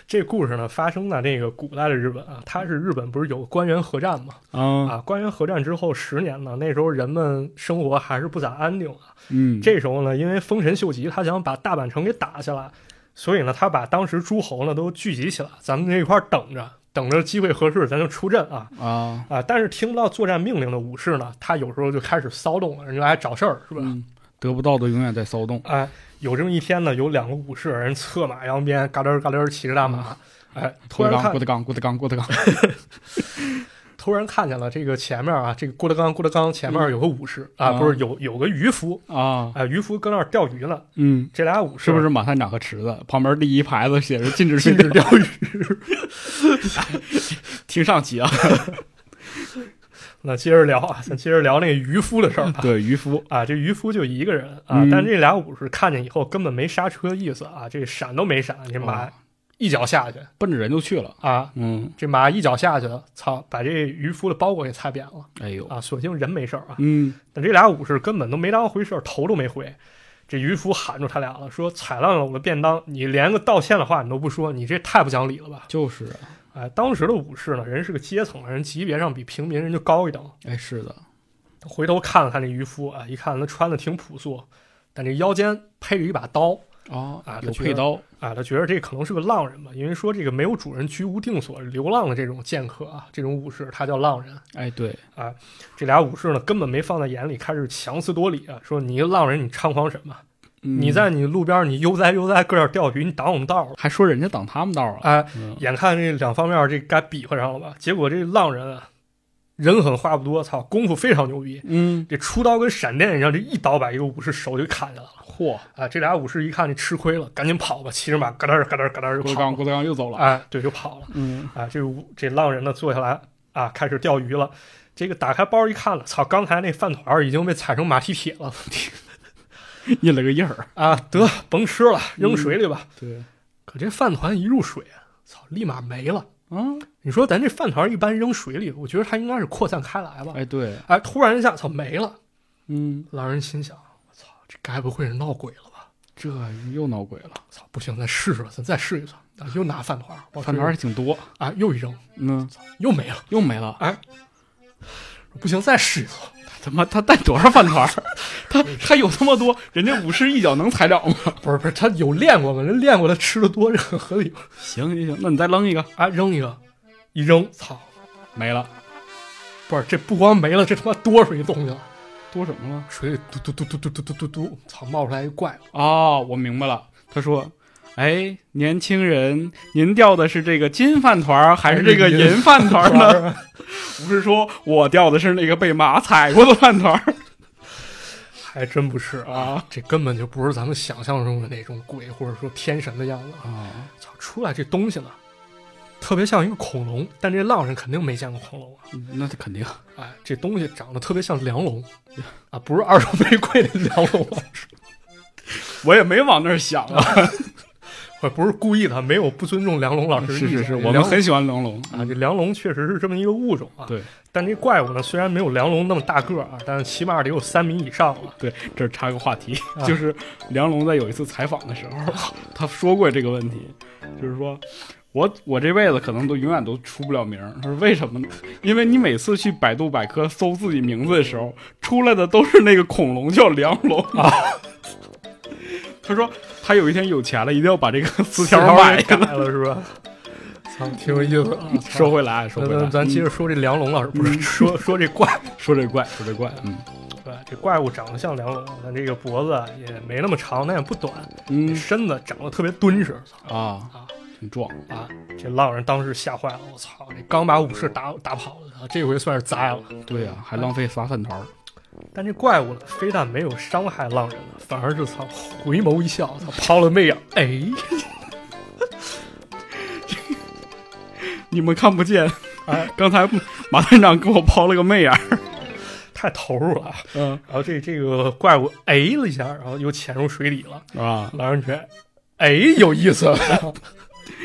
[SPEAKER 3] 这故事呢发生在这个古代的日本啊，它是日本不是有官员合战吗？
[SPEAKER 4] 啊，
[SPEAKER 3] 啊，官员合战之后十年呢，那时候人们生活还是不咋安定啊。
[SPEAKER 4] 嗯，
[SPEAKER 3] 这时候呢，因为丰臣秀吉他想把大阪城给打下来，所以呢，他把当时诸侯呢都聚集起来，咱们这一块儿等着，等着机会合适，咱就出阵啊
[SPEAKER 4] 啊，
[SPEAKER 3] 啊！但是听不到作战命令的武士呢，他有时候就开始骚动了，人家来找事儿，是吧？
[SPEAKER 4] 嗯，得不到的永远在骚动。
[SPEAKER 3] 哎，有这么一天呢，有两个武士，人策马扬鞭，嘎噔嘎噔骑着大马，哎，突
[SPEAKER 4] 郭德
[SPEAKER 3] 然
[SPEAKER 4] 纲，
[SPEAKER 3] 看
[SPEAKER 4] 郭，德纲，郭德纲，郭德纲，
[SPEAKER 3] 突然看见了这个前面啊，这个郭德纲，郭德纲前面有个武士、
[SPEAKER 4] 啊
[SPEAKER 3] 啊，不是有有个渔夫 [laughs]
[SPEAKER 4] 啊，
[SPEAKER 3] 啊，渔夫搁那儿钓鱼呢。
[SPEAKER 4] 嗯，
[SPEAKER 3] 这俩武士
[SPEAKER 4] 是不是马探长和池子旁边第一排子写着禁
[SPEAKER 3] [laughs]
[SPEAKER 4] 止
[SPEAKER 3] 禁止
[SPEAKER 4] 钓
[SPEAKER 3] 钓
[SPEAKER 4] 鱼？ [laughs] 听上
[SPEAKER 3] [laughs]
[SPEAKER 4] 集啊，
[SPEAKER 3] 那接着聊啊，咱接着聊那个渔夫
[SPEAKER 4] [laughs]
[SPEAKER 3] 的事儿啊。
[SPEAKER 4] 对渔夫，
[SPEAKER 3] 啊，这渔夫就一个人啊
[SPEAKER 4] 嗯，
[SPEAKER 3] 但这俩武士看见以后根本没刹车意思啊，这闪都没闪，这马
[SPEAKER 4] 啊
[SPEAKER 3] 一脚下去
[SPEAKER 4] 奔着人就去了。
[SPEAKER 3] 啊，
[SPEAKER 4] 嗯，
[SPEAKER 3] 这马一脚下去，操，把这渔夫的包裹给踩扁了
[SPEAKER 4] 哎呦，
[SPEAKER 3] 啊！所幸人没事儿啊，
[SPEAKER 4] 嗯
[SPEAKER 3] 但这俩武士根本都没当回事儿，头都没回。这渔夫喊住他俩了，说踩烂了我的便当，你连个道歉的话你都不说，你这太不讲理了吧？
[SPEAKER 4] 就是啊，
[SPEAKER 3] 哎，当时的武士呢，人是个阶层，人级别上比平民人就高一等。
[SPEAKER 4] 哎，是的，
[SPEAKER 3] 回头看了看这渔夫啊，一看他穿的挺朴素，但这腰间配着一把刀，
[SPEAKER 4] 哦
[SPEAKER 3] 啊
[SPEAKER 4] 有
[SPEAKER 3] 他觉
[SPEAKER 4] 配
[SPEAKER 3] 得
[SPEAKER 4] 刀，
[SPEAKER 3] 啊，他觉得这可能是个浪人吧，因为说这个没有主人、居无定所、流浪的这种剑客啊，这种武士他叫浪人。
[SPEAKER 4] 哎，对，
[SPEAKER 3] 这俩武士呢，根本没放在眼里，开始强词夺理啊，说你一个浪人，你猖狂什么？
[SPEAKER 4] 嗯
[SPEAKER 3] 你在你路边你悠哉悠哉搁这儿钓鱼，你挡我们道了。
[SPEAKER 4] 还说人家挡他们道啊，
[SPEAKER 3] 哎，
[SPEAKER 4] 嗯
[SPEAKER 3] 眼看这两方面这该比划上了吧？结果这浪人啊，人狠话不多，操，功夫非常牛逼，
[SPEAKER 4] 嗯，
[SPEAKER 3] 这出刀跟闪电一样，这一刀把一个武士手就砍下来了。
[SPEAKER 4] 嚯，
[SPEAKER 3] 啊，这俩武士一看这吃亏了，赶紧跑吧，骑着马嘎噔儿嘎噔儿嘎噔儿
[SPEAKER 4] 郭
[SPEAKER 3] 就
[SPEAKER 4] 德
[SPEAKER 3] 跑
[SPEAKER 4] 纲，
[SPEAKER 3] 了。
[SPEAKER 4] 郭德纲又走了，
[SPEAKER 3] 哎，对，就跑了。
[SPEAKER 4] 嗯，
[SPEAKER 3] 啊，这武这浪人呢坐下来啊，开始钓鱼了。这个打开包一看了，操，刚才那饭团儿已经被踩成马蹄铁了
[SPEAKER 4] [laughs]
[SPEAKER 3] [laughs]
[SPEAKER 4] 印了个印儿，
[SPEAKER 3] 啊！得甭吃了，扔水里吧。
[SPEAKER 4] 对，
[SPEAKER 3] 可这饭团一入水，操，立马没了。
[SPEAKER 4] 嗯，
[SPEAKER 3] 你说咱这饭团一般扔水里，我觉得它应该是扩散开来吧？
[SPEAKER 4] 哎，对，
[SPEAKER 3] 哎，突然一下，操，没了。
[SPEAKER 4] 嗯，
[SPEAKER 3] 狼人心想，我操，这该不会是闹鬼了吧？
[SPEAKER 4] 这又闹鬼了，
[SPEAKER 3] 操，不行，再试试吧，咱再试一次。啊，又拿饭团儿，往
[SPEAKER 4] 饭
[SPEAKER 3] 水
[SPEAKER 4] 团还
[SPEAKER 3] 里
[SPEAKER 4] 挺多，
[SPEAKER 3] 啊，又一扔，
[SPEAKER 4] 嗯，
[SPEAKER 3] 又没了。
[SPEAKER 4] 又没了，
[SPEAKER 3] 不行，再试一次。
[SPEAKER 4] 他妈他带多少饭团儿？ [laughs] 他他有那么多，人家武士一脚能踩了吗？
[SPEAKER 3] 不是不是，他有练过吗？人练过，他吃的多，这很合理。
[SPEAKER 4] 行行行，那你再扔一个，
[SPEAKER 3] 啊，扔一个，一扔，操！
[SPEAKER 4] 没了，
[SPEAKER 3] 不是，这不光没了，这他妈多出一东西了，
[SPEAKER 4] 多什么了？
[SPEAKER 3] 水里嘟嘟嘟嘟嘟嘟嘟嘟嘟，操，冒出来一怪物。
[SPEAKER 4] 哦，我明白了。他说：“哎，年轻人，您钓的是这个金饭团儿还是这个银饭团儿呢？”不是说我钓的是那个被马踩过的饭团儿
[SPEAKER 3] 还真不是啊，
[SPEAKER 4] 啊
[SPEAKER 3] 这根本就不是咱们想象中的那种鬼或者说天神的样子啊！
[SPEAKER 4] 啊！
[SPEAKER 3] 操，出来这东西呢，特别像一个恐龙，但这浪人肯定没见过恐龙啊！
[SPEAKER 4] 那肯定
[SPEAKER 3] 哎，这东西长得特别像梁龙啊，不是二手玫瑰的梁龙啊，
[SPEAKER 4] 我也没往那儿想啊。
[SPEAKER 3] 我呃不是故意的，没有不尊重梁龙老师的
[SPEAKER 4] [laughs] 是
[SPEAKER 3] 意见。
[SPEAKER 4] 是是，
[SPEAKER 3] 这
[SPEAKER 4] 我们
[SPEAKER 3] 梁
[SPEAKER 4] 很喜欢龙龙
[SPEAKER 3] 啊，这梁龙确实是这么一个物种啊。
[SPEAKER 4] 对，
[SPEAKER 3] 但这怪物呢，虽然没有梁龙那么大个儿啊，但是起码得有三米以上了。
[SPEAKER 4] 对，这儿插个话题，[laughs]
[SPEAKER 3] 啊
[SPEAKER 4] 就是梁龙在有一次采访的时候，他说过这个问题，就是说。我我这辈子可能都永远都出不了名儿，他说为什么呢？因为你每次去百度百科搜自己名字的时候，出来的都是那个恐龙叫梁龙啊。 [laughs] 他说他有一天有钱了，一定要把
[SPEAKER 3] [laughs]
[SPEAKER 4] 这个词条买
[SPEAKER 3] 给
[SPEAKER 4] 下来。
[SPEAKER 3] 改啊
[SPEAKER 4] [laughs]
[SPEAKER 3] 了是吧？操，挺有意思的啊。
[SPEAKER 4] 说回来啊，说
[SPEAKER 3] 那
[SPEAKER 4] 回来，
[SPEAKER 3] 咱咱接着说这梁龙老师，不是说说这怪物。
[SPEAKER 4] 嗯说这怪，说这怪，嗯
[SPEAKER 3] 对，这怪物长得像梁龙，但这个脖子啊也没那么长，但也不短，这
[SPEAKER 4] 嗯
[SPEAKER 3] 身子长得特别敦实。操
[SPEAKER 4] 啊，挺壮，
[SPEAKER 3] 啊！这浪人当时吓坏了，我操！这刚把武士打打跑了，啊这回算是栽了。
[SPEAKER 4] 对呀、还浪费仨饭团儿，
[SPEAKER 3] 但这怪物呢，非但没有伤害浪人了，反而是操回眸一笑，操抛了媚眼，哎，
[SPEAKER 4] 你们看不见，
[SPEAKER 3] 哎，
[SPEAKER 4] 刚才马团长给我抛了个媚眼儿，
[SPEAKER 3] 太投入了啊。
[SPEAKER 4] 嗯
[SPEAKER 3] 然后这这个怪物哎了一下，然后又潜入水里了。
[SPEAKER 4] 啊，
[SPEAKER 3] 狼人觉得哎有意
[SPEAKER 4] [laughs]
[SPEAKER 3] 思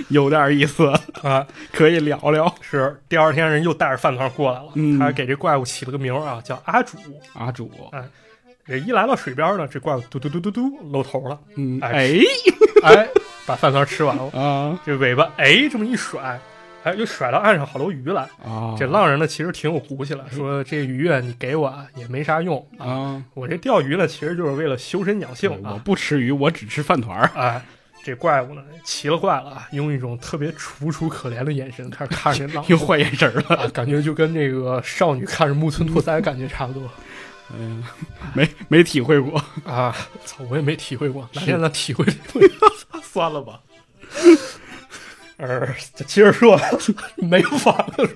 [SPEAKER 4] 有点意思，
[SPEAKER 3] 啊，
[SPEAKER 4] 可以聊聊。
[SPEAKER 3] 是第二天人又带着饭团过来了，
[SPEAKER 4] 嗯
[SPEAKER 3] 他给这怪物起了个名儿啊，叫阿主。
[SPEAKER 4] 阿主，
[SPEAKER 3] 这一来到水边呢，这怪物嘟嘟嘟嘟嘟露头了，
[SPEAKER 4] 嗯，
[SPEAKER 3] 哎
[SPEAKER 4] 哎
[SPEAKER 3] 哎，把饭团吃完了，
[SPEAKER 4] 啊
[SPEAKER 3] 这尾巴哎这么一甩，哎又甩到岸上好多鱼来。
[SPEAKER 4] 啊，
[SPEAKER 3] 这浪人呢，其实挺有骨气了，说这鱼啊，你给我啊也没啥用啊，
[SPEAKER 4] 啊，
[SPEAKER 3] 我这钓鱼呢，其实就是为了修身养性
[SPEAKER 4] 我
[SPEAKER 3] 啊。
[SPEAKER 4] 不吃鱼，我只吃饭团儿。 [laughs]
[SPEAKER 3] 哎，这怪物呢，奇了怪了啊，用一种特别楚楚可怜的眼神开始看着这浪
[SPEAKER 4] [laughs] 又换眼神儿了，
[SPEAKER 3] 啊，感觉就跟这个少女看着木村拓哉感觉差不多
[SPEAKER 4] 嗯，没没体会过，
[SPEAKER 3] 啊。操，我也没体会过，哪
[SPEAKER 4] 是
[SPEAKER 3] 天咱体会体会。
[SPEAKER 4] 算了吧。
[SPEAKER 3] 呃，接着说， [laughs] 没法子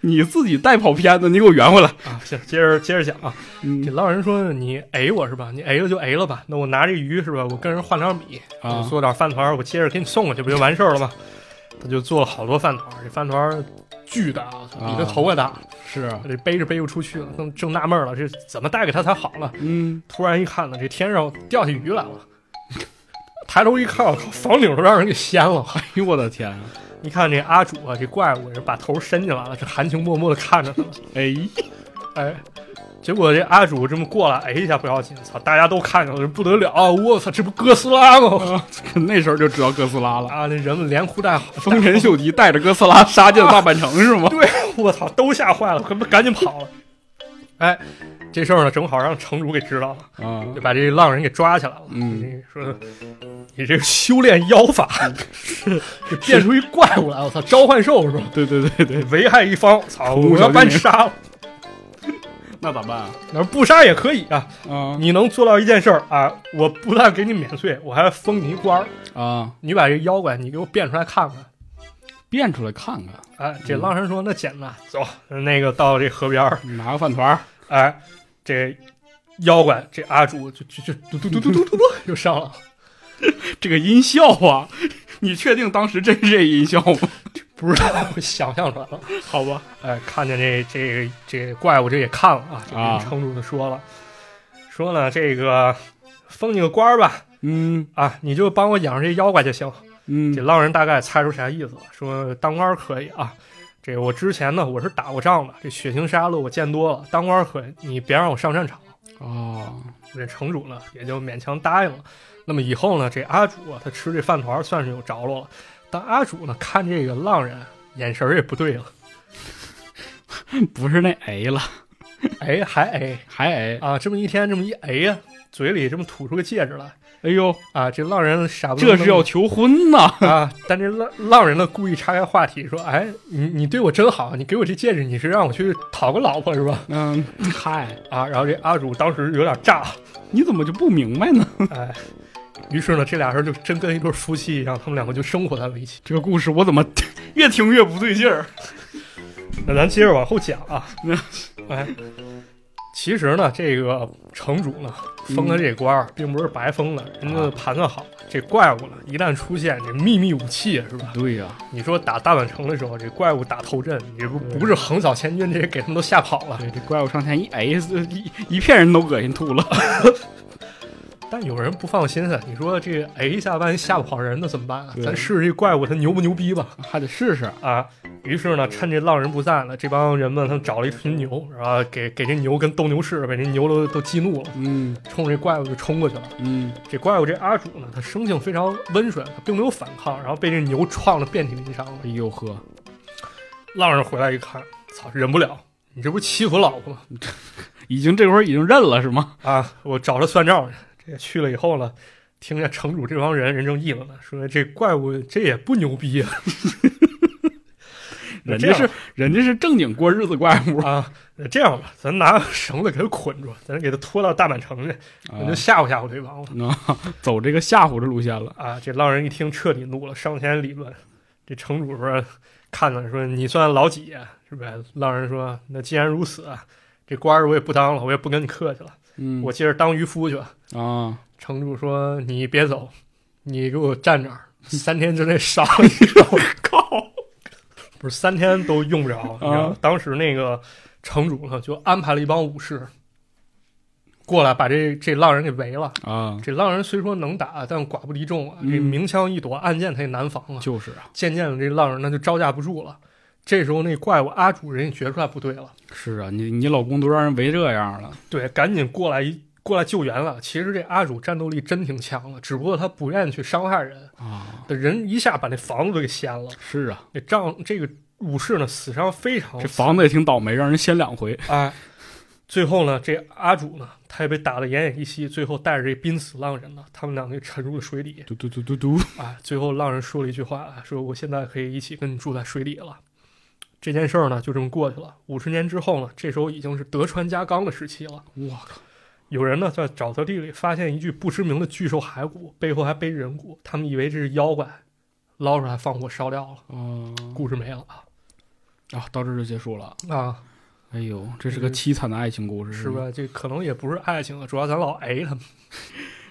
[SPEAKER 4] 你自己带跑偏的，你给我圆回来。
[SPEAKER 3] 啊。行，接着接着讲啊。这
[SPEAKER 4] 嗯
[SPEAKER 3] 浪人说：“你 A 我是吧？你 A 了就 A 了吧。那我拿这鱼是吧？我跟人换点米，
[SPEAKER 4] 啊
[SPEAKER 3] 我做点饭团儿，我接着给你送过去，不就完事儿了吗？”他就做了好多饭团儿，这饭团儿巨大，我操比他
[SPEAKER 4] 啊
[SPEAKER 3] 头还大。
[SPEAKER 4] 是啊，
[SPEAKER 3] 这背着背不出去了，正正纳闷儿了，这怎么带给他才好了？
[SPEAKER 4] 嗯，
[SPEAKER 3] 突然一看呢，这天上掉下鱼来了。抬头一看，我靠，房顶都让人给掀了！
[SPEAKER 4] [laughs] 哎呦我的天啊，
[SPEAKER 3] 你看这阿主啊，这怪物也是把头伸进来了，这含情脉脉的看着他们。
[SPEAKER 4] 哎
[SPEAKER 3] 哎，结果这阿主这么过来，哎一下不要紧，操，大家都看见了，这不得了，啊我操，这不哥斯拉吗？
[SPEAKER 4] 那时候就知道哥斯拉了，
[SPEAKER 3] 啊，那人们连哭带吼，
[SPEAKER 4] 丰臣秀吉带着哥斯拉杀进了大阪城是吗？
[SPEAKER 3] [laughs] 对，我操，都吓坏了， [laughs] 赶赶紧跑了。哎，这事儿呢，正好让城主给知道了，
[SPEAKER 4] 啊，
[SPEAKER 3] 就把这浪人给抓起来了。
[SPEAKER 4] 嗯，
[SPEAKER 3] 那说你这个修炼妖法，是变出一怪物来，我操，召唤兽是吧？
[SPEAKER 4] 对对对对，
[SPEAKER 3] 危害一方，操，
[SPEAKER 4] 恐怖
[SPEAKER 3] 我
[SPEAKER 4] 小
[SPEAKER 3] 要把你
[SPEAKER 4] 精灵
[SPEAKER 3] 杀了。
[SPEAKER 4] 那咋办啊？
[SPEAKER 3] 那不杀也可以啊，
[SPEAKER 4] 啊
[SPEAKER 3] 你能做到一件事儿啊，我不但给你免罪，我还封你一官儿。
[SPEAKER 4] 啊，
[SPEAKER 3] 你把这妖怪你给我变出来看看。
[SPEAKER 4] 变出来看看，
[SPEAKER 3] 哎，
[SPEAKER 4] 嗯
[SPEAKER 3] 这浪人说那简单，走，那个到这河边儿，
[SPEAKER 4] 拿个饭团儿，
[SPEAKER 3] 哎，这妖怪这阿主就就就嘟嘟嘟嘟嘟嘟嘟就上了，
[SPEAKER 4] 这个音效啊，你确定当时真是这音效吗？
[SPEAKER 3] 不知道我想象出来了。
[SPEAKER 4] 好吧，
[SPEAKER 3] 哎，看见这这这怪物，这也看了啊，这
[SPEAKER 4] 啊
[SPEAKER 3] 跟城主就说了，说呢这个封你个官儿吧，
[SPEAKER 4] 嗯
[SPEAKER 3] 啊，你就帮我养着这妖怪就行。这
[SPEAKER 4] 嗯
[SPEAKER 3] 浪人大概猜出啥意思了，说当官儿可以啊。这我之前呢，我是打过仗的，这血腥杀戮我见多了，当官儿可以，你别让我上战场。
[SPEAKER 4] 哦，
[SPEAKER 3] 这城主呢也就勉强答应了。那么以后呢，这阿主啊，他吃这饭团儿算是有着落了。但阿主呢，看这个浪人眼神儿也不对了， [laughs]
[SPEAKER 4] 不是那 A 了，
[SPEAKER 3] 哎，还哎
[SPEAKER 4] 还 A，
[SPEAKER 3] 啊，这么一天这么一哎呀，嘴里这么吐出个戒指来
[SPEAKER 4] 哎呦，
[SPEAKER 3] 啊，这浪人傻不愣
[SPEAKER 4] 这
[SPEAKER 3] 登
[SPEAKER 4] 是要求婚呐！
[SPEAKER 3] 啊，但这浪浪人呢，故意岔开话题说，哎，你你对我真好，你给我这戒指，你是让我去讨个老婆是吧？
[SPEAKER 4] 嗯，嗨，
[SPEAKER 3] 啊，然后这阿主当时有点炸，
[SPEAKER 4] 你怎么就不明白呢？
[SPEAKER 3] 哎，于是呢，这俩人就真跟一对夫妻一样，他们两个就生活在了一起。
[SPEAKER 4] 这个故事我怎么 [laughs] 越听越不对劲儿？
[SPEAKER 3] [laughs] 那咱接着往后讲啊
[SPEAKER 4] 嗯。
[SPEAKER 3] 哎，其实呢，这个城主呢
[SPEAKER 4] 嗯
[SPEAKER 3] 封的这官儿，并不是白封的，人家盘算好了，这怪物呢一旦出现，这秘密武器啊是吧？
[SPEAKER 4] 对呀、
[SPEAKER 3] 你说打大阪城的时候，这怪物打头阵，你不不是横扫千军，这也给他们都吓跑了。
[SPEAKER 4] 对，这怪物上前一 A，一一片人都恶心吐了。
[SPEAKER 3] 但有人不放心啊，你说这哎一下万一吓不跑人，那怎么办啊？
[SPEAKER 4] 对
[SPEAKER 3] 咱试试这怪物它牛不牛逼吧？
[SPEAKER 4] 还得试试。
[SPEAKER 3] 啊，于是呢，趁这浪人不在了，这帮人们他们找了一群牛，然后给给这牛跟斗牛士，把这牛都都激怒了，
[SPEAKER 4] 嗯
[SPEAKER 3] 冲着这怪物就冲过去了。
[SPEAKER 4] 嗯，
[SPEAKER 3] 这怪物这阿主呢，他生性非常温顺，他并没有反抗，然后被这牛撞得遍体鳞伤了。
[SPEAKER 4] 哎呦呵，
[SPEAKER 3] 浪人回来一看，操，忍不了，你这不欺负老婆吗？
[SPEAKER 4] 已经这会儿已经认了是吗？
[SPEAKER 3] 啊，我找他算账去。这去了以后呢，听见城主这帮人人正议论呢，说这怪物这也不牛逼啊， [laughs]
[SPEAKER 4] 人
[SPEAKER 3] 这
[SPEAKER 4] 家
[SPEAKER 3] 样
[SPEAKER 4] 是人家是正经过日子怪物，
[SPEAKER 3] 啊，那这样吧，咱拿绳子给他捆住，咱给他拖到大阪城去。我就吓唬吓唬对方了
[SPEAKER 4] 啊 [laughs] 走这个吓唬的路线了。
[SPEAKER 3] 啊！这浪人一听彻底怒了，上前理论。这城主说看看说你算老几呀、是不是？浪人说那既然如此啊，这官儿我也不当了，我也不跟你客气了，
[SPEAKER 4] 嗯，
[SPEAKER 3] 我接着当渔夫去吧。
[SPEAKER 4] 啊，
[SPEAKER 3] 城主说你别走，你给我站这儿，三天之内杀了 [laughs] 你！我靠，啊不是三天都用不着。你知道吗当时那个城主呢就安排了一帮武士过来把这这浪人给围了。
[SPEAKER 4] 啊，
[SPEAKER 3] 这浪人虽说能打，但寡不敌众啊。
[SPEAKER 4] 嗯
[SPEAKER 3] 这明枪易躲，暗箭他也难防啊。
[SPEAKER 4] 就是啊，
[SPEAKER 3] 渐渐的，这浪人呢就招架不住了。这时候，那怪物阿主人也觉出来不对了，
[SPEAKER 4] 是啊，你你老公都让人围这样了，
[SPEAKER 3] 对，赶紧过来过来救援了。其实这阿主战斗力真挺强的，只不过他不愿意去伤害人。
[SPEAKER 4] 啊，
[SPEAKER 3] 这人一下把那房子都给掀了，
[SPEAKER 4] 是啊，
[SPEAKER 3] 这仗这个武士呢死伤非常
[SPEAKER 4] 这房子也挺倒霉，让人掀两回。
[SPEAKER 3] 哎。最后呢，这阿主呢，他也被打得奄奄一息，最后带着这濒死浪人呢，他们两个就沉入了水底。
[SPEAKER 4] 嘟嘟嘟嘟嘟，
[SPEAKER 3] 啊，最后浪人说了一句话，说我现在可以一起跟你住在水里了。这件事儿呢，就这么过去了。五十年之后呢，这时候已经是德川家康的时期了。
[SPEAKER 4] 我靠，
[SPEAKER 3] 有人呢在沼泽地里发现一具不知名的巨兽骸骨，背后还背着人骨，他们以为这是妖怪，捞出来放火烧掉了。
[SPEAKER 4] 啊
[SPEAKER 3] 故事没了啊
[SPEAKER 4] 啊，到这儿就结束了。
[SPEAKER 3] 啊，
[SPEAKER 4] 哎呦，这是个凄惨的爱情故事，
[SPEAKER 3] 是
[SPEAKER 4] 吧？
[SPEAKER 3] 吧？这可能也不是爱情了，主要咱老哎他们。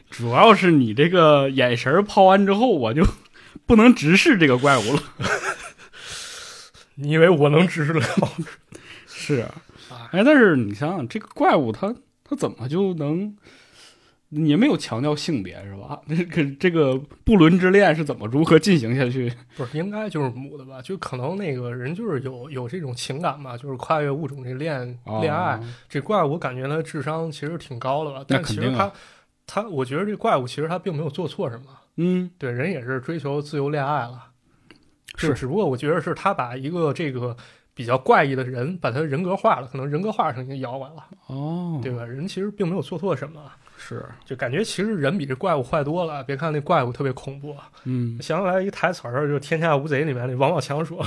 [SPEAKER 4] 主要是你这个眼神儿抛完之后，我就 [laughs] 不能直视这个怪物了。
[SPEAKER 3] 你以为我能直 [laughs] 视了？
[SPEAKER 4] 是啊
[SPEAKER 3] 啊，
[SPEAKER 4] 哎，但是你想想，这个怪物它它怎么就能你没有强调性别是吧？ [laughs] 这个这个不伦之恋是怎么如何进行下去？
[SPEAKER 3] 不是应该就是母的吧？就可能那个人就是有有这种情感嘛，就是跨越物种这恋
[SPEAKER 4] 啊
[SPEAKER 3] 恋爱，这怪物感觉它智商其实挺高的吧，
[SPEAKER 4] 那
[SPEAKER 3] 但其
[SPEAKER 4] 肯
[SPEAKER 3] 实
[SPEAKER 4] 定
[SPEAKER 3] 它、
[SPEAKER 4] 啊
[SPEAKER 3] 它，我觉得这怪物其实它并没有做错什么，
[SPEAKER 4] 嗯，
[SPEAKER 3] 对人也是追求自由恋爱了，就是只不过我觉得是他把一个这个比较怪异的人，把他人格化了，可能人格化成一个妖怪了，
[SPEAKER 4] 哦，
[SPEAKER 3] 对吧？人其实并没有做错什么，
[SPEAKER 4] 是，
[SPEAKER 3] 就感觉其实人比这怪物坏多了。别看那怪物特别恐怖，啊
[SPEAKER 4] 嗯，
[SPEAKER 3] 想起来一台词儿，就是《天下无贼》里面那王宝强说。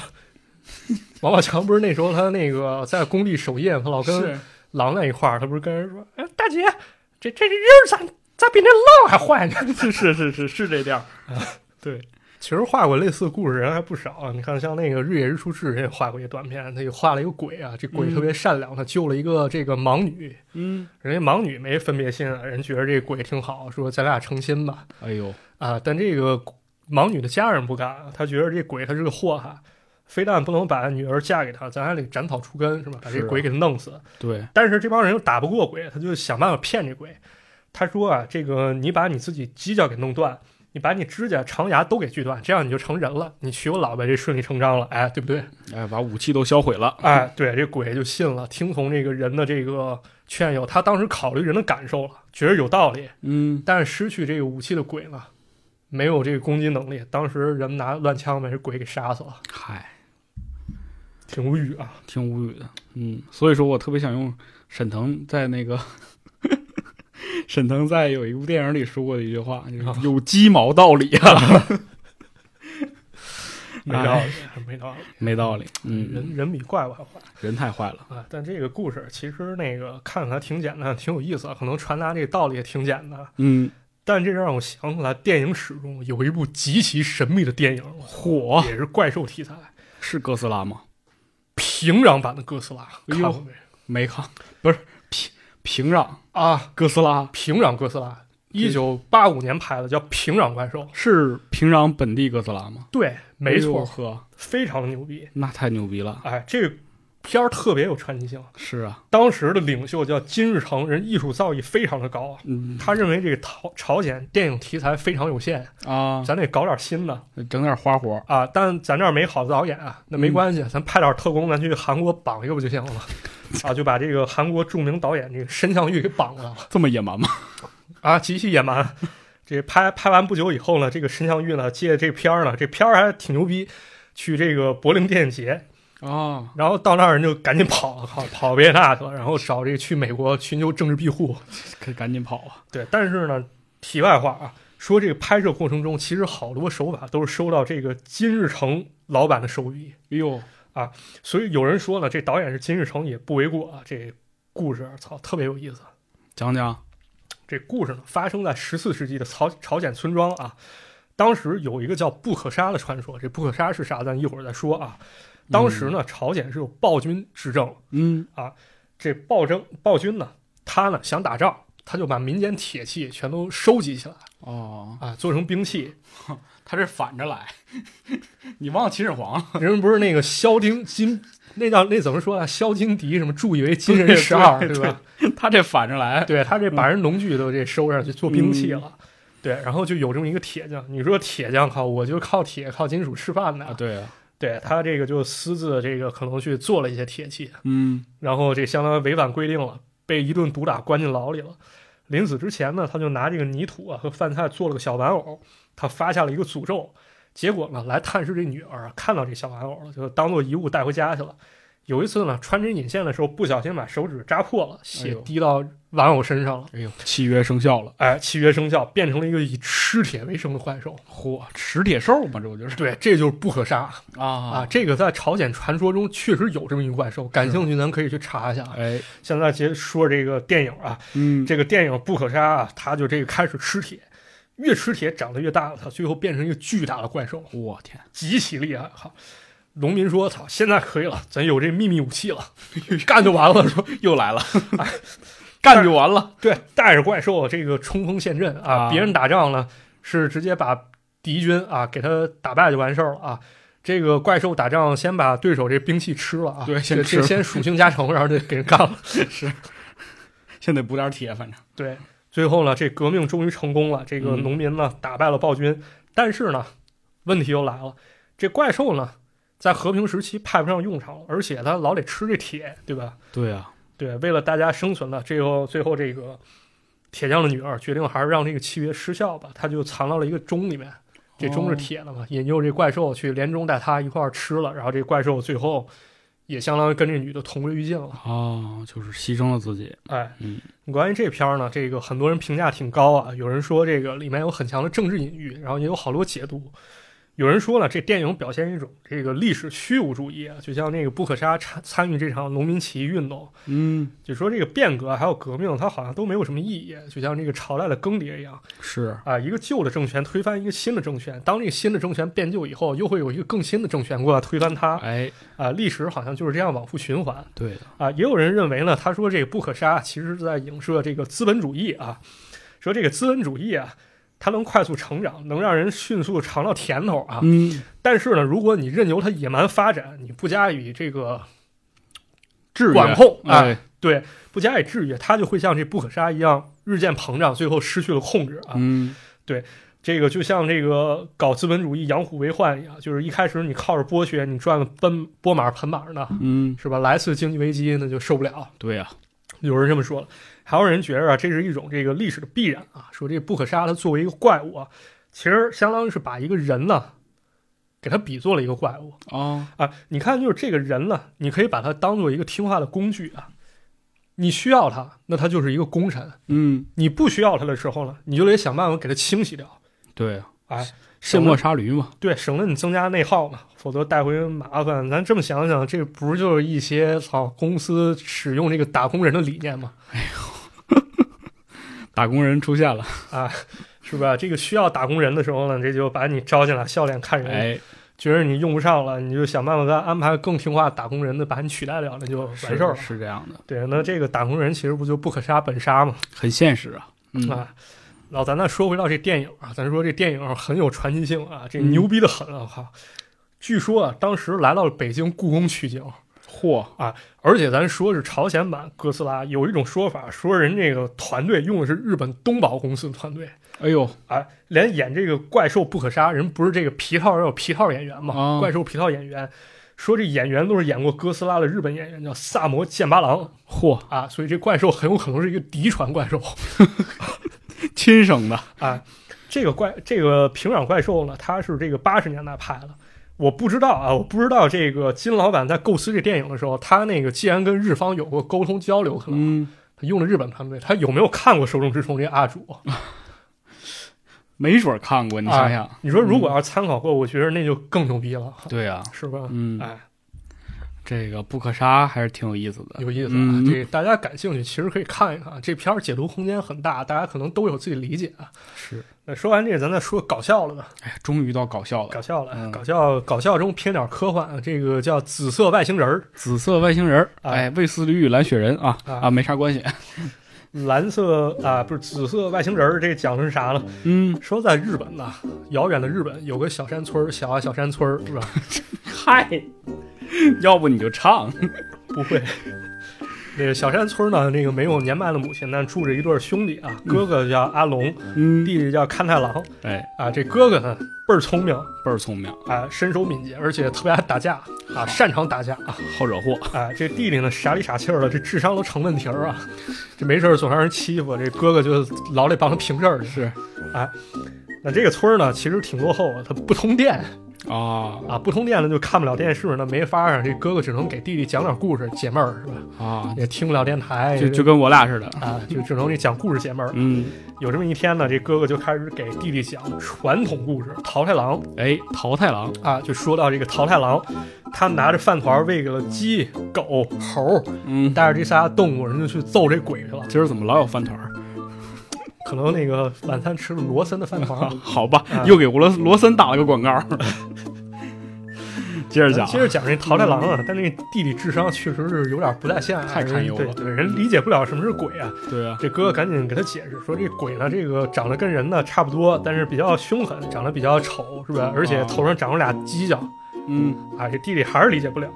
[SPEAKER 3] [laughs] 王宝强不是那时候他那个在工地守夜嘛，他老跟
[SPEAKER 4] 是
[SPEAKER 3] 狼在一块儿，他不是跟人说：“哎，大姐，这这这人咋咋比那狼还坏呢？”
[SPEAKER 4] 是 [laughs] 是是是是这调儿，
[SPEAKER 3] 对，其实画过类似故事人还不少啊。你看，像那个日野日出志人也画过一短片，他也画了一个鬼啊，这鬼
[SPEAKER 4] 嗯
[SPEAKER 3] 特别善良，他救了一个这个盲女，
[SPEAKER 4] 嗯，
[SPEAKER 3] 人家盲女没分别心啊，人觉得这鬼挺好，说咱俩成亲吧
[SPEAKER 4] 哎呦，
[SPEAKER 3] 啊。但这个盲女的家人不干，他觉得这鬼他是个祸害。非但不能把女儿嫁给他，咱还得斩草除根，是吧？把这
[SPEAKER 4] 是啊
[SPEAKER 3] 鬼给弄死。
[SPEAKER 4] 对，
[SPEAKER 3] 但是这帮人又打不过鬼，他就想办法骗这鬼。他说啊，这个你把你自己犄角给弄断，你把你指甲、长牙都给锯断，这样你就成人了，你娶我老婆这顺理成章了，哎，对不对？
[SPEAKER 4] 哎，把武器都销毁了，
[SPEAKER 3] 哎，对，这鬼就信了，听从这个人的这个劝诱，他当时考虑人的感受了，觉得有道理，
[SPEAKER 4] 嗯，
[SPEAKER 3] 但是失去这个武器的鬼呢，没有这个攻击能力，当时人拿乱枪把这鬼给杀死了，
[SPEAKER 4] 嗨，
[SPEAKER 3] 挺无语啊。
[SPEAKER 4] 挺无语的，嗯，所以说我特别想用沈腾在那个。 [laughs] 沈腾在有一部电影里说过的一句话，就是“有鸡毛道理啊
[SPEAKER 3] 没
[SPEAKER 4] 哎
[SPEAKER 3] 道理，没道理，”，
[SPEAKER 4] 没道理。嗯，
[SPEAKER 3] 人人比怪物还坏。
[SPEAKER 4] 人太坏了。
[SPEAKER 3] 啊，但这个故事其实那个看起来挺简单，挺有意思啊，可能传达这个道理也挺简单。
[SPEAKER 4] 嗯，
[SPEAKER 3] 但这让我想起来，电影史中有一部极其神秘的电影，
[SPEAKER 4] 火
[SPEAKER 3] 也是怪兽题材，
[SPEAKER 4] 是哥斯拉吗？
[SPEAKER 3] 平壤版的哥斯拉，
[SPEAKER 4] 哎
[SPEAKER 3] 看
[SPEAKER 4] 呦
[SPEAKER 3] 过没？
[SPEAKER 4] 没看，不是平平壤
[SPEAKER 3] 啊，
[SPEAKER 4] 哥斯拉
[SPEAKER 3] 平壤哥斯拉，一九八五年拍的，叫《平壤怪兽》。
[SPEAKER 4] 是平壤本地哥斯拉吗？
[SPEAKER 3] 对，
[SPEAKER 4] 哎
[SPEAKER 3] 没
[SPEAKER 4] 呦
[SPEAKER 3] 错，
[SPEAKER 4] 呵，
[SPEAKER 3] 非常牛逼。
[SPEAKER 4] 那太牛逼了。
[SPEAKER 3] 哎，这个片儿特别有传奇性。
[SPEAKER 4] 是啊，
[SPEAKER 3] 当时的领袖叫金日成，人艺术造诣非常的高啊。
[SPEAKER 4] 嗯
[SPEAKER 3] 他认为这个朝朝鲜电影题材非常有限，
[SPEAKER 4] 啊，
[SPEAKER 3] 咱得搞点新的
[SPEAKER 4] 整点花活。
[SPEAKER 3] 啊！但咱这儿没好的导演啊，那没关系，咱派点特工，咱去韩国绑一个不就行了吗？啊，就把这个韩国著名导演这个申相玉给绑过来了
[SPEAKER 4] 这么野蛮吗？
[SPEAKER 3] 啊，极其野蛮。这拍拍完不久以后呢，这个申相玉呢借这片儿呢，这片儿还挺牛逼，去这个柏林电影节，
[SPEAKER 4] [laughs] 啊，
[SPEAKER 3] 然后到那儿人就赶紧跑，跑跑维也纳去了，然后找这个去美国寻求政治庇护。
[SPEAKER 4] 赶赶紧跑啊！
[SPEAKER 3] 对，但是呢，题外话啊，说这个拍摄过程中，其实好多手法都是收到这个金日成老板的手笔，
[SPEAKER 4] 哎呦，
[SPEAKER 3] 所以有人说呢，这导演是金日成也不为过啊。这故事，操，特别有意思。
[SPEAKER 4] 讲讲，
[SPEAKER 3] 这故事呢，发生在十四世纪的朝朝鲜村庄啊。当时有一个叫不可杀的传说，这不可杀是啥，咱一会儿再说啊。当时呢，朝鲜是有暴君执政，
[SPEAKER 4] 嗯
[SPEAKER 3] 这暴政暴君呢，他呢想打仗，他就把民间铁器全都收集起来
[SPEAKER 4] 哦，
[SPEAKER 3] 啊，做成兵器，
[SPEAKER 4] 他这反着来， [laughs] 你忘了秦始皇了？
[SPEAKER 3] 人不是那个萧丁金，那叫那怎么说啊？萧金狄什么？助以为金人十二，
[SPEAKER 4] 对对
[SPEAKER 3] 吧？
[SPEAKER 4] [laughs] 他这反着来，
[SPEAKER 3] 对他这把人农具都这收上去做兵器了。
[SPEAKER 4] 嗯
[SPEAKER 3] 对，然后就有这么一个铁匠。你说铁匠靠，我就靠铁靠金属吃饭的。
[SPEAKER 4] 啊，对啊，
[SPEAKER 3] 对他这个就私自这个可能去做了一些铁器，
[SPEAKER 4] 嗯，
[SPEAKER 3] 然后这相当于违反规定了，被一顿毒打关进牢里了。临死之前呢，他就拿这个泥土啊和饭菜做了个小玩偶，他发下了一个诅咒。结果呢，来探视这女儿啊看到这小玩偶了，就当做遗物带回家去了。有一次呢，穿针引线的时候不小心把手指扎破了，
[SPEAKER 4] 哎
[SPEAKER 3] 血
[SPEAKER 4] 呦
[SPEAKER 3] 滴到玩偶身上了。
[SPEAKER 4] 哎呦，契约生效了，
[SPEAKER 3] 哎，契约生效，变成了一个以吃铁为生的怪兽。
[SPEAKER 4] 嚯，史铁兽嘛，这不就是
[SPEAKER 3] 对，这就是不可杀啊！
[SPEAKER 4] 啊？
[SPEAKER 3] 这个在朝鲜传说中确实有这么一个怪兽，感兴趣咱可以去查一下。啊。
[SPEAKER 4] 哎，
[SPEAKER 3] 现在接着说这个电影啊，
[SPEAKER 4] 嗯，
[SPEAKER 3] 这个电影《不可杀》啊，它就这个开始吃铁，越吃铁长得越大，它最后变成一个巨大的怪兽，
[SPEAKER 4] 我天，
[SPEAKER 3] 极其厉害哈。农民说：“操，现在可以了，咱有这秘密武器了， [laughs] 干就完了。” [laughs] 说
[SPEAKER 4] 又来 [laughs] 了，干就完了，
[SPEAKER 3] 对，带着怪兽这个冲锋陷阵啊，
[SPEAKER 4] 啊
[SPEAKER 3] 别人打仗呢是直接把敌军啊给他打败就完事儿了啊。这个怪兽打仗，先把对手这兵器吃了啊，
[SPEAKER 4] 对
[SPEAKER 3] 这
[SPEAKER 4] 先
[SPEAKER 3] 这
[SPEAKER 4] 吃了
[SPEAKER 3] 先属性加成，然后就给人干了。
[SPEAKER 4] 是，先得补点铁，反正，
[SPEAKER 3] 对，最后呢，这革命终于成功了，这个
[SPEAKER 4] 嗯
[SPEAKER 3] 农民呢打败了暴君，但是呢，问题又来了，这怪兽呢在和平时期派不上用场了，而且它老得吃这铁，对吧？
[SPEAKER 4] 对啊，
[SPEAKER 3] 对，为了大家生存呢，最后最后这个铁匠的女儿决定还是让这个契约失效吧，她就藏到了一个钟里面，这钟是铁的嘛，引诱这怪兽去连钟带她一块儿吃了，然后这怪兽最后也相当于跟这女的同归于尽了。
[SPEAKER 4] 哦，就是牺牲了自己，
[SPEAKER 3] 哎，
[SPEAKER 4] 嗯
[SPEAKER 3] 关于这片儿呢，这个很多人评价挺高啊，有人说这个里面有很强的政治隐喻，然后也有好多解读。有人说了，这电影表现一种这个历史虚无主义啊，就像那个布克沙参参与这场农民起义运动，
[SPEAKER 4] 嗯，
[SPEAKER 3] 就说这个变革还有革命，它好像都没有什么意义，就像这个朝代的更迭一样
[SPEAKER 4] 是，
[SPEAKER 3] 啊，一个旧的政权推翻一个新的政权，当这个新的政权变旧以后，又会有一个更新的政权过来推翻它
[SPEAKER 4] 哎，
[SPEAKER 3] 啊，历史好像就是这样往复循环
[SPEAKER 4] 对的，
[SPEAKER 3] 啊。也有人认为呢，他说这个不可杀其实是在影射这个资本主义啊，说这个资本主义啊，它能快速成长，能让人迅速尝到甜头啊，
[SPEAKER 4] 嗯，
[SPEAKER 3] 但是呢，如果你任由它野蛮发展，你不加以这个
[SPEAKER 4] 治
[SPEAKER 3] 管控啊。
[SPEAKER 4] 哎，
[SPEAKER 3] 对，不加以制约，它就会像这不可杀一样日渐膨胀，最后失去了控制啊。
[SPEAKER 4] 嗯，
[SPEAKER 3] 这个就像这个搞资本主义养虎为患一样，就是一开始你靠着剥削，你赚了奔波马盆马呢，
[SPEAKER 4] 嗯，
[SPEAKER 3] 是吧？来次经济危机那就受不了。
[SPEAKER 4] 对啊，
[SPEAKER 3] 有人这么说了，还有人觉着啊，这是一种这个历史的必然啊，说这不可杀它作为一个怪物啊，其实相当于是把一个人呢。给它比作了一个怪物
[SPEAKER 4] 哦，
[SPEAKER 3] 啊！你看，就是这个人呢，你可以把它当做一个听话的工具啊，你需要它，那它就是一个功臣；
[SPEAKER 4] 嗯，
[SPEAKER 3] 你不需要它的时候呢，你就得想办法给它清洗掉，
[SPEAKER 4] 对啊，
[SPEAKER 3] 哎，
[SPEAKER 4] 卸磨杀驴嘛，
[SPEAKER 3] 对，省得你增加内耗嘛，否则带回麻烦。咱这么想想，这不就是一些操公司使用这个打工人的理念吗？
[SPEAKER 4] 打工人出现了，
[SPEAKER 3] 是吧？这个需要打工人的时候呢，这就把你招进来，笑脸看人，
[SPEAKER 4] 哎，
[SPEAKER 3] 觉得你用不上了，你就想办法给他安排更听话的打工人的，把你取代掉，那就完
[SPEAKER 4] 是
[SPEAKER 3] 事儿了。
[SPEAKER 4] 是这样的，
[SPEAKER 3] 对，那这个打工人其实不就不可杀本杀吗？
[SPEAKER 4] 很现实啊，嗯，
[SPEAKER 3] 啊，老咱再说回到这电影啊，咱说这电影很有传奇性啊，这
[SPEAKER 4] 嗯
[SPEAKER 3] 牛逼的很啊！哈、据说啊，当时来到了北京故宫取景，
[SPEAKER 4] 嚯，
[SPEAKER 3] 而且咱说是朝鲜版哥斯拉，有一种说法说人这个团队用的是日本东宝公司的团队
[SPEAKER 4] 哎呦，
[SPEAKER 3] 啊，连演这个怪兽不可杀人不是这个皮套要有皮套演员嘛，
[SPEAKER 4] 啊
[SPEAKER 3] 怪兽皮套演员。说这演员都是演过哥斯拉的日本演员，叫萨摩剑八郎
[SPEAKER 4] 嚯，
[SPEAKER 3] 啊，所以这怪兽很有可能是一个嫡传怪兽。
[SPEAKER 4] 亲生的，
[SPEAKER 3] 啊，这个怪这个平壤怪兽呢，它是这个八十年代拍的。我不知道啊，我不知道这个金老板在构思这电影的时候，他那个既然跟日方有过沟通交流，可能
[SPEAKER 4] 嗯，
[SPEAKER 3] 他用了日本团队，他有没有看过《手冢治虫》这阿啊主？
[SPEAKER 4] 没准儿看过，你想想，
[SPEAKER 3] 你说如
[SPEAKER 4] 嗯
[SPEAKER 3] 果要参考过，我觉得那就更牛逼了，
[SPEAKER 4] 哎对啊，
[SPEAKER 3] 是吧？
[SPEAKER 4] 嗯，
[SPEAKER 3] 哎，
[SPEAKER 4] 这个不可杀还是挺有意思的，
[SPEAKER 3] 有意思啊！
[SPEAKER 4] 嗯
[SPEAKER 3] 这大家感兴趣，其实可以看一看啊，这片儿解读空间很大，大家可能都有自己理解啊。
[SPEAKER 4] 是，
[SPEAKER 3] 那说完这个，咱再说搞笑了吧。
[SPEAKER 4] 哎呀，终于到搞笑了，
[SPEAKER 3] 搞笑了，
[SPEAKER 4] 嗯
[SPEAKER 3] 搞笑搞笑中偏点科幻啊，这个叫紫色外星人儿，
[SPEAKER 4] 紫色外星人儿，
[SPEAKER 3] 啊
[SPEAKER 4] 哎，卫斯理与蓝雪人啊
[SPEAKER 3] 啊
[SPEAKER 4] 啊，没啥关
[SPEAKER 3] [laughs]
[SPEAKER 4] 系。
[SPEAKER 3] 蓝色啊不是紫色外星人儿，这个讲的是啥呢？
[SPEAKER 4] 嗯，
[SPEAKER 3] 说在日本呐，遥远的日本有个小山村儿，小啊小山村儿是吧？ [laughs]
[SPEAKER 4] 嗨，要不你就
[SPEAKER 3] [laughs]
[SPEAKER 4] 唱。
[SPEAKER 3] 不会。那个小山村儿呢，那个没有年迈的母亲，但住着一对儿兄弟啊，哥哥叫阿龙，
[SPEAKER 4] 嗯，
[SPEAKER 3] 弟弟叫勘太郎
[SPEAKER 4] 哎，
[SPEAKER 3] 啊。这哥哥呢倍儿聪明
[SPEAKER 4] 倍儿聪明，
[SPEAKER 3] 啊，身手敏捷，而且特别爱打架啊，擅长打架啊。
[SPEAKER 4] 好惹祸。
[SPEAKER 3] 哎，这弟弟呢傻里傻气儿的，这智商都成问题儿啊，这没事儿总让人欺负，这哥哥就老得帮他平事儿去。啊
[SPEAKER 4] 是
[SPEAKER 3] 那这个村儿呢，其实挺落后啊，它不通电
[SPEAKER 4] 啊
[SPEAKER 3] 啊，不通电了就看不了电视，那没法儿啊，这哥哥只能给弟弟讲点故事解闷儿，是吧？
[SPEAKER 4] 啊，
[SPEAKER 3] 也听不了电台，
[SPEAKER 4] 就就跟我俩似的。
[SPEAKER 3] 啊，就只能给讲故事解闷儿。
[SPEAKER 4] 嗯，
[SPEAKER 3] 有这么一天呢，这哥哥就开始给弟弟讲传统故事《桃太郎》
[SPEAKER 4] 哎，桃太郎，
[SPEAKER 3] 啊，就说到这个桃太郎，他拿着饭团喂给了鸡、狗、猴儿，
[SPEAKER 4] 嗯，
[SPEAKER 3] 带着这仨动物，人就去揍这鬼去了。
[SPEAKER 4] 今儿怎么老有饭团儿？
[SPEAKER 3] 可能那个晚餐吃了罗森的饭
[SPEAKER 4] [laughs]
[SPEAKER 3] 团
[SPEAKER 4] 啊
[SPEAKER 3] 儿。
[SPEAKER 4] 好吧
[SPEAKER 3] 啊，
[SPEAKER 4] 又给罗罗森打了个广告。 [laughs] 接着讲啊，
[SPEAKER 3] 接着讲这桃太郎啊，但这弟弟智商确实是有点不在线啊，
[SPEAKER 4] 太堪忧了
[SPEAKER 3] 人对对，人理解不了什么是鬼啊。
[SPEAKER 4] 对啊，
[SPEAKER 3] 这哥哥赶紧给他解释说，这鬼呢，这个长得跟人呢差不多，但是比较凶狠，长
[SPEAKER 4] 哦
[SPEAKER 3] 得比较丑，是吧？而且头上长了俩犄角
[SPEAKER 4] 嗯，
[SPEAKER 3] 啊。这弟弟还是理解不了。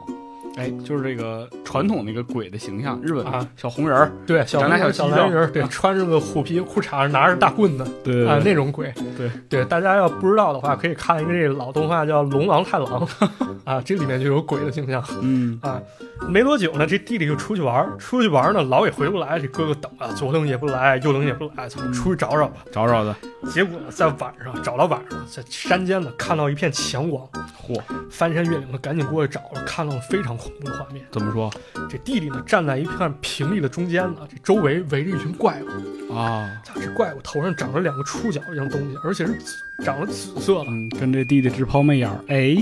[SPEAKER 4] 哎，就是这个传统那个鬼的形象，日本
[SPEAKER 3] 啊
[SPEAKER 4] 小红人儿，
[SPEAKER 3] 对，小
[SPEAKER 4] 长大
[SPEAKER 3] 红人
[SPEAKER 4] 小
[SPEAKER 3] 小
[SPEAKER 4] 鸡
[SPEAKER 3] 蓝
[SPEAKER 4] 叫
[SPEAKER 3] 人儿，对，
[SPEAKER 4] 啊
[SPEAKER 3] 穿着个虎皮裤衩，拿着大棍子
[SPEAKER 4] 对
[SPEAKER 3] 啊，那种鬼。
[SPEAKER 4] 对
[SPEAKER 3] 对，大家要不知道的话，可以看一个这老动画叫《龙王太郎》 [laughs] 啊，这里面就有鬼的形象。
[SPEAKER 4] 嗯
[SPEAKER 3] 啊，没多久呢，这弟弟就出去玩儿，出去玩儿呢，老也回不来，这哥哥等啊，左等也不来，右等也不来，操，出去找找吧。
[SPEAKER 4] 找找的，
[SPEAKER 3] 结果呢在晚上找到晚上，在山间呢看到一片强光，
[SPEAKER 4] 嚯，
[SPEAKER 3] 翻山越岭的赶紧过去找了，看到了非常恐怖的画面。
[SPEAKER 4] 怎么说
[SPEAKER 3] 这弟弟呢站在一片平地的中间呢，这周围围着一群怪物，
[SPEAKER 4] 啊？
[SPEAKER 3] 操，这怪物头上长着两个触角一样东西，而且是紫长了紫色的。
[SPEAKER 4] 嗯，跟这弟弟直抛媚 [laughs] 眼儿，哎，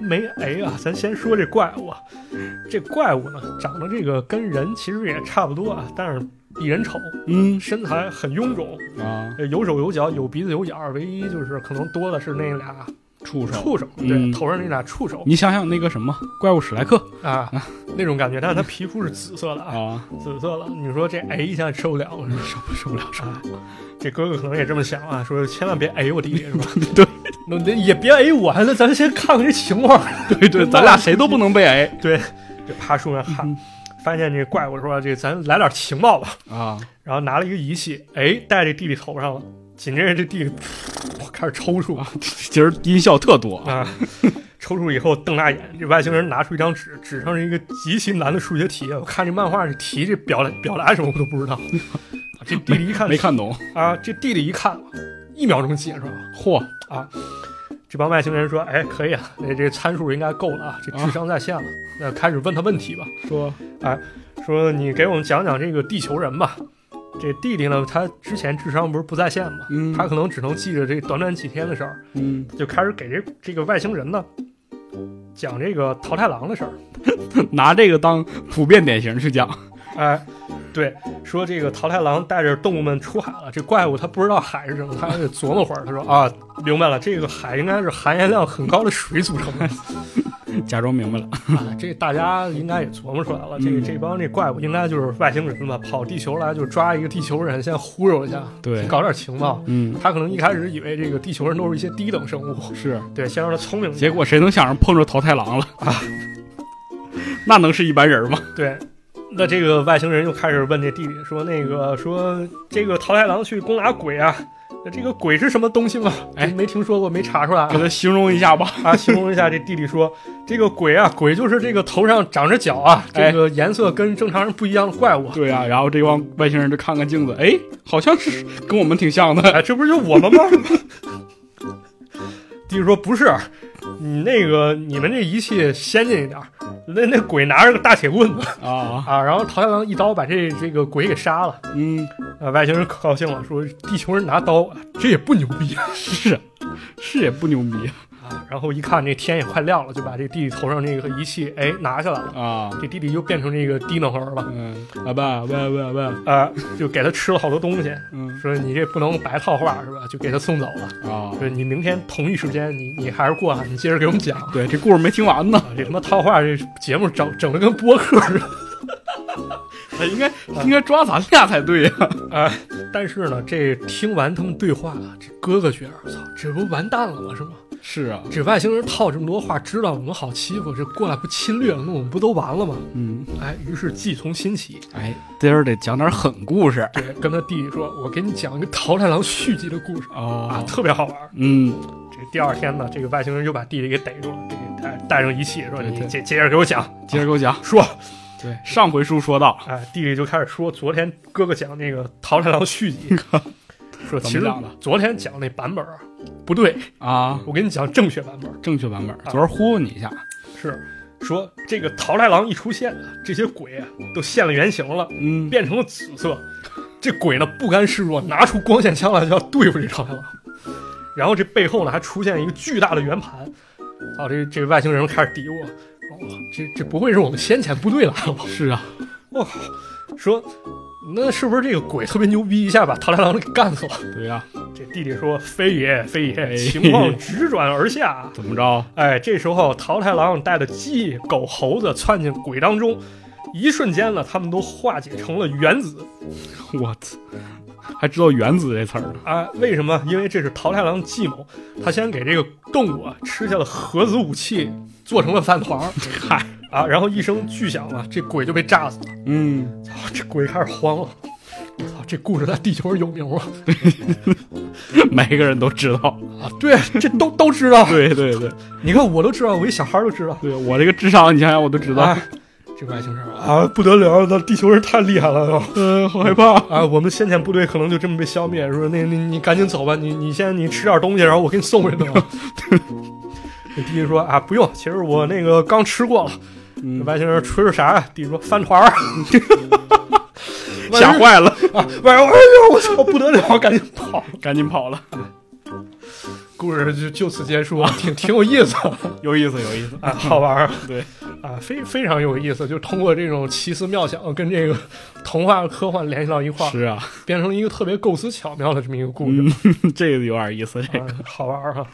[SPEAKER 3] 没哎啊，咱先说这怪物啊，这怪物呢长得这个跟人其实也差不多啊，但是比人丑，
[SPEAKER 4] 嗯
[SPEAKER 3] 身材很臃肿，
[SPEAKER 4] 啊，
[SPEAKER 3] 呃有手有脚，有鼻子有眼儿，唯一就是可能多的是那俩
[SPEAKER 4] 畜生。
[SPEAKER 3] 触手，对，
[SPEAKER 4] 嗯
[SPEAKER 3] 头上那俩触手
[SPEAKER 4] 你想想那个什么怪物史莱克
[SPEAKER 3] 啊，那种感觉，但是它皮肤是紫色的啊，
[SPEAKER 4] 啊，
[SPEAKER 3] 紫色的，你说这哎一下受不了了是吧？
[SPEAKER 4] 受不受不了，受不了，
[SPEAKER 3] 这哥哥可能也这么想啊，说千万别哎我弟弟是吧？
[SPEAKER 4] [laughs] 对，
[SPEAKER 3] 那那也别哎我，那咱先看看这情况。
[SPEAKER 4] 对 [laughs] 对，咱俩谁都不能被挨
[SPEAKER 3] 对，这爬树上喊，发现这怪物说这咱来点情报吧，
[SPEAKER 4] 啊，
[SPEAKER 3] 然后拿了一个仪器，哎，戴这弟弟头上了，紧接着这弟弟噗开始抽搐
[SPEAKER 4] 啊今儿音效特多 [laughs] 啊，
[SPEAKER 3] 啊，抽搐以后瞪大眼，这外星人拿出一张纸，纸上是一个极其难的数学题，我看这漫画这题这表达表达什么我都不知道，啊这弟弟一看
[SPEAKER 4] 没看懂，
[SPEAKER 3] 啊，这弟弟一看一秒钟解出来了。
[SPEAKER 4] 嚯，
[SPEAKER 3] 这帮外星人说：“哎，可以啊，那这参数应该够了啊，这智商在线了。那开始问他问题吧，哎
[SPEAKER 4] 说
[SPEAKER 3] 说你给我们讲讲这个地球人吧。这弟弟呢，他之前智商不是不在线嘛，
[SPEAKER 4] 嗯
[SPEAKER 3] 他可能只能记着这短短几天的事儿，
[SPEAKER 4] 嗯，
[SPEAKER 3] 就开始给这这个外星人呢讲这个桃太郎的事儿。
[SPEAKER 4] 拿这个当普遍典型去讲，
[SPEAKER 3] 哎，对，说这个桃太郎带着动物们出海了，这怪物他不知道海是什么，他还得琢磨会儿。他说啊，明白了，这个海应该是含盐量很高的水组成的。
[SPEAKER 4] [laughs] 假装明白了，
[SPEAKER 3] 啊，这大家应该也琢磨出来了，这个
[SPEAKER 4] 嗯
[SPEAKER 3] 这帮这怪物应该就是外星人吧，跑地球来就抓一个地球人，先忽悠一下，
[SPEAKER 4] 对
[SPEAKER 3] 搞点情报。
[SPEAKER 4] 嗯，
[SPEAKER 3] 他可能一开始以为这个地球人都是一些低等生物，
[SPEAKER 4] 是，
[SPEAKER 3] 对，先让他聪明一点。
[SPEAKER 4] 结果谁能想着碰着桃太郎了 [laughs] 啊？那能是一般人吗？
[SPEAKER 3] 对，那这个外星人又开始问这弟弟说：“那个说这个桃太郎去攻打鬼啊，那这个鬼是什么东西吗？
[SPEAKER 4] 哎
[SPEAKER 3] 哎，没听说过，没查出来啊
[SPEAKER 4] 给。”他形容一下 [laughs] 吧。
[SPEAKER 3] 啊，形容一下这弟弟说：“这个鬼啊，鬼就是这个头上长着角啊，
[SPEAKER 4] 哎
[SPEAKER 3] 这个颜色跟正常人不一样的怪物啊。
[SPEAKER 4] 对啊，然后这帮外星人就看看镜子，哎，好像是跟我们挺像 [laughs] 的。
[SPEAKER 3] 哎，这不是就我们吗？弟弟说不是，你那个你们这仪器先进一点儿，那那鬼拿着个大铁棍子
[SPEAKER 4] 啊，
[SPEAKER 3] 啊，然后桃太郎一刀把这这个鬼给杀了。
[SPEAKER 4] 嗯，
[SPEAKER 3] 啊，外星人可高兴了，说地球人拿刀，这也不牛逼啊。
[SPEAKER 4] 是，是也不牛逼
[SPEAKER 3] 然后一看这天也快亮了，就把这弟弟头上那个仪器哎拿下来了。
[SPEAKER 4] 啊。
[SPEAKER 3] 这弟弟又变成这个低能儿了，
[SPEAKER 4] 嗯，阿爸，喂喂喂，
[SPEAKER 3] 啊、就给他吃了好多东西，
[SPEAKER 4] 嗯
[SPEAKER 3] 说你这不能白套话是吧？就给他送走了。
[SPEAKER 4] 啊，
[SPEAKER 3] 说你明天同一时间，你你还是过来，啊你接着给我们讲。
[SPEAKER 4] 对，这故事没听完呢，
[SPEAKER 3] 啊这他妈套话这节目整整的跟播客似
[SPEAKER 4] [laughs]
[SPEAKER 3] 的哎
[SPEAKER 4] 应该应该抓咱俩才对呀。
[SPEAKER 3] 啊！但是呢，这听完他们对话，啊这哥哥觉得，操，这不完蛋了吗？是吗？
[SPEAKER 4] 是啊，
[SPEAKER 3] 这外星人套这么多话，知道我们好欺负，这过来不侵略，那我们不都完了吗？
[SPEAKER 4] 嗯，
[SPEAKER 3] 哎，于是计从心起，
[SPEAKER 4] 哎，今儿得讲点狠故事
[SPEAKER 3] 对，跟他弟弟说，我给你讲一个桃太郎续集的故事啊，
[SPEAKER 4] 哦。
[SPEAKER 3] 特别好玩。
[SPEAKER 4] 嗯，
[SPEAKER 3] 这第二天呢，这个外星人又把弟弟给逮住了，给带带上仪器，说
[SPEAKER 4] 对
[SPEAKER 3] 你
[SPEAKER 4] 对
[SPEAKER 3] 接接着给我讲
[SPEAKER 4] 接着给我讲。
[SPEAKER 3] 说。
[SPEAKER 4] 对，上回书说到
[SPEAKER 3] 哎，弟弟就开始说昨天哥哥讲那个《桃太郎》
[SPEAKER 4] [laughs]
[SPEAKER 3] 续集，
[SPEAKER 4] 怎
[SPEAKER 3] 说其
[SPEAKER 4] 么
[SPEAKER 3] 实
[SPEAKER 4] 讲的
[SPEAKER 3] 昨天讲那版本啊不对，
[SPEAKER 4] 啊，
[SPEAKER 3] 我给你讲正确版本
[SPEAKER 4] 正确版本，昨儿忽悠你一下。
[SPEAKER 3] 是说这个桃太郎一出现，这些鬼啊都现了原形了，
[SPEAKER 4] 嗯，
[SPEAKER 3] 变成了紫色。这鬼呢不甘示弱，拿出光线枪来就要对付这桃太郎。然后这背后呢还出现一个巨大的圆盘，啊，这这外星人开始嘀咕，哦，这这不会是我们先遣部队来了吧？
[SPEAKER 4] 是啊，
[SPEAKER 3] 我靠，说那是不是这个鬼特别牛逼，一下把桃太郎给干死了？
[SPEAKER 4] 对啊呀，
[SPEAKER 3] 这弟弟说：“非也，非
[SPEAKER 4] 哎
[SPEAKER 3] 也，情况直转而下。
[SPEAKER 4] 怎么着？” [laughs]
[SPEAKER 3] 哎，这时候桃太郎带着鸡、狗、猴子窜进鬼当中，一瞬间呢，他们都化解成了原子
[SPEAKER 4] 我操，还知道“原子”这词儿呢？
[SPEAKER 3] 啊！为什么？因为这是桃太郎计谋， [laughs] 他先给这个动物啊吃下了核子武器，做成了饭团儿。
[SPEAKER 4] 嗨，
[SPEAKER 3] 啊，然后一声巨响嘛，这鬼就被炸死了。
[SPEAKER 4] 嗯，
[SPEAKER 3] 操，这鬼开始慌了。我操，这故事在地球上有名吗？
[SPEAKER 4] [laughs] 每个人都知道。
[SPEAKER 3] 啊，对，这都都知道。
[SPEAKER 4] 对对对
[SPEAKER 3] 你看我都知道，我一小孩儿都知道。
[SPEAKER 4] 对，我这个智商，你想想我都知道
[SPEAKER 3] 啊。， [laughs] 这外星人啊，不得了！那地球人太厉害了
[SPEAKER 4] 嗯，好害怕。
[SPEAKER 3] 啊！我们先遣部队可能就这么被消灭，说那那你赶紧走吧，你你先你吃点东西，然后我给你送回去吧。 [laughs] 那地球说啊，不用，其实我那个刚吃过了。
[SPEAKER 4] 嗯
[SPEAKER 3] 外星人吹吹啥呀？地球说翻船 [laughs] 儿，
[SPEAKER 4] 吓坏了，
[SPEAKER 3] 外星人哎呦我操不得了，赶紧跑！
[SPEAKER 4] 赶紧跑了。
[SPEAKER 3] 故事就就此结束，啊挺挺有意思
[SPEAKER 4] 有意思，有意思。
[SPEAKER 3] 啊，好玩儿。
[SPEAKER 4] 对
[SPEAKER 3] 啊，非非常有意思，就通过这种奇思妙想跟这个童话科幻联系到一块儿，
[SPEAKER 4] 是啊，
[SPEAKER 3] 变成一个特别构思巧妙的这么一个故事，
[SPEAKER 4] 嗯， [laughs] 这个有点意思。这个，
[SPEAKER 3] 啊、好玩儿哈、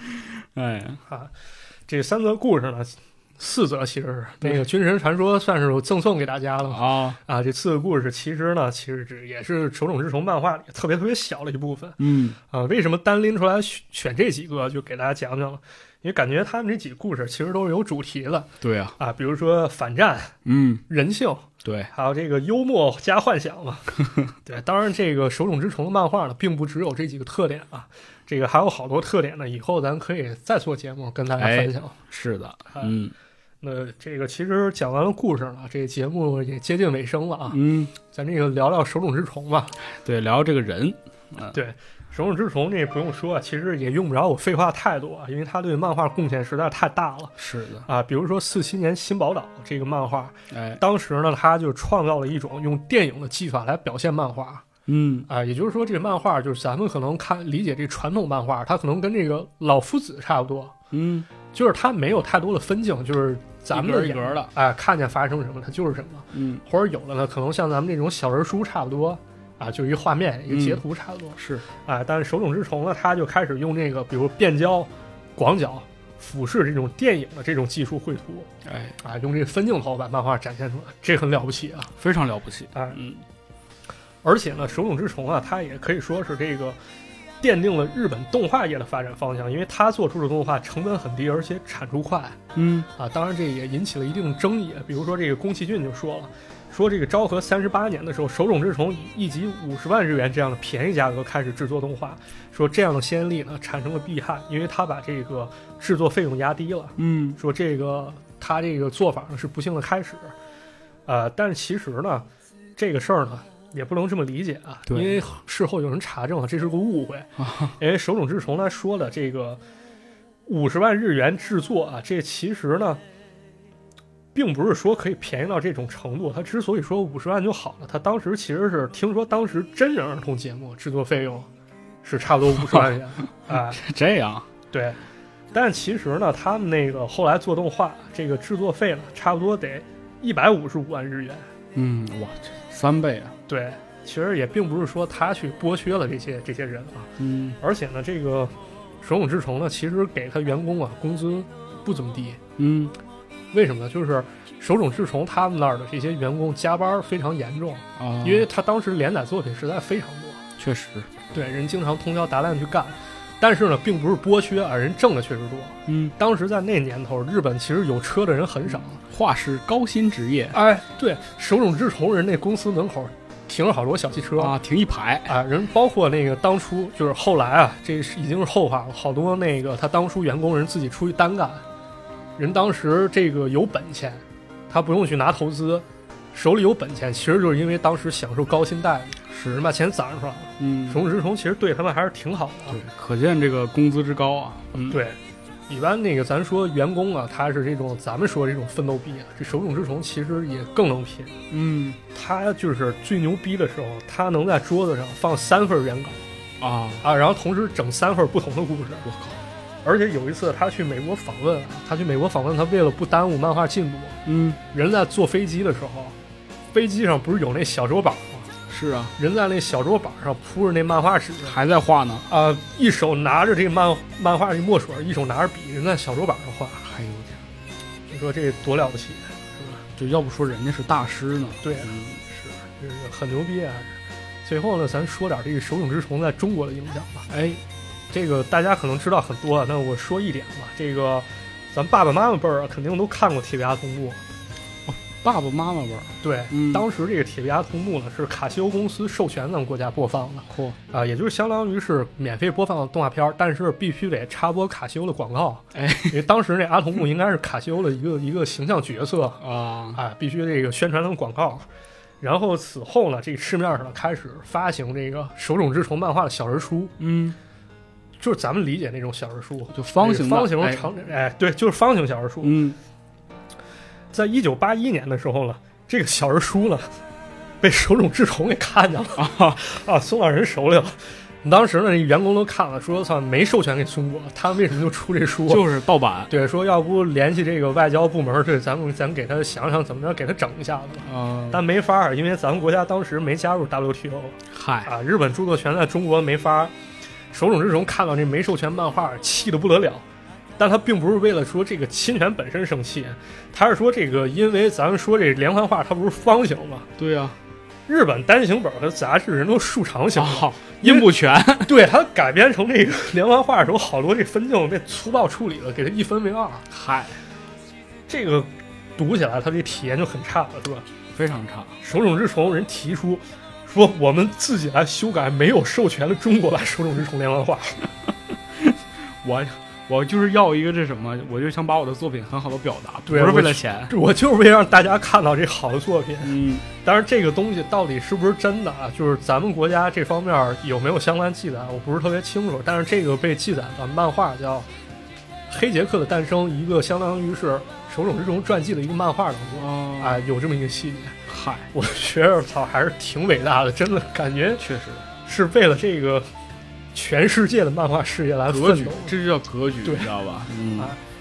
[SPEAKER 4] 哎，
[SPEAKER 3] 啊！这三则故事呢，四则其实是那个军神传说算是我赠送给大家了嘛
[SPEAKER 4] 啊，
[SPEAKER 3] 啊。这四个故事其实呢，其实只也是手冢治虫漫画里特别特别小的一部分
[SPEAKER 4] 嗯
[SPEAKER 3] 啊。为什么单拎出来选选这几个，就给大家讲讲了？因为感觉他们这几个故事其实都是有主题的
[SPEAKER 4] 对啊，
[SPEAKER 3] 啊，比如说反战、
[SPEAKER 4] 嗯，
[SPEAKER 3] 人性，
[SPEAKER 4] 对，
[SPEAKER 3] 还有这个幽默加幻想嘛。对，当然这个手冢治虫的漫画呢，并不只有这几个特点啊，这个还有好多特点呢。以后咱可以再做节目跟大家分享。
[SPEAKER 4] 是的，嗯
[SPEAKER 3] 那这个其实讲完了故事了，这节目也接近尾声了啊。
[SPEAKER 4] 嗯，
[SPEAKER 3] 咱这个聊聊手冢治虫吧。
[SPEAKER 4] 对，聊这个人，
[SPEAKER 3] 手冢治虫这不用说，其实也用不着我废话太多啊，因为他对漫画贡献实在太大了。
[SPEAKER 4] 是的，
[SPEAKER 3] 啊，比如说四七年《新宝岛》这个漫画，
[SPEAKER 4] 哎，
[SPEAKER 3] 当时呢，他就创造了一种用电影的技法来表现漫画，
[SPEAKER 4] 嗯，
[SPEAKER 3] 啊，也就是说，这个漫画就是咱们可能看理解这传统漫画，它可能跟这个老夫子差不多，
[SPEAKER 4] 嗯，
[SPEAKER 3] 就是它没有太多的分镜，就是咱们的
[SPEAKER 4] 一
[SPEAKER 3] 眼
[SPEAKER 4] 格儿的，
[SPEAKER 3] 哎、看见发生什么它就是什么，
[SPEAKER 4] 嗯，
[SPEAKER 3] 或者有的呢，可能像咱们这种小人书差不多，啊，就一个画面一个截图差不多，
[SPEAKER 4] 是，
[SPEAKER 3] 啊，但是手冢治虫呢，他就开始用这个，比如变焦、广角、俯视这种电影的这种技术绘图，
[SPEAKER 4] 哎，
[SPEAKER 3] 啊，用这个分镜头把漫画展现出来，这很了不起啊，
[SPEAKER 4] 非常了不起，
[SPEAKER 3] 哎
[SPEAKER 4] 嗯，
[SPEAKER 3] 而且呢，手冢治虫啊，他也可以说是这个奠定了日本动画业的发展方向，因为他做出的动画成本很低，而且产出快
[SPEAKER 4] 嗯，
[SPEAKER 3] 啊。当然，这也引起了一定争议。比如说，这个宫崎骏就说了，说这个昭和三十八年的时候，手冢治虫以一集五十万日元这样的便宜价格开始制作动画，说这样的先例呢产生了弊害，因为他把这个制作费用压低了。
[SPEAKER 4] 嗯，
[SPEAKER 3] 说这个他这个做法呢是不幸的开始，呃，但是其实呢，这个事儿呢也不能这么理解啊，因
[SPEAKER 4] 对
[SPEAKER 3] 为事后有人查证了这是个误会，因为手冢治虫他说的这个五十万日元制作啊，这其实呢。并不是说可以便宜到这种程度，他之所以说五十万就好了，他当时其实是听说当时真人儿童节目制作费用是差不多五十万元啊，
[SPEAKER 4] [laughs] 这样，
[SPEAKER 3] 对，但其实呢，他们那个后来做动画，这个制作费呢，差不多得一百五十五万日元。
[SPEAKER 4] 嗯，哇，这三倍啊，
[SPEAKER 3] 对，其实也并不是说他去剥削了这些这些人啊，
[SPEAKER 4] 嗯
[SPEAKER 3] 而且呢，这个手冢治虫呢，其实给他员工啊工资不怎么低。
[SPEAKER 4] 嗯，
[SPEAKER 3] 为什么呢？就是手冢治虫他们那儿的这些员工加班非常严重，
[SPEAKER 4] 啊，
[SPEAKER 3] 因为他当时连载作品实在非常多，
[SPEAKER 4] 确实，
[SPEAKER 3] 对人经常通宵达旦去干。但是呢，并不是剥削啊，人挣的确实多。
[SPEAKER 4] 嗯，
[SPEAKER 3] 当时在那年头，日本其实有车的人很
[SPEAKER 4] 啊
[SPEAKER 3] 少，
[SPEAKER 4] 画师高薪职业
[SPEAKER 3] 哎，对，手冢治虫人那公司门口停了好多小汽车
[SPEAKER 4] 啊，停一排，
[SPEAKER 3] 啊人包括那个当初就是后来啊，这是已经是后话了，好多那个他当初员工人自己出去单干，人当时这个有本钱，他不用去拿投资，手里有本钱，其实就是因为当时享受高薪待遇，
[SPEAKER 4] 是
[SPEAKER 3] 人把钱攒出来了。
[SPEAKER 4] 嗯
[SPEAKER 3] 手冢治虫其实对他们还是挺好的啊
[SPEAKER 4] 对，，可见这个工资之高啊。嗯，，
[SPEAKER 3] 对。一般那个咱说员工啊，他是这种咱们说这种奋斗币啊，这手冢治虫其实也更能拼，
[SPEAKER 4] 嗯
[SPEAKER 3] 他就是最牛逼的时候，他能在桌子上放三份原稿
[SPEAKER 4] 啊，
[SPEAKER 3] 啊，然后同时整三份不同的故事。
[SPEAKER 4] 我靠，
[SPEAKER 3] 而且有一次他去美国访问啊，他去美国访问，他为了不耽误漫画进度，
[SPEAKER 4] 嗯，
[SPEAKER 3] 人在坐飞机的时候，飞机上不是有那小桌板吗？
[SPEAKER 4] 是啊，
[SPEAKER 3] 人在那小桌板上铺着那漫画纸
[SPEAKER 4] 还在画呢。
[SPEAKER 3] 啊，一手拿着这个漫漫画这墨水，一手拿着笔，人在小桌板上画。
[SPEAKER 4] 哎呦我天，
[SPEAKER 3] 你说这多了不起？啊
[SPEAKER 4] 就要不说人家是大师呢。
[SPEAKER 3] 对啊
[SPEAKER 4] 嗯，
[SPEAKER 3] 是，这个很牛逼啊！最后呢，咱说点这个手冢治虫在中国的影响吧。
[SPEAKER 4] 哎，
[SPEAKER 3] 这个大家可能知道很多，啊那我说一点吧。这个咱爸爸妈妈辈儿啊肯定都看过《铁臂阿童木》，
[SPEAKER 4] 爸爸妈妈玩儿。
[SPEAKER 3] 对，
[SPEAKER 4] 嗯
[SPEAKER 3] 当时这个《铁臂阿童木》呢是卡西欧公司授权咱们国家播放的
[SPEAKER 4] 嚯，
[SPEAKER 3] 啊、也就是相当于是免费播放的动画片儿，但是必须得插播卡西欧的广告。
[SPEAKER 4] 哎，
[SPEAKER 3] 因为当时那阿童木应该是卡西欧的一个一个形象角色啊、
[SPEAKER 4] 啊，
[SPEAKER 3] 必须这个宣传他们广告。然后此后呢，这个市面上呢开始发行这个手冢治虫漫画的小人书，
[SPEAKER 4] 嗯，
[SPEAKER 3] 就是咱们理解那种小人书，
[SPEAKER 4] 就方形的
[SPEAKER 3] 方形
[SPEAKER 4] 哎
[SPEAKER 3] 长，哎，对，就是方形小人书。
[SPEAKER 4] 嗯，
[SPEAKER 3] 在一九八一年的时候呢，这个小人书呢 [laughs] 被手冢治虫给看见了 [laughs] 啊送到人手里了。当时呢，那员工都看了，说：“操，没授权给中国，他们为什么就出这书啊？”
[SPEAKER 4] 就是盗版
[SPEAKER 3] 对，说要不联系这个外交部门，这咱们咱们给他想想怎么着，给他整一下子吧。
[SPEAKER 4] 啊，
[SPEAKER 3] 但没法儿，因为咱们国家当时没加入 WTO
[SPEAKER 4] 嗨，
[SPEAKER 3] 啊，日本著作权在中国没法儿。手冢治虫看到这没授权漫画，气得不得了。但他并不是为了说这个侵权本身生气，他是说这个，因为咱们说这连环画它不是方形吗？
[SPEAKER 4] 对啊，
[SPEAKER 3] 日本单行本和杂志人都竖长形，
[SPEAKER 4] 啊， [laughs] 音不全，
[SPEAKER 3] 对它改编成这个连环画的时候，好多这分镜被粗暴处理了，给它一分为二。
[SPEAKER 4] [laughs] 嗨，
[SPEAKER 3] 这个读起来它这体验就很差了，是吧？
[SPEAKER 4] 非常差，
[SPEAKER 3] 手冢治虫人提出说，我们自己来修改没有授权的中国版手冢治虫连环画。
[SPEAKER 4] 我我就是要一个这什么，我就想把我的作品很好的表达，不
[SPEAKER 3] 对
[SPEAKER 4] 是
[SPEAKER 3] 我
[SPEAKER 4] 为了钱，
[SPEAKER 3] [laughs] 我就是为了让大家看到这好的作品。
[SPEAKER 4] 嗯，
[SPEAKER 3] 当然，这个东西到底是不是真的啊？就是咱们国家这方面有没有相关记载，啊我不是特别清楚。但是这个被记载的漫画叫《黑杰克的诞生》，一个相当于是手冢治虫传记的一个漫画当中
[SPEAKER 4] 啊，
[SPEAKER 3] 啊，有这么一个系列。
[SPEAKER 4] 嗨，
[SPEAKER 3] 我觉着操，还是挺伟大的，真的感觉
[SPEAKER 4] 确实
[SPEAKER 3] 是为了这个全世界的漫画事业来
[SPEAKER 4] 格
[SPEAKER 3] 奋
[SPEAKER 4] 局
[SPEAKER 3] 斗。，
[SPEAKER 4] 这就叫格局，
[SPEAKER 3] 对
[SPEAKER 4] 你知道吧？
[SPEAKER 3] 啊
[SPEAKER 4] 嗯，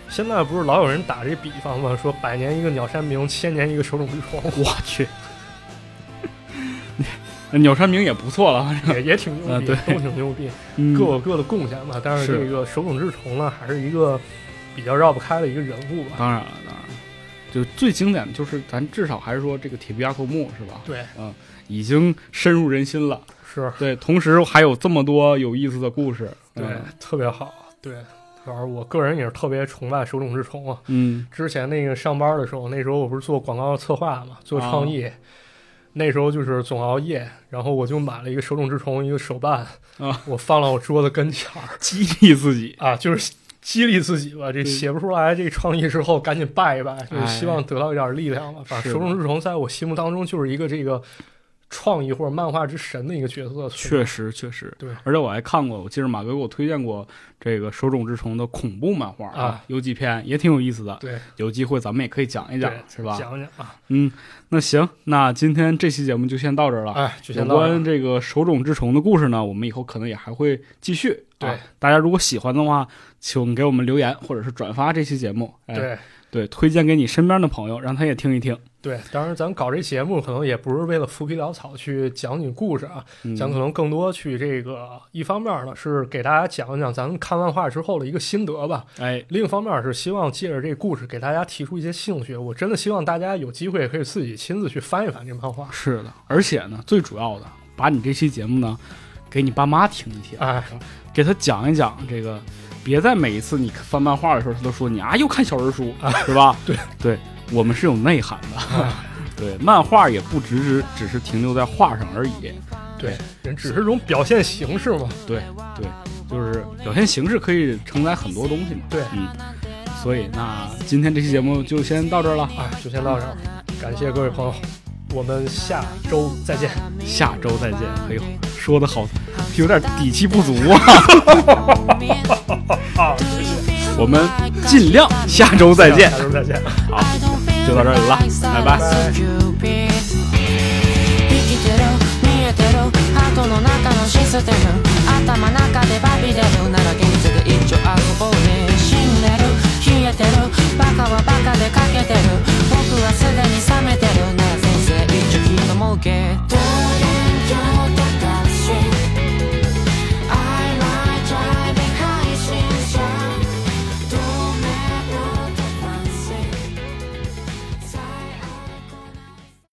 [SPEAKER 3] 现在不是老有人打这比方吗？说百年一个鸟山明，千年一个手冢治虫。
[SPEAKER 4] 我去，呃鸟山明也不错了，反正
[SPEAKER 3] [laughs] 也也挺牛逼，
[SPEAKER 4] 啊对
[SPEAKER 3] 都挺牛逼，
[SPEAKER 4] 嗯
[SPEAKER 3] 各有各的贡献吧。但是
[SPEAKER 4] 是
[SPEAKER 3] 这个手冢治虫呢，还是一个比较绕不开的一个人物吧。
[SPEAKER 4] 当然了，当然了，就最经典的就是咱至少还是说这个铁臂阿童木是吧？
[SPEAKER 3] 对，
[SPEAKER 4] 已经深入人心了。
[SPEAKER 3] 是，
[SPEAKER 4] 对，同时还有这么多有意思的故事。
[SPEAKER 3] 对，
[SPEAKER 4] 嗯
[SPEAKER 3] 特别好。对，反正我个人也是特别崇拜手冢治虫啊。
[SPEAKER 4] 嗯，
[SPEAKER 3] 之前那个上班的时候，那时候我不是做广告策划嘛，做
[SPEAKER 4] 啊
[SPEAKER 3] 创意。那时候就是总熬夜，然后我就买了一个手冢治虫一个手办，
[SPEAKER 4] 啊，
[SPEAKER 3] 我放到我桌子跟前儿
[SPEAKER 4] 激励自己。
[SPEAKER 3] 啊，就是激励自己吧。
[SPEAKER 4] 对
[SPEAKER 3] 这
[SPEAKER 4] 哎
[SPEAKER 3] 写不出来这创意之后，赶紧拜一拜，就是希望得到一点力量吧。反正
[SPEAKER 4] 是
[SPEAKER 3] 手冢治虫在我心目当中就是一个这个创意或者漫画之神的一个角色。
[SPEAKER 4] 确实，确实，
[SPEAKER 3] 对
[SPEAKER 4] 而且我还看过，我记得马哥给我推荐过这个《手冢治虫》的恐怖漫画
[SPEAKER 3] 啊，
[SPEAKER 4] 有几篇也挺有意思的。
[SPEAKER 3] 对，
[SPEAKER 4] 有机会咱们也可以讲一讲
[SPEAKER 3] 对，
[SPEAKER 4] 是吧？
[SPEAKER 3] 讲讲啊，
[SPEAKER 4] 嗯，那行，那今天这期节目就先到这儿了。
[SPEAKER 3] 哎，就
[SPEAKER 4] 啊有
[SPEAKER 3] 先到这
[SPEAKER 4] 关
[SPEAKER 3] 儿。
[SPEAKER 4] 这个手冢治虫的故事呢，我们以后可能也还会继续。啊
[SPEAKER 3] 对，
[SPEAKER 4] 大家如果喜欢的话，请给我们留言或者是转发这期节目。哎、
[SPEAKER 3] 对
[SPEAKER 4] 对，推荐给你身边的朋友，让他也听一听。
[SPEAKER 3] 对，当然咱搞这节目可能也不是为了浮皮潦草去讲你故事啊，
[SPEAKER 4] 嗯、
[SPEAKER 3] 咱可能更多去这个一方面呢是给大家讲一讲咱们看漫画之后的一个心得吧，
[SPEAKER 4] 哎，
[SPEAKER 3] 另一方面是希望借着这故事给大家提出一些兴趣。我真的希望大家有机会可以自己亲自去翻一翻这漫画。
[SPEAKER 4] 是的，而且呢，最主要的，把你这期节目呢，给你爸妈听一听，
[SPEAKER 3] 哎，
[SPEAKER 4] 给他讲一讲这个，别在每一次你翻漫画的时候，他都说你啊又看小人书，是吧？
[SPEAKER 3] 对啊
[SPEAKER 4] 对，我们是有内涵的。 [laughs] 对，漫画也不只是只是停留在画上而已。
[SPEAKER 3] 对，人只是一种表现形式嘛。
[SPEAKER 4] 对对，就是表现形式可以承载很多东西嘛。
[SPEAKER 3] 对
[SPEAKER 4] 嗯，所以那今天这期节目就先到这儿了，
[SPEAKER 3] 哎，就先到这儿，感谢各位朋友，我们下周再见。
[SPEAKER 4] 下周再见。哎呦，说的好，有点底气不足啊。 [laughs] 我们尽量下周再见
[SPEAKER 3] 下。周再见。
[SPEAKER 4] 好，
[SPEAKER 2] 就到这里了，拜拜。生きてる見えてるハートの中のシステム頭中でバビれるなら現実で一丁遊ぼうよ